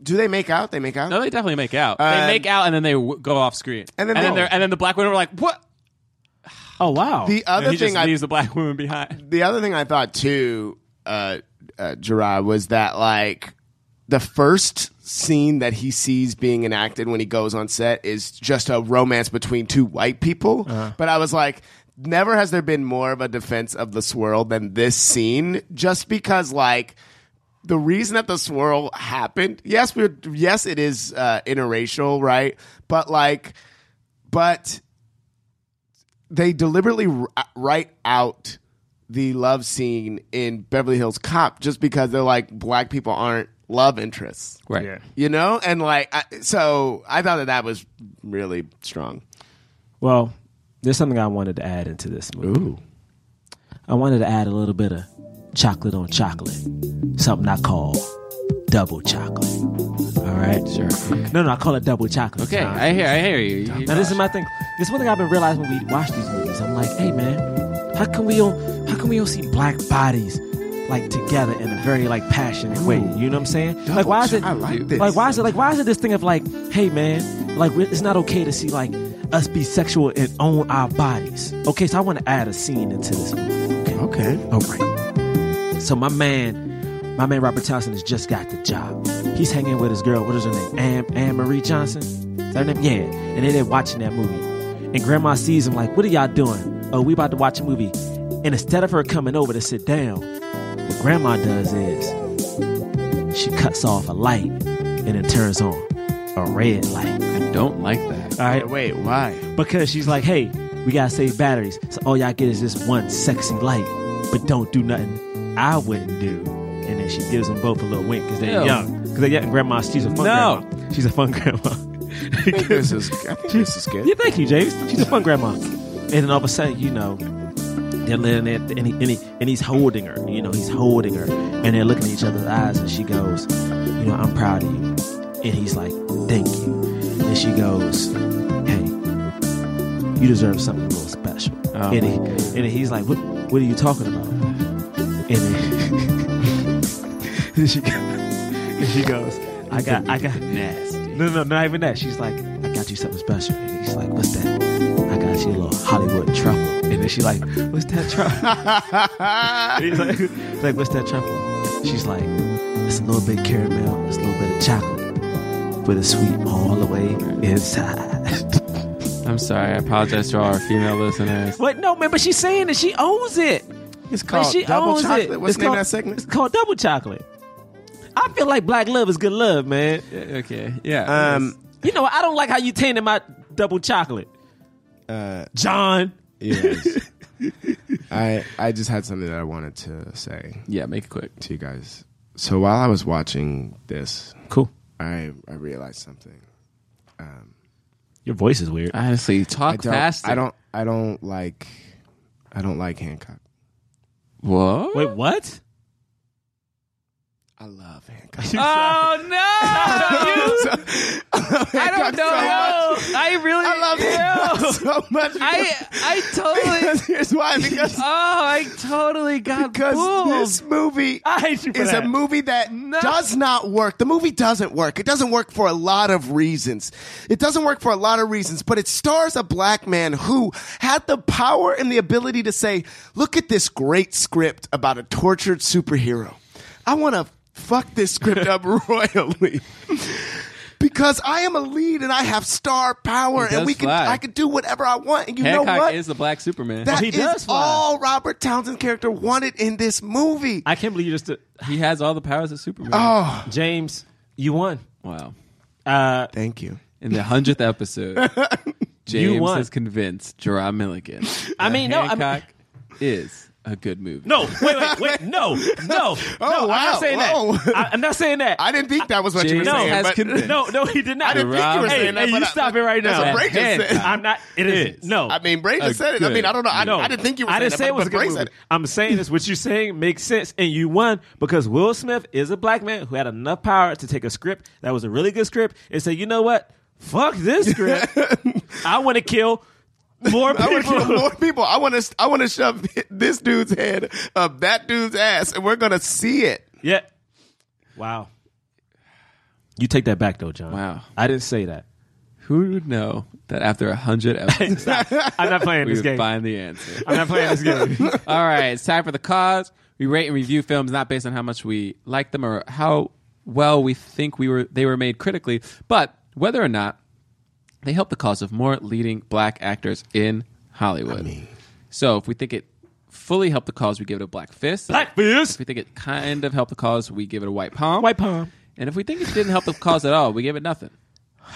[SPEAKER 4] Do they make out? They make out.
[SPEAKER 3] No, they definitely make out.
[SPEAKER 4] Uh,
[SPEAKER 3] they make out, and then they w- go off screen.
[SPEAKER 4] And then
[SPEAKER 3] and
[SPEAKER 4] they-
[SPEAKER 3] then, they're- and then the black women were like, what?
[SPEAKER 2] oh wow.
[SPEAKER 4] the other
[SPEAKER 3] he
[SPEAKER 4] thing
[SPEAKER 3] just
[SPEAKER 4] I
[SPEAKER 3] leaves the black woman behind.
[SPEAKER 4] the other thing I thought too, uh, uh, Gerard, was that like the first scene that he sees being enacted when he goes on set is just a romance between two white people. But I was like. Never has there been more of a defense of the swirl than this scene, just because, like, the reason that the swirl happened, yes, we're, yes, it is uh, interracial, right? But, like, but they deliberately r- uh, write out the love scene in Beverly Hills Cop just because they're like black people aren't love interests,
[SPEAKER 3] Right.
[SPEAKER 2] Yeah.
[SPEAKER 4] you know? And like, I, so I thought that that was really strong.
[SPEAKER 2] Well, there's something I wanted to add into this movie. I wanted to add a little bit of chocolate on chocolate, something I call double chocolate. All right, sure. No, no, I call it double chocolate.
[SPEAKER 3] Okay,
[SPEAKER 2] Tom.
[SPEAKER 3] I hear, I hear you. You-
[SPEAKER 2] Now this is my thing. This is one thing I've been realizing when we watch these movies. I'm like, hey man, how come we don't how come we don't see black bodies like together in a very like passionate way? You know what I'm saying? Like why is it
[SPEAKER 4] I like this.
[SPEAKER 2] like why is it like why is it this thing of like, hey man, like we it's not okay to see like us be sexual and own our bodies. Okay, so I want to add a scene into this movie. Okay.
[SPEAKER 4] Okay.
[SPEAKER 2] All right. So my man, my man Robert Townsend has just got the job. He's hanging with his girl. What is her name? Anne, Anne Marie Johnson. Is that her name? Yeah. And they there watching that movie. And Grandma sees him like, "What are y'all doing? Oh, we about to watch a movie." And instead of her coming over to sit down, what Grandma does is she cuts off a light and it turns on a red light.
[SPEAKER 3] I don't like that.
[SPEAKER 2] All right
[SPEAKER 4] Wait, why?
[SPEAKER 2] because she's like, hey, we gotta save batteries. So all y'all get is this one sexy light, but don't do nothing I wouldn't do. And then she gives them both a little wink because they're
[SPEAKER 3] Ew.
[SPEAKER 2] young. Because they're young. and Grandma, she's a fun
[SPEAKER 3] No.
[SPEAKER 2] grandma. She's a fun grandma.
[SPEAKER 4] this is, I think this is
[SPEAKER 2] Yeah,
[SPEAKER 4] good.
[SPEAKER 2] thank you, James. She's a fun grandma. And then all of a sudden, you know, they're letting it, and, he, and, he, and he's holding her. You know, he's holding her, and they're looking at each other's eyes, and she goes, "You know, I'm proud of you." And he's like, "Thank you." And she goes, "Hey, you deserve something a little special." And, he, and then he's like, "What? What are you talking about?" And then, and she goes, and she goes, "I got, I got."
[SPEAKER 3] Nasty.
[SPEAKER 2] No, no, not even that. She's like, I got you something special. And he's like, What's that? I got you a little Hollywood truffle. And then she's like, What's that truffle? And he's like, he's like, What's that truffle? She's like, It's a little bit caramel, it's a little bit of chocolate, with a sweet all the way inside.
[SPEAKER 3] I'm sorry. I apologize to all our female listeners.
[SPEAKER 2] But no, man, but she's saying that she owns it.
[SPEAKER 4] It's
[SPEAKER 2] Man,
[SPEAKER 4] called
[SPEAKER 2] she
[SPEAKER 4] double
[SPEAKER 2] owns
[SPEAKER 4] chocolate.
[SPEAKER 2] it. It's
[SPEAKER 4] What's the name
[SPEAKER 2] called,
[SPEAKER 4] of that segment?
[SPEAKER 2] It's called double chocolate. I feel like black love is good love, man.
[SPEAKER 3] Okay. Yeah.
[SPEAKER 4] Um,
[SPEAKER 2] You know, I don't like how you tainted my double chocolate.
[SPEAKER 4] Uh,
[SPEAKER 2] John.
[SPEAKER 4] yes. I I just had something that I wanted to say
[SPEAKER 3] yeah. Make it quick.
[SPEAKER 4] to you guys. So while I was watching this,
[SPEAKER 2] Cool.
[SPEAKER 4] I I realized something.
[SPEAKER 2] Your voice is weird.
[SPEAKER 3] Honestly,
[SPEAKER 4] I
[SPEAKER 3] talk
[SPEAKER 4] don't
[SPEAKER 3] fast.
[SPEAKER 4] I don't I don't like I don't like Hancock.
[SPEAKER 3] What?
[SPEAKER 2] Wait, what?
[SPEAKER 4] I love Hancock.
[SPEAKER 3] Oh no! you, I don't know. I really.
[SPEAKER 4] I love Hancock so much.
[SPEAKER 3] I
[SPEAKER 4] because-
[SPEAKER 3] I totally.
[SPEAKER 4] because here's why because
[SPEAKER 3] Oh, I totally got
[SPEAKER 4] because
[SPEAKER 3] fooled.
[SPEAKER 4] this movie
[SPEAKER 2] I hate you for
[SPEAKER 4] is
[SPEAKER 2] that.
[SPEAKER 4] a movie that does not work. The movie doesn't work. It doesn't work for a lot of reasons. It doesn't work for a lot of reasons, but it stars a black man who had the power and the ability to say, look at this great script about a tortured superhero. I want to fuck this script up royally. Because I am a lead and I have star power
[SPEAKER 3] He
[SPEAKER 4] and
[SPEAKER 3] does
[SPEAKER 4] we can
[SPEAKER 3] fly.
[SPEAKER 4] I can do whatever I want and you
[SPEAKER 3] Hancock
[SPEAKER 4] know what?
[SPEAKER 3] is the black Superman.
[SPEAKER 4] That
[SPEAKER 2] he
[SPEAKER 4] is
[SPEAKER 2] does fly.
[SPEAKER 4] all Robert Townsend's character wanted in this movie.
[SPEAKER 2] I can't believe you just. uh,
[SPEAKER 3] he has all the powers of Superman.
[SPEAKER 4] oh,
[SPEAKER 2] James, you won.
[SPEAKER 3] Wow.
[SPEAKER 2] Uh,
[SPEAKER 4] thank you.
[SPEAKER 3] In the hundredth episode, James
[SPEAKER 2] won.
[SPEAKER 3] has convinced Gerard Milligan.
[SPEAKER 2] I mean, no, I mean-
[SPEAKER 3] Hancock is a good movie.
[SPEAKER 2] no, wait, wait, wait, no, no, no. I'm
[SPEAKER 4] Oh, wow,
[SPEAKER 2] not saying
[SPEAKER 4] whoa.
[SPEAKER 2] that. I, am not saying that.
[SPEAKER 4] I didn't think that was what you were
[SPEAKER 3] James
[SPEAKER 2] no,
[SPEAKER 4] saying.
[SPEAKER 3] has
[SPEAKER 4] but
[SPEAKER 3] convinced-
[SPEAKER 2] no, no, he did not.
[SPEAKER 4] I didn't think you were
[SPEAKER 2] hey,
[SPEAKER 4] saying that.
[SPEAKER 2] hey,
[SPEAKER 4] but
[SPEAKER 2] you
[SPEAKER 4] I-
[SPEAKER 2] stop it right
[SPEAKER 4] that's
[SPEAKER 2] now.
[SPEAKER 4] What Bray just
[SPEAKER 3] Hancock.
[SPEAKER 4] said.
[SPEAKER 2] I'm not. It isn't.
[SPEAKER 3] is.
[SPEAKER 2] No,
[SPEAKER 4] I mean, Bray
[SPEAKER 3] A
[SPEAKER 4] just said it. I mean, I don't know. I,
[SPEAKER 2] No,
[SPEAKER 4] I didn't think you were
[SPEAKER 2] I
[SPEAKER 4] saying
[SPEAKER 2] didn't
[SPEAKER 4] that.
[SPEAKER 2] say
[SPEAKER 4] but-
[SPEAKER 2] it was a
[SPEAKER 4] but
[SPEAKER 2] good
[SPEAKER 4] Bray
[SPEAKER 2] movie.
[SPEAKER 4] said it.
[SPEAKER 2] I'm saying this. What you're saying makes sense, and you won because Will Smith is a black man who had enough power to take a script that was a really good script and say, you know what, fuck this script. I want to kill more people.
[SPEAKER 4] I want to kill more people. I want to. I want to shove this dude's head up that dude's ass, and we're gonna see it.
[SPEAKER 2] Yeah. Wow. You take that back though, John.
[SPEAKER 3] Wow.
[SPEAKER 2] I didn't say that.
[SPEAKER 3] Who would know that after a hundred episodes,
[SPEAKER 2] I'm not playing
[SPEAKER 3] we
[SPEAKER 2] this
[SPEAKER 3] would
[SPEAKER 2] game.
[SPEAKER 3] find the answer?
[SPEAKER 2] I'm not playing this game.
[SPEAKER 3] All right, it's time for the cause. We rate and review films not based on how much we like them or how well we think we were they were made critically, but whether or not they help the cause of more leading black actors in Hollywood. so if we think it fully helped the cause, we give it a black fist.
[SPEAKER 2] Black
[SPEAKER 3] If
[SPEAKER 2] fist.
[SPEAKER 3] we think it kind of helped the cause, we give it a white palm.
[SPEAKER 2] White palm.
[SPEAKER 3] And if we think it didn't help the cause at all, we give it nothing.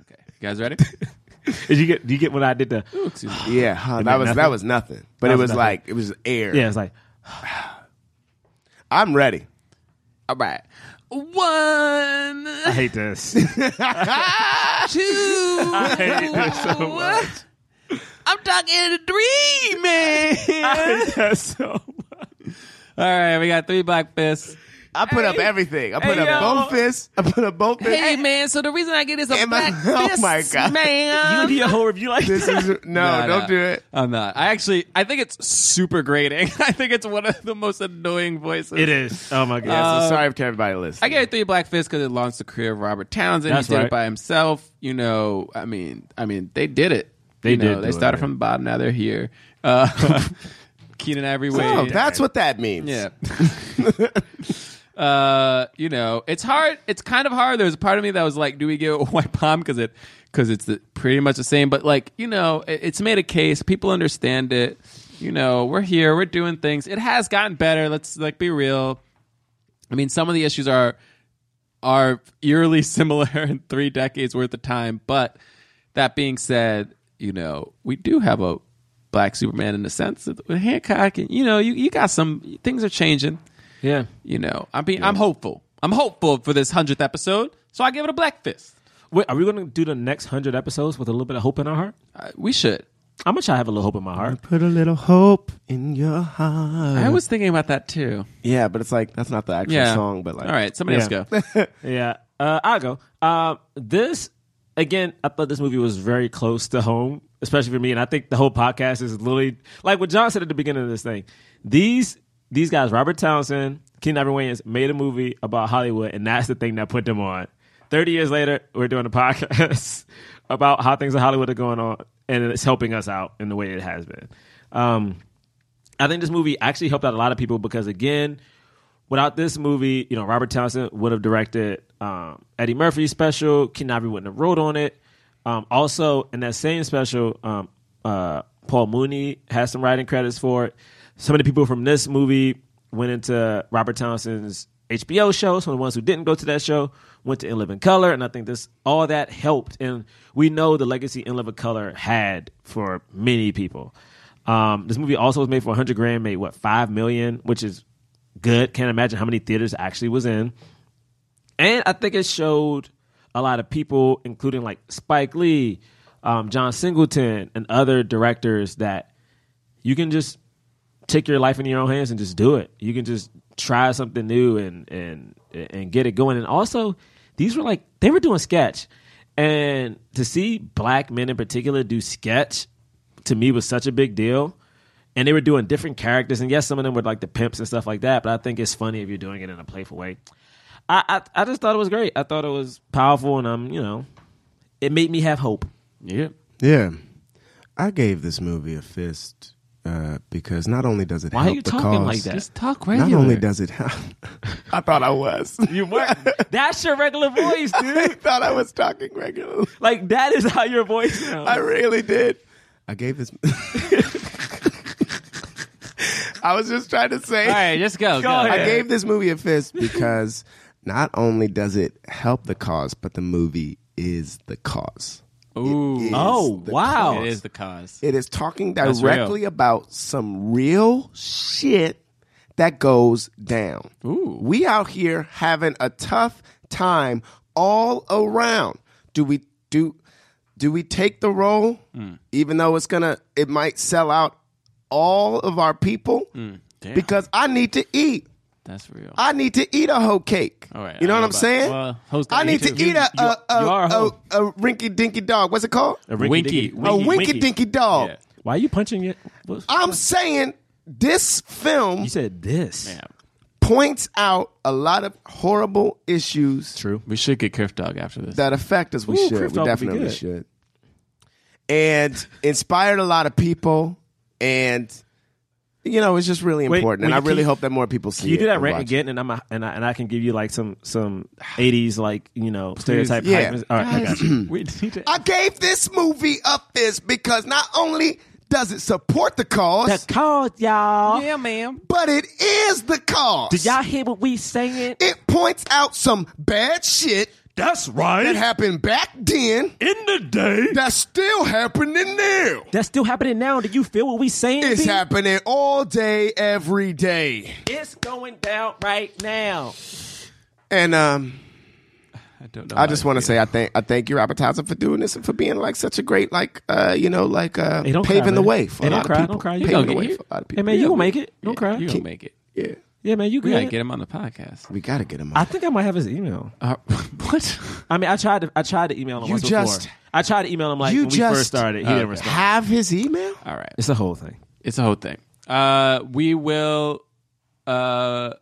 [SPEAKER 3] Okay, you guys ready?
[SPEAKER 2] Did you get? Do you get what I did? The
[SPEAKER 3] Ooh, excuse me.
[SPEAKER 4] Yeah, huh, that was that
[SPEAKER 2] nothing?
[SPEAKER 4] was nothing. But
[SPEAKER 2] That
[SPEAKER 4] it
[SPEAKER 2] was
[SPEAKER 4] was
[SPEAKER 2] nothing.
[SPEAKER 4] like it was air.
[SPEAKER 2] yeah. It's like
[SPEAKER 4] I'm ready.
[SPEAKER 3] All right. One.
[SPEAKER 2] I hate this.
[SPEAKER 3] two.
[SPEAKER 2] I hate this so much.
[SPEAKER 3] I'm talking three, man.
[SPEAKER 2] I hate that so much.
[SPEAKER 3] All right, we got three black fists.
[SPEAKER 4] I put up everything. I put
[SPEAKER 2] hey,
[SPEAKER 4] up
[SPEAKER 2] yo.
[SPEAKER 4] both fists. I put up both fists.
[SPEAKER 3] Hey, man. So the reason I get is a
[SPEAKER 4] And my-
[SPEAKER 3] black
[SPEAKER 4] oh
[SPEAKER 3] fist,
[SPEAKER 4] my God.
[SPEAKER 2] You
[SPEAKER 3] man.
[SPEAKER 2] do your whole review like
[SPEAKER 4] This
[SPEAKER 2] that?
[SPEAKER 4] is no,
[SPEAKER 3] Nah,
[SPEAKER 4] don't
[SPEAKER 3] nah.
[SPEAKER 4] do it.
[SPEAKER 3] I'm not. I actually, I think it's super grating. I think it's one of the most annoying voices.
[SPEAKER 2] It is. Oh my god.
[SPEAKER 4] Yeah, so sorry to everybody listening.
[SPEAKER 3] I gave it three black fists because it launched the career of Robert Townsend.
[SPEAKER 2] That's
[SPEAKER 3] he did
[SPEAKER 2] right.
[SPEAKER 3] it by himself. You know, I mean, I mean, they did it.
[SPEAKER 2] They
[SPEAKER 3] You know,
[SPEAKER 2] did
[SPEAKER 3] They
[SPEAKER 2] do
[SPEAKER 3] started
[SPEAKER 2] it.
[SPEAKER 3] from the bottom. Now they're here. Uh, Keenan Ivory Wayne.
[SPEAKER 4] Oh, that's what that means.
[SPEAKER 3] Yeah. uh, you know, it's hard. It's kind of hard. There was a part of me that was like, do we give it a white palm because it because it's the, pretty much the same. But like, you know, it, it's made a case. People understand it. You know, we're here. We're doing things. It has gotten better. Let's like be real. I mean, some of the issues are are eerily similar in three decades worth of time. But that being said, you know, we do have a black Superman in the sense of with Hancock, and you know, you, you got some things are changing.
[SPEAKER 2] yeah.
[SPEAKER 3] You know, I'm being, I'm hopeful. I'm hopeful for this hundredth episode, so I give it a black fist.
[SPEAKER 2] Wait, are we going to do the next hundred episodes with a little bit of hope in our heart?
[SPEAKER 3] Uh, we should.
[SPEAKER 2] I'm gonna try to have a little hope in my heart.
[SPEAKER 4] Put a little hope in your heart.
[SPEAKER 3] I was thinking about that too.
[SPEAKER 4] Uh. Yeah, but it's like that's not the actual
[SPEAKER 3] Yeah.
[SPEAKER 4] song, but like
[SPEAKER 3] all right, somebody
[SPEAKER 2] Yeah.
[SPEAKER 3] else go.
[SPEAKER 2] Yeah, uh, I'll go. Uh, this again, I thought this movie was very close to home, especially for me. And I think the whole podcast is literally like what John said at the beginning of this thing. These these guys, Robert Townsend, Keenan Ivory Wayans, made a movie about Hollywood, and that's the thing that put them on. 30 years later, we're doing a podcast about how things in Hollywood are going on, and it's helping us out in the way it has been. Um, I think this movie actually helped out a lot of people because, again, without this movie, you know, Robert Townsend would have directed um, Eddie Murphy's special. Kinavi wouldn't have wrote on it. Um, also, in that same special, um, uh, Paul Mooney has some writing credits for it. Some of the people from this movie went into Robert Townsend's HBO show. Some of the ones who didn't go to that show went to In Living Color, and I think this all that helped. And we know the legacy In Living Color had for many people. Um, this movie also was made for 100 grand, made what five million, which is good. Can't imagine how many theaters it actually was in. And I think it showed a lot of people, including like Spike Lee, um, John Singleton, and other directors, that you can just take your life in your own hands and just do it. You can just try something new and and and get it going. And also, these were like they were doing sketch, and to see black men in particular do sketch to me was such a big deal. And they were doing different characters, and yes, some of them were like the pimps and stuff like that. But I think it's funny if you're doing it in a playful way. I I, I just thought it was great. I thought it was powerful, and I'm you know, it made me have hope.
[SPEAKER 3] Yeah.
[SPEAKER 4] Yeah, I gave this movie a fist uh, because not only does it
[SPEAKER 2] Why
[SPEAKER 4] help
[SPEAKER 2] are you
[SPEAKER 4] the
[SPEAKER 2] talking
[SPEAKER 4] cause,
[SPEAKER 2] like that?
[SPEAKER 3] Just talk
[SPEAKER 4] not
[SPEAKER 3] regular.
[SPEAKER 4] only does it, I thought I was.
[SPEAKER 2] You what? That's your regular voice, dude.
[SPEAKER 4] I thought I was talking regularly.
[SPEAKER 2] Like that is how your voice sounds.
[SPEAKER 4] I really did. I gave this. I was just trying to say.
[SPEAKER 3] All right, just go. go.
[SPEAKER 4] I gave this movie a fist because not only does it help the cause, but the movie is the cause.
[SPEAKER 3] Ooh.
[SPEAKER 2] Oh
[SPEAKER 4] the
[SPEAKER 2] wow!
[SPEAKER 3] It is the cause.
[SPEAKER 4] It is talking
[SPEAKER 3] That's real.
[SPEAKER 4] directly about some real shit that goes down.
[SPEAKER 3] Ooh.
[SPEAKER 4] We out here having a tough time all around. Do we do do we take the role
[SPEAKER 3] Mm.
[SPEAKER 4] even though it's going to it might sell out all of our people?
[SPEAKER 3] Mm. Damn.
[SPEAKER 4] Because I need to eat.
[SPEAKER 3] That's real.
[SPEAKER 4] I need to eat a hoe cake.
[SPEAKER 3] All right,
[SPEAKER 4] you know
[SPEAKER 3] I
[SPEAKER 4] what
[SPEAKER 3] know
[SPEAKER 4] I'm
[SPEAKER 3] about-
[SPEAKER 4] saying?
[SPEAKER 3] well, hoes
[SPEAKER 4] I
[SPEAKER 3] don't
[SPEAKER 4] need uh,
[SPEAKER 3] eat
[SPEAKER 4] to
[SPEAKER 3] it.
[SPEAKER 4] eat a,
[SPEAKER 3] You-
[SPEAKER 4] a, a,
[SPEAKER 2] you are a
[SPEAKER 4] a,
[SPEAKER 2] hoe.
[SPEAKER 4] a rinky dinky dog. What's it called?
[SPEAKER 2] A
[SPEAKER 3] Winky.
[SPEAKER 4] a winky dinky dog.
[SPEAKER 3] Yeah.
[SPEAKER 2] Why are you punching it? What-
[SPEAKER 4] I'm saying this film
[SPEAKER 2] you said this.
[SPEAKER 3] Yeah.
[SPEAKER 4] points out a lot of horrible issues
[SPEAKER 2] True.
[SPEAKER 3] We should get Criff Dog after this.
[SPEAKER 4] that affect us. We
[SPEAKER 2] Ooh,
[SPEAKER 4] should.
[SPEAKER 2] Crypto
[SPEAKER 4] We
[SPEAKER 2] would be
[SPEAKER 4] definitely
[SPEAKER 2] good.
[SPEAKER 4] should. And inspired a lot of people. And you know, it's just really
[SPEAKER 2] Wait,
[SPEAKER 4] important.
[SPEAKER 2] when
[SPEAKER 4] and I
[SPEAKER 2] you- can
[SPEAKER 4] really
[SPEAKER 2] you-
[SPEAKER 4] hope that more people see.
[SPEAKER 2] Can you
[SPEAKER 4] it
[SPEAKER 2] do that
[SPEAKER 4] and
[SPEAKER 2] rant
[SPEAKER 4] watch it.
[SPEAKER 2] again, and I'm a, and I, and I can give you like some some '80s like you know stereotype.
[SPEAKER 4] Yeah.
[SPEAKER 2] hype. All right, I got you.
[SPEAKER 3] we need to.
[SPEAKER 4] I gave this movie a fist because not only does it support the cause,
[SPEAKER 2] That's called y'all.
[SPEAKER 3] Yeah, ma'am.
[SPEAKER 4] but it is the cause.
[SPEAKER 2] Did y'all hear what we saying?
[SPEAKER 4] it points out some bad shit
[SPEAKER 2] That's
[SPEAKER 4] that
[SPEAKER 2] right.
[SPEAKER 4] happened back then
[SPEAKER 2] In the day,
[SPEAKER 4] that's still happening now.
[SPEAKER 2] that's still happening now. Do you feel what we saying?
[SPEAKER 4] It's
[SPEAKER 2] B?
[SPEAKER 4] happening all day, every day.
[SPEAKER 2] It's going down right now.
[SPEAKER 4] And um,
[SPEAKER 3] I don't know.
[SPEAKER 4] I just want to say I thank I thank you, Robert Townsend, for doing this and for being like such a great like uh you know like uh
[SPEAKER 2] Hey, don't cry,
[SPEAKER 4] paving the
[SPEAKER 2] man.
[SPEAKER 4] way for
[SPEAKER 2] Hey,
[SPEAKER 4] a
[SPEAKER 2] don't
[SPEAKER 4] lot
[SPEAKER 2] cry,
[SPEAKER 4] of
[SPEAKER 2] don't
[SPEAKER 4] people.
[SPEAKER 2] cry. You
[SPEAKER 4] Paving
[SPEAKER 3] gonna
[SPEAKER 4] the
[SPEAKER 3] get
[SPEAKER 4] way
[SPEAKER 3] here.
[SPEAKER 4] for a lot of
[SPEAKER 2] Hey
[SPEAKER 4] people.
[SPEAKER 2] man, you
[SPEAKER 4] yeah,
[SPEAKER 2] gonna
[SPEAKER 4] we-
[SPEAKER 2] make it? Don't cry.
[SPEAKER 3] You gonna make it?
[SPEAKER 4] Yeah,
[SPEAKER 2] yeah, man, you
[SPEAKER 3] We gotta
[SPEAKER 2] good.
[SPEAKER 3] get him on the podcast.
[SPEAKER 4] we gotta get him.
[SPEAKER 2] I
[SPEAKER 4] On.
[SPEAKER 2] think I might have his email.
[SPEAKER 3] Uh, what?
[SPEAKER 2] I mean, I tried to I tried to email him
[SPEAKER 4] You
[SPEAKER 2] once
[SPEAKER 4] just-
[SPEAKER 2] before. I tried to email him like
[SPEAKER 4] you
[SPEAKER 2] when we
[SPEAKER 4] just-
[SPEAKER 2] first started. He
[SPEAKER 3] Okay.
[SPEAKER 2] didn't respond.
[SPEAKER 4] Have his email.
[SPEAKER 3] All right.
[SPEAKER 2] It's a whole thing.
[SPEAKER 3] It's a whole thing. Uh, we will. Uh,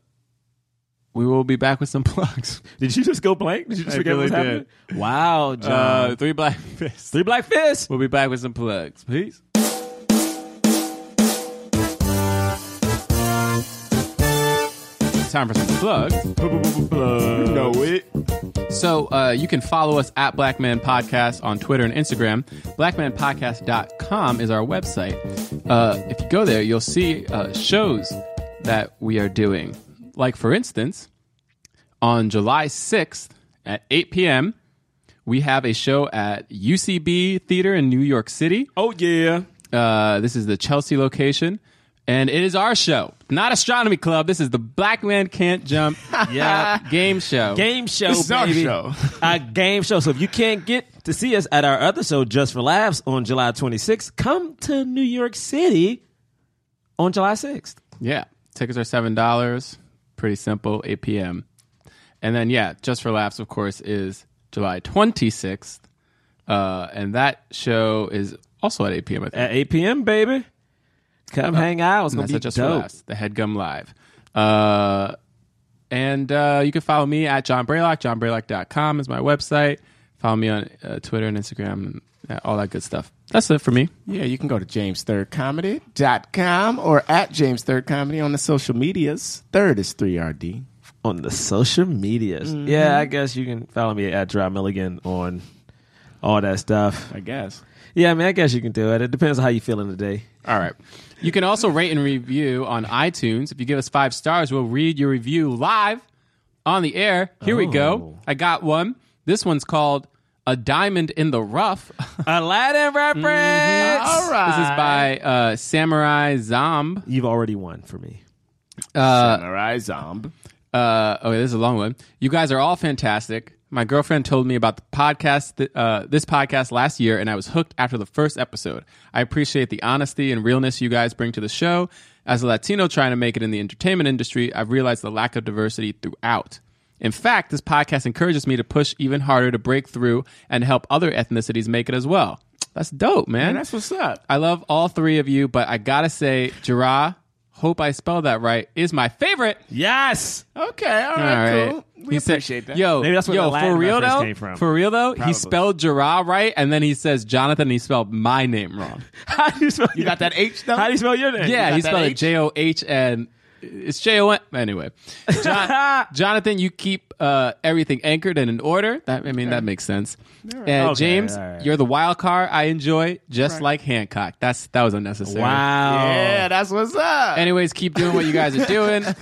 [SPEAKER 3] we will be back with some plugs.
[SPEAKER 2] Did you just go blank? Did you just
[SPEAKER 3] I
[SPEAKER 2] forget
[SPEAKER 3] really
[SPEAKER 2] what was happening? Wow, John.
[SPEAKER 3] Uh, three black fists.
[SPEAKER 2] Three Black Fists.
[SPEAKER 3] We'll be back with some plugs. Peace. Time for some plugs.
[SPEAKER 4] You know it.
[SPEAKER 3] So uh, you can follow us at Black Man Podcast on Twitter and Instagram. BlackmanPodcast.com is our website. Uh, if you go there, you'll see uh, shows that we are doing. Like, for instance, on July 6th at 8 p.m., we have a show at UCB Theater in New York City.
[SPEAKER 2] Oh yeah.
[SPEAKER 3] Uh, this is the Chelsea location. And it is our show, not Astronomy Club. This is the Black Man Can't Jump
[SPEAKER 2] Yeah.
[SPEAKER 3] game show.
[SPEAKER 2] Game show,
[SPEAKER 4] This is our
[SPEAKER 2] baby.
[SPEAKER 4] show.
[SPEAKER 2] Our game show. So if you can't get to see us at our other show, Just for Laughs, on July 26th, come to New York City on July 6th.
[SPEAKER 3] Yeah. Tickets are seven dollars. Pretty simple, eight PM. And then yeah, just for laughs, of course, is July twenty sixth. Uh, and that show is also at eight PM I think.
[SPEAKER 2] At 8 p.m., baby. Come hang out. It's
[SPEAKER 3] And
[SPEAKER 2] gonna
[SPEAKER 3] Uh, that's
[SPEAKER 2] be
[SPEAKER 3] at just
[SPEAKER 2] dope.
[SPEAKER 3] for laughs, the headgum live. Uh And uh, you can follow me at John Braylock. JohnBraylock.com is my website. Follow me on uh, Twitter and Instagram and uh, all that good stuff. That's it for me.
[SPEAKER 4] Yeah, you can go to jamesthirdcomedy.com or at jamesthirdcomedy on the social medias. Third is 3RD.
[SPEAKER 2] on the social medias. Yeah, I
[SPEAKER 4] Mm-hmm.
[SPEAKER 2] guess you can follow me at Dry Milligan on all that stuff.
[SPEAKER 4] I guess.
[SPEAKER 2] Yeah, I mean, I guess you can do it. It depends on how you feel in the day.
[SPEAKER 3] All right. You can also rate and review on iTunes. If you give us five stars, we'll read your review live on the air. Here we
[SPEAKER 2] Oh.
[SPEAKER 3] go. I got one. This one's called A Diamond in the Rough. Mm-hmm.
[SPEAKER 2] Aladdin reference.
[SPEAKER 3] All right. This is by uh, Samurai Zomb.
[SPEAKER 2] You've already won for me.
[SPEAKER 4] Samurai Zomb.
[SPEAKER 3] Uh, okay, this is a long one. You guys are all fantastic. My girlfriend told me about the podcast, th- uh, this podcast last year, and I was hooked after the first episode. I appreciate the honesty and realness you guys bring to the show. As a Latino trying to make it in the entertainment industry, I've realized the lack of diversity throughout. In fact, this podcast encourages me to push even harder to break through and help other ethnicities make it as well. That's dope, man.
[SPEAKER 4] That's what's up.
[SPEAKER 3] I love all three of you, but I gotta say, Jarrah, hope I spelled that right, is my favorite.
[SPEAKER 2] Yes.
[SPEAKER 4] Okay, all
[SPEAKER 3] All
[SPEAKER 4] right,
[SPEAKER 3] right.
[SPEAKER 4] cool. We
[SPEAKER 3] He said-
[SPEAKER 4] appreciate that.
[SPEAKER 3] Yo,
[SPEAKER 2] Maybe that's where
[SPEAKER 3] yo,
[SPEAKER 2] the Latin
[SPEAKER 3] for real
[SPEAKER 2] reference
[SPEAKER 3] though,
[SPEAKER 2] came from.
[SPEAKER 3] for real though, he
[SPEAKER 4] Probably.
[SPEAKER 3] spelled Gerard right, and then he says Jonathan. and He spelled my name wrong.
[SPEAKER 2] How do you spell?
[SPEAKER 4] You got that H though?
[SPEAKER 2] How do you spell your name?
[SPEAKER 3] Yeah,
[SPEAKER 4] got
[SPEAKER 3] he
[SPEAKER 4] that
[SPEAKER 3] spelled it
[SPEAKER 4] H?
[SPEAKER 3] J O H, and it's J O N. Anyway, Jon- Jonathan, you keep uh, everything anchored and in order. That I mean, that makes sense. And
[SPEAKER 2] Okay,
[SPEAKER 3] James,
[SPEAKER 2] all right.
[SPEAKER 3] you're the wild card. I enjoy just like Hancock. That's that was unnecessary.
[SPEAKER 2] Wow.
[SPEAKER 4] yeah, that's what's up.
[SPEAKER 3] Anyways, keep doing what you guys are doing.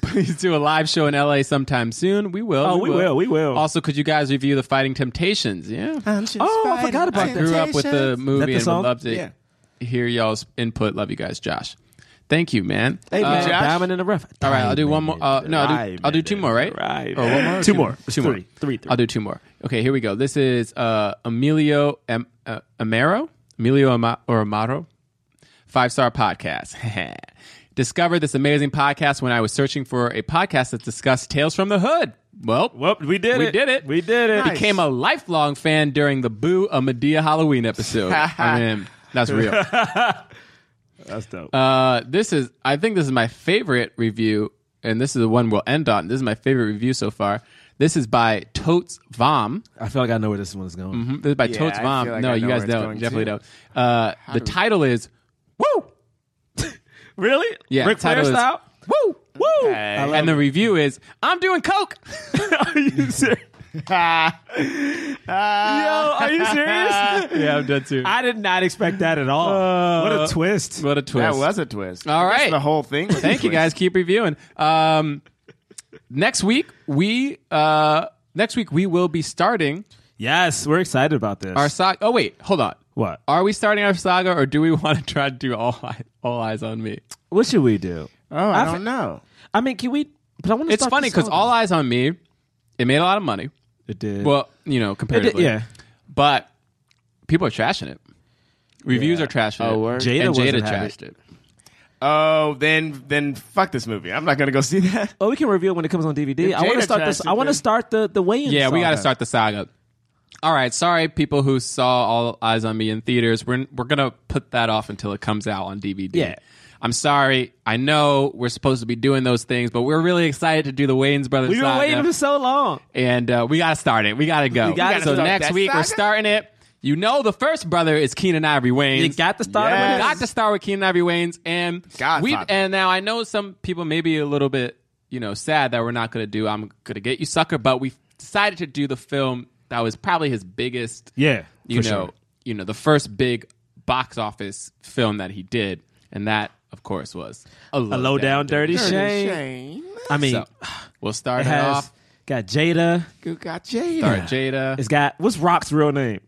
[SPEAKER 3] Please do a live show in LA sometime soon. We will.
[SPEAKER 2] Oh, we will. We will.
[SPEAKER 3] Also, could you guys review the Fighting Temptations? Yeah.
[SPEAKER 2] oh, I forgot about
[SPEAKER 3] I
[SPEAKER 2] that.
[SPEAKER 3] grew up with the
[SPEAKER 2] Is that
[SPEAKER 3] movie
[SPEAKER 2] the
[SPEAKER 3] and would
[SPEAKER 2] song?
[SPEAKER 3] love to hear y'all's input. Love you guys, Josh. Thank you, man.
[SPEAKER 4] Hey,
[SPEAKER 3] Uh,
[SPEAKER 4] Josh.
[SPEAKER 2] Diamond in the rough.
[SPEAKER 3] all right, I'll do one more. Uh, no, I'll do,
[SPEAKER 2] Diamond
[SPEAKER 3] I'll do two
[SPEAKER 2] in
[SPEAKER 3] more,
[SPEAKER 2] the
[SPEAKER 3] right?
[SPEAKER 2] rough.
[SPEAKER 3] Or one more?
[SPEAKER 2] Two more. It's
[SPEAKER 3] Two more.
[SPEAKER 2] three. Three, three.
[SPEAKER 3] I'll do two more. Okay, here we go. This is uh, Emilio Am- uh, Amaro. Emilio Ama- or Amaro five star podcast. Discovered this amazing podcast when I was searching for a podcast that discussed tales from the hood. Well,
[SPEAKER 2] Well, we did
[SPEAKER 3] we
[SPEAKER 2] it.
[SPEAKER 3] did it.
[SPEAKER 2] We did it.
[SPEAKER 3] Became a lifelong fan during the Boo a Medea Halloween episode. I mean, that's real.
[SPEAKER 2] That's dope.
[SPEAKER 3] Uh, this is, I think this is my favorite review, and this is the one we'll end on. This is my favorite review so far. This is by Totes Vom.
[SPEAKER 2] I feel like I know where this one's going.
[SPEAKER 3] This is by Totes
[SPEAKER 4] I
[SPEAKER 3] Vom.
[SPEAKER 4] feel like
[SPEAKER 3] no,
[SPEAKER 4] I
[SPEAKER 3] you
[SPEAKER 4] know
[SPEAKER 3] guys
[SPEAKER 4] where it's
[SPEAKER 3] don't.
[SPEAKER 4] going
[SPEAKER 3] Definitely
[SPEAKER 4] too.
[SPEAKER 3] don't. Uh, the title is Woo!
[SPEAKER 2] Really?
[SPEAKER 3] Yeah,
[SPEAKER 2] Rick Flair
[SPEAKER 3] title is-
[SPEAKER 2] style?
[SPEAKER 3] Woo!
[SPEAKER 2] Woo!
[SPEAKER 3] And the review is I'm doing Coke!
[SPEAKER 2] Are you serious? Yo, are you serious?
[SPEAKER 3] yeah, I'm done too.
[SPEAKER 2] I did not expect that at all.
[SPEAKER 3] Uh,
[SPEAKER 2] what a twist.
[SPEAKER 3] what a twist.
[SPEAKER 4] that was a twist.
[SPEAKER 3] All
[SPEAKER 4] I guess
[SPEAKER 3] right.
[SPEAKER 4] Uh, The whole thing was a
[SPEAKER 3] Thank you
[SPEAKER 4] twist.
[SPEAKER 3] guys. Keep reviewing. Um, next week we uh, next week we will be starting
[SPEAKER 2] Yes, we're excited about this.
[SPEAKER 3] our saga. Oh wait, hold on.
[SPEAKER 2] what?
[SPEAKER 3] Are we starting our saga, or do we want to try to do all Eye- all eyes on me?
[SPEAKER 2] What should we do?
[SPEAKER 4] Oh, I
[SPEAKER 2] I've-
[SPEAKER 4] don't know.
[SPEAKER 2] I mean, can we? But I want to.
[SPEAKER 3] It's funny because all eyes on me, it made a lot of money.
[SPEAKER 2] it did.
[SPEAKER 3] Well, you know,
[SPEAKER 2] it did,
[SPEAKER 3] comparatively,
[SPEAKER 2] yeah.
[SPEAKER 3] But people are trashing it. Reviews are trashing it.
[SPEAKER 4] word.
[SPEAKER 2] Jada
[SPEAKER 3] and Jada
[SPEAKER 2] wasn't happy.
[SPEAKER 3] trashed it.
[SPEAKER 4] Oh, then then fuck this movie. I'm not gonna go see that.
[SPEAKER 2] Oh, we can review it when it comes on DVD. I want
[SPEAKER 4] Jada
[SPEAKER 2] to start
[SPEAKER 4] trashed
[SPEAKER 2] this.
[SPEAKER 4] it,
[SPEAKER 2] I want to
[SPEAKER 4] then-
[SPEAKER 2] start the the way in.
[SPEAKER 3] Yeah, we got to start the saga. All right, sorry people who saw All Eyes on Me in theaters. We're we're gonna put that off until it comes out on DVD.
[SPEAKER 2] Yeah.
[SPEAKER 3] I'm sorry. I know we're supposed to be doing those things, but we're really excited to do the Wayans Brothers
[SPEAKER 2] We've been
[SPEAKER 3] saga,
[SPEAKER 2] waiting for so long.
[SPEAKER 3] and uh, we gotta start it. We gotta go.
[SPEAKER 2] We gotta
[SPEAKER 3] so
[SPEAKER 2] start
[SPEAKER 3] next
[SPEAKER 4] that
[SPEAKER 3] week we're
[SPEAKER 4] saga.
[SPEAKER 3] starting it. You know, the first brother is Keenan Ivory Wayans.
[SPEAKER 2] You got to start. it
[SPEAKER 4] Yes.
[SPEAKER 3] We
[SPEAKER 2] with
[SPEAKER 4] Yes.
[SPEAKER 3] got to start with Keenan Ivory Wayans, and we
[SPEAKER 4] Godfather.
[SPEAKER 3] and now I know some people may be a little bit you know sad that we're not going to do I'm going to get you sucker, but we decided to do the film that was probably his biggest,
[SPEAKER 2] Yeah,
[SPEAKER 3] you
[SPEAKER 2] for
[SPEAKER 3] know,
[SPEAKER 2] sure.
[SPEAKER 3] you know, the first big box office film that he did, and that of course was a low,
[SPEAKER 2] a low down dirty, shame.
[SPEAKER 4] Shane,
[SPEAKER 2] I mean,
[SPEAKER 3] So we'll
[SPEAKER 2] it
[SPEAKER 3] start it
[SPEAKER 2] has
[SPEAKER 3] off.
[SPEAKER 2] got Jada.
[SPEAKER 4] you got Jada.
[SPEAKER 3] Start Jada.
[SPEAKER 2] It's got what's Rock's real name?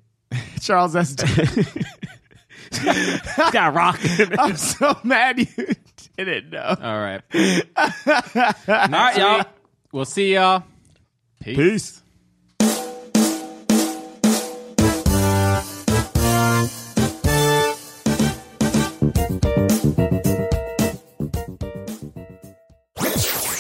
[SPEAKER 4] Charles S.
[SPEAKER 2] It's got Rock. in it.
[SPEAKER 4] I'm so mad you didn't know.
[SPEAKER 3] All right, all right, y'all. We'll see y'all.
[SPEAKER 2] Peace.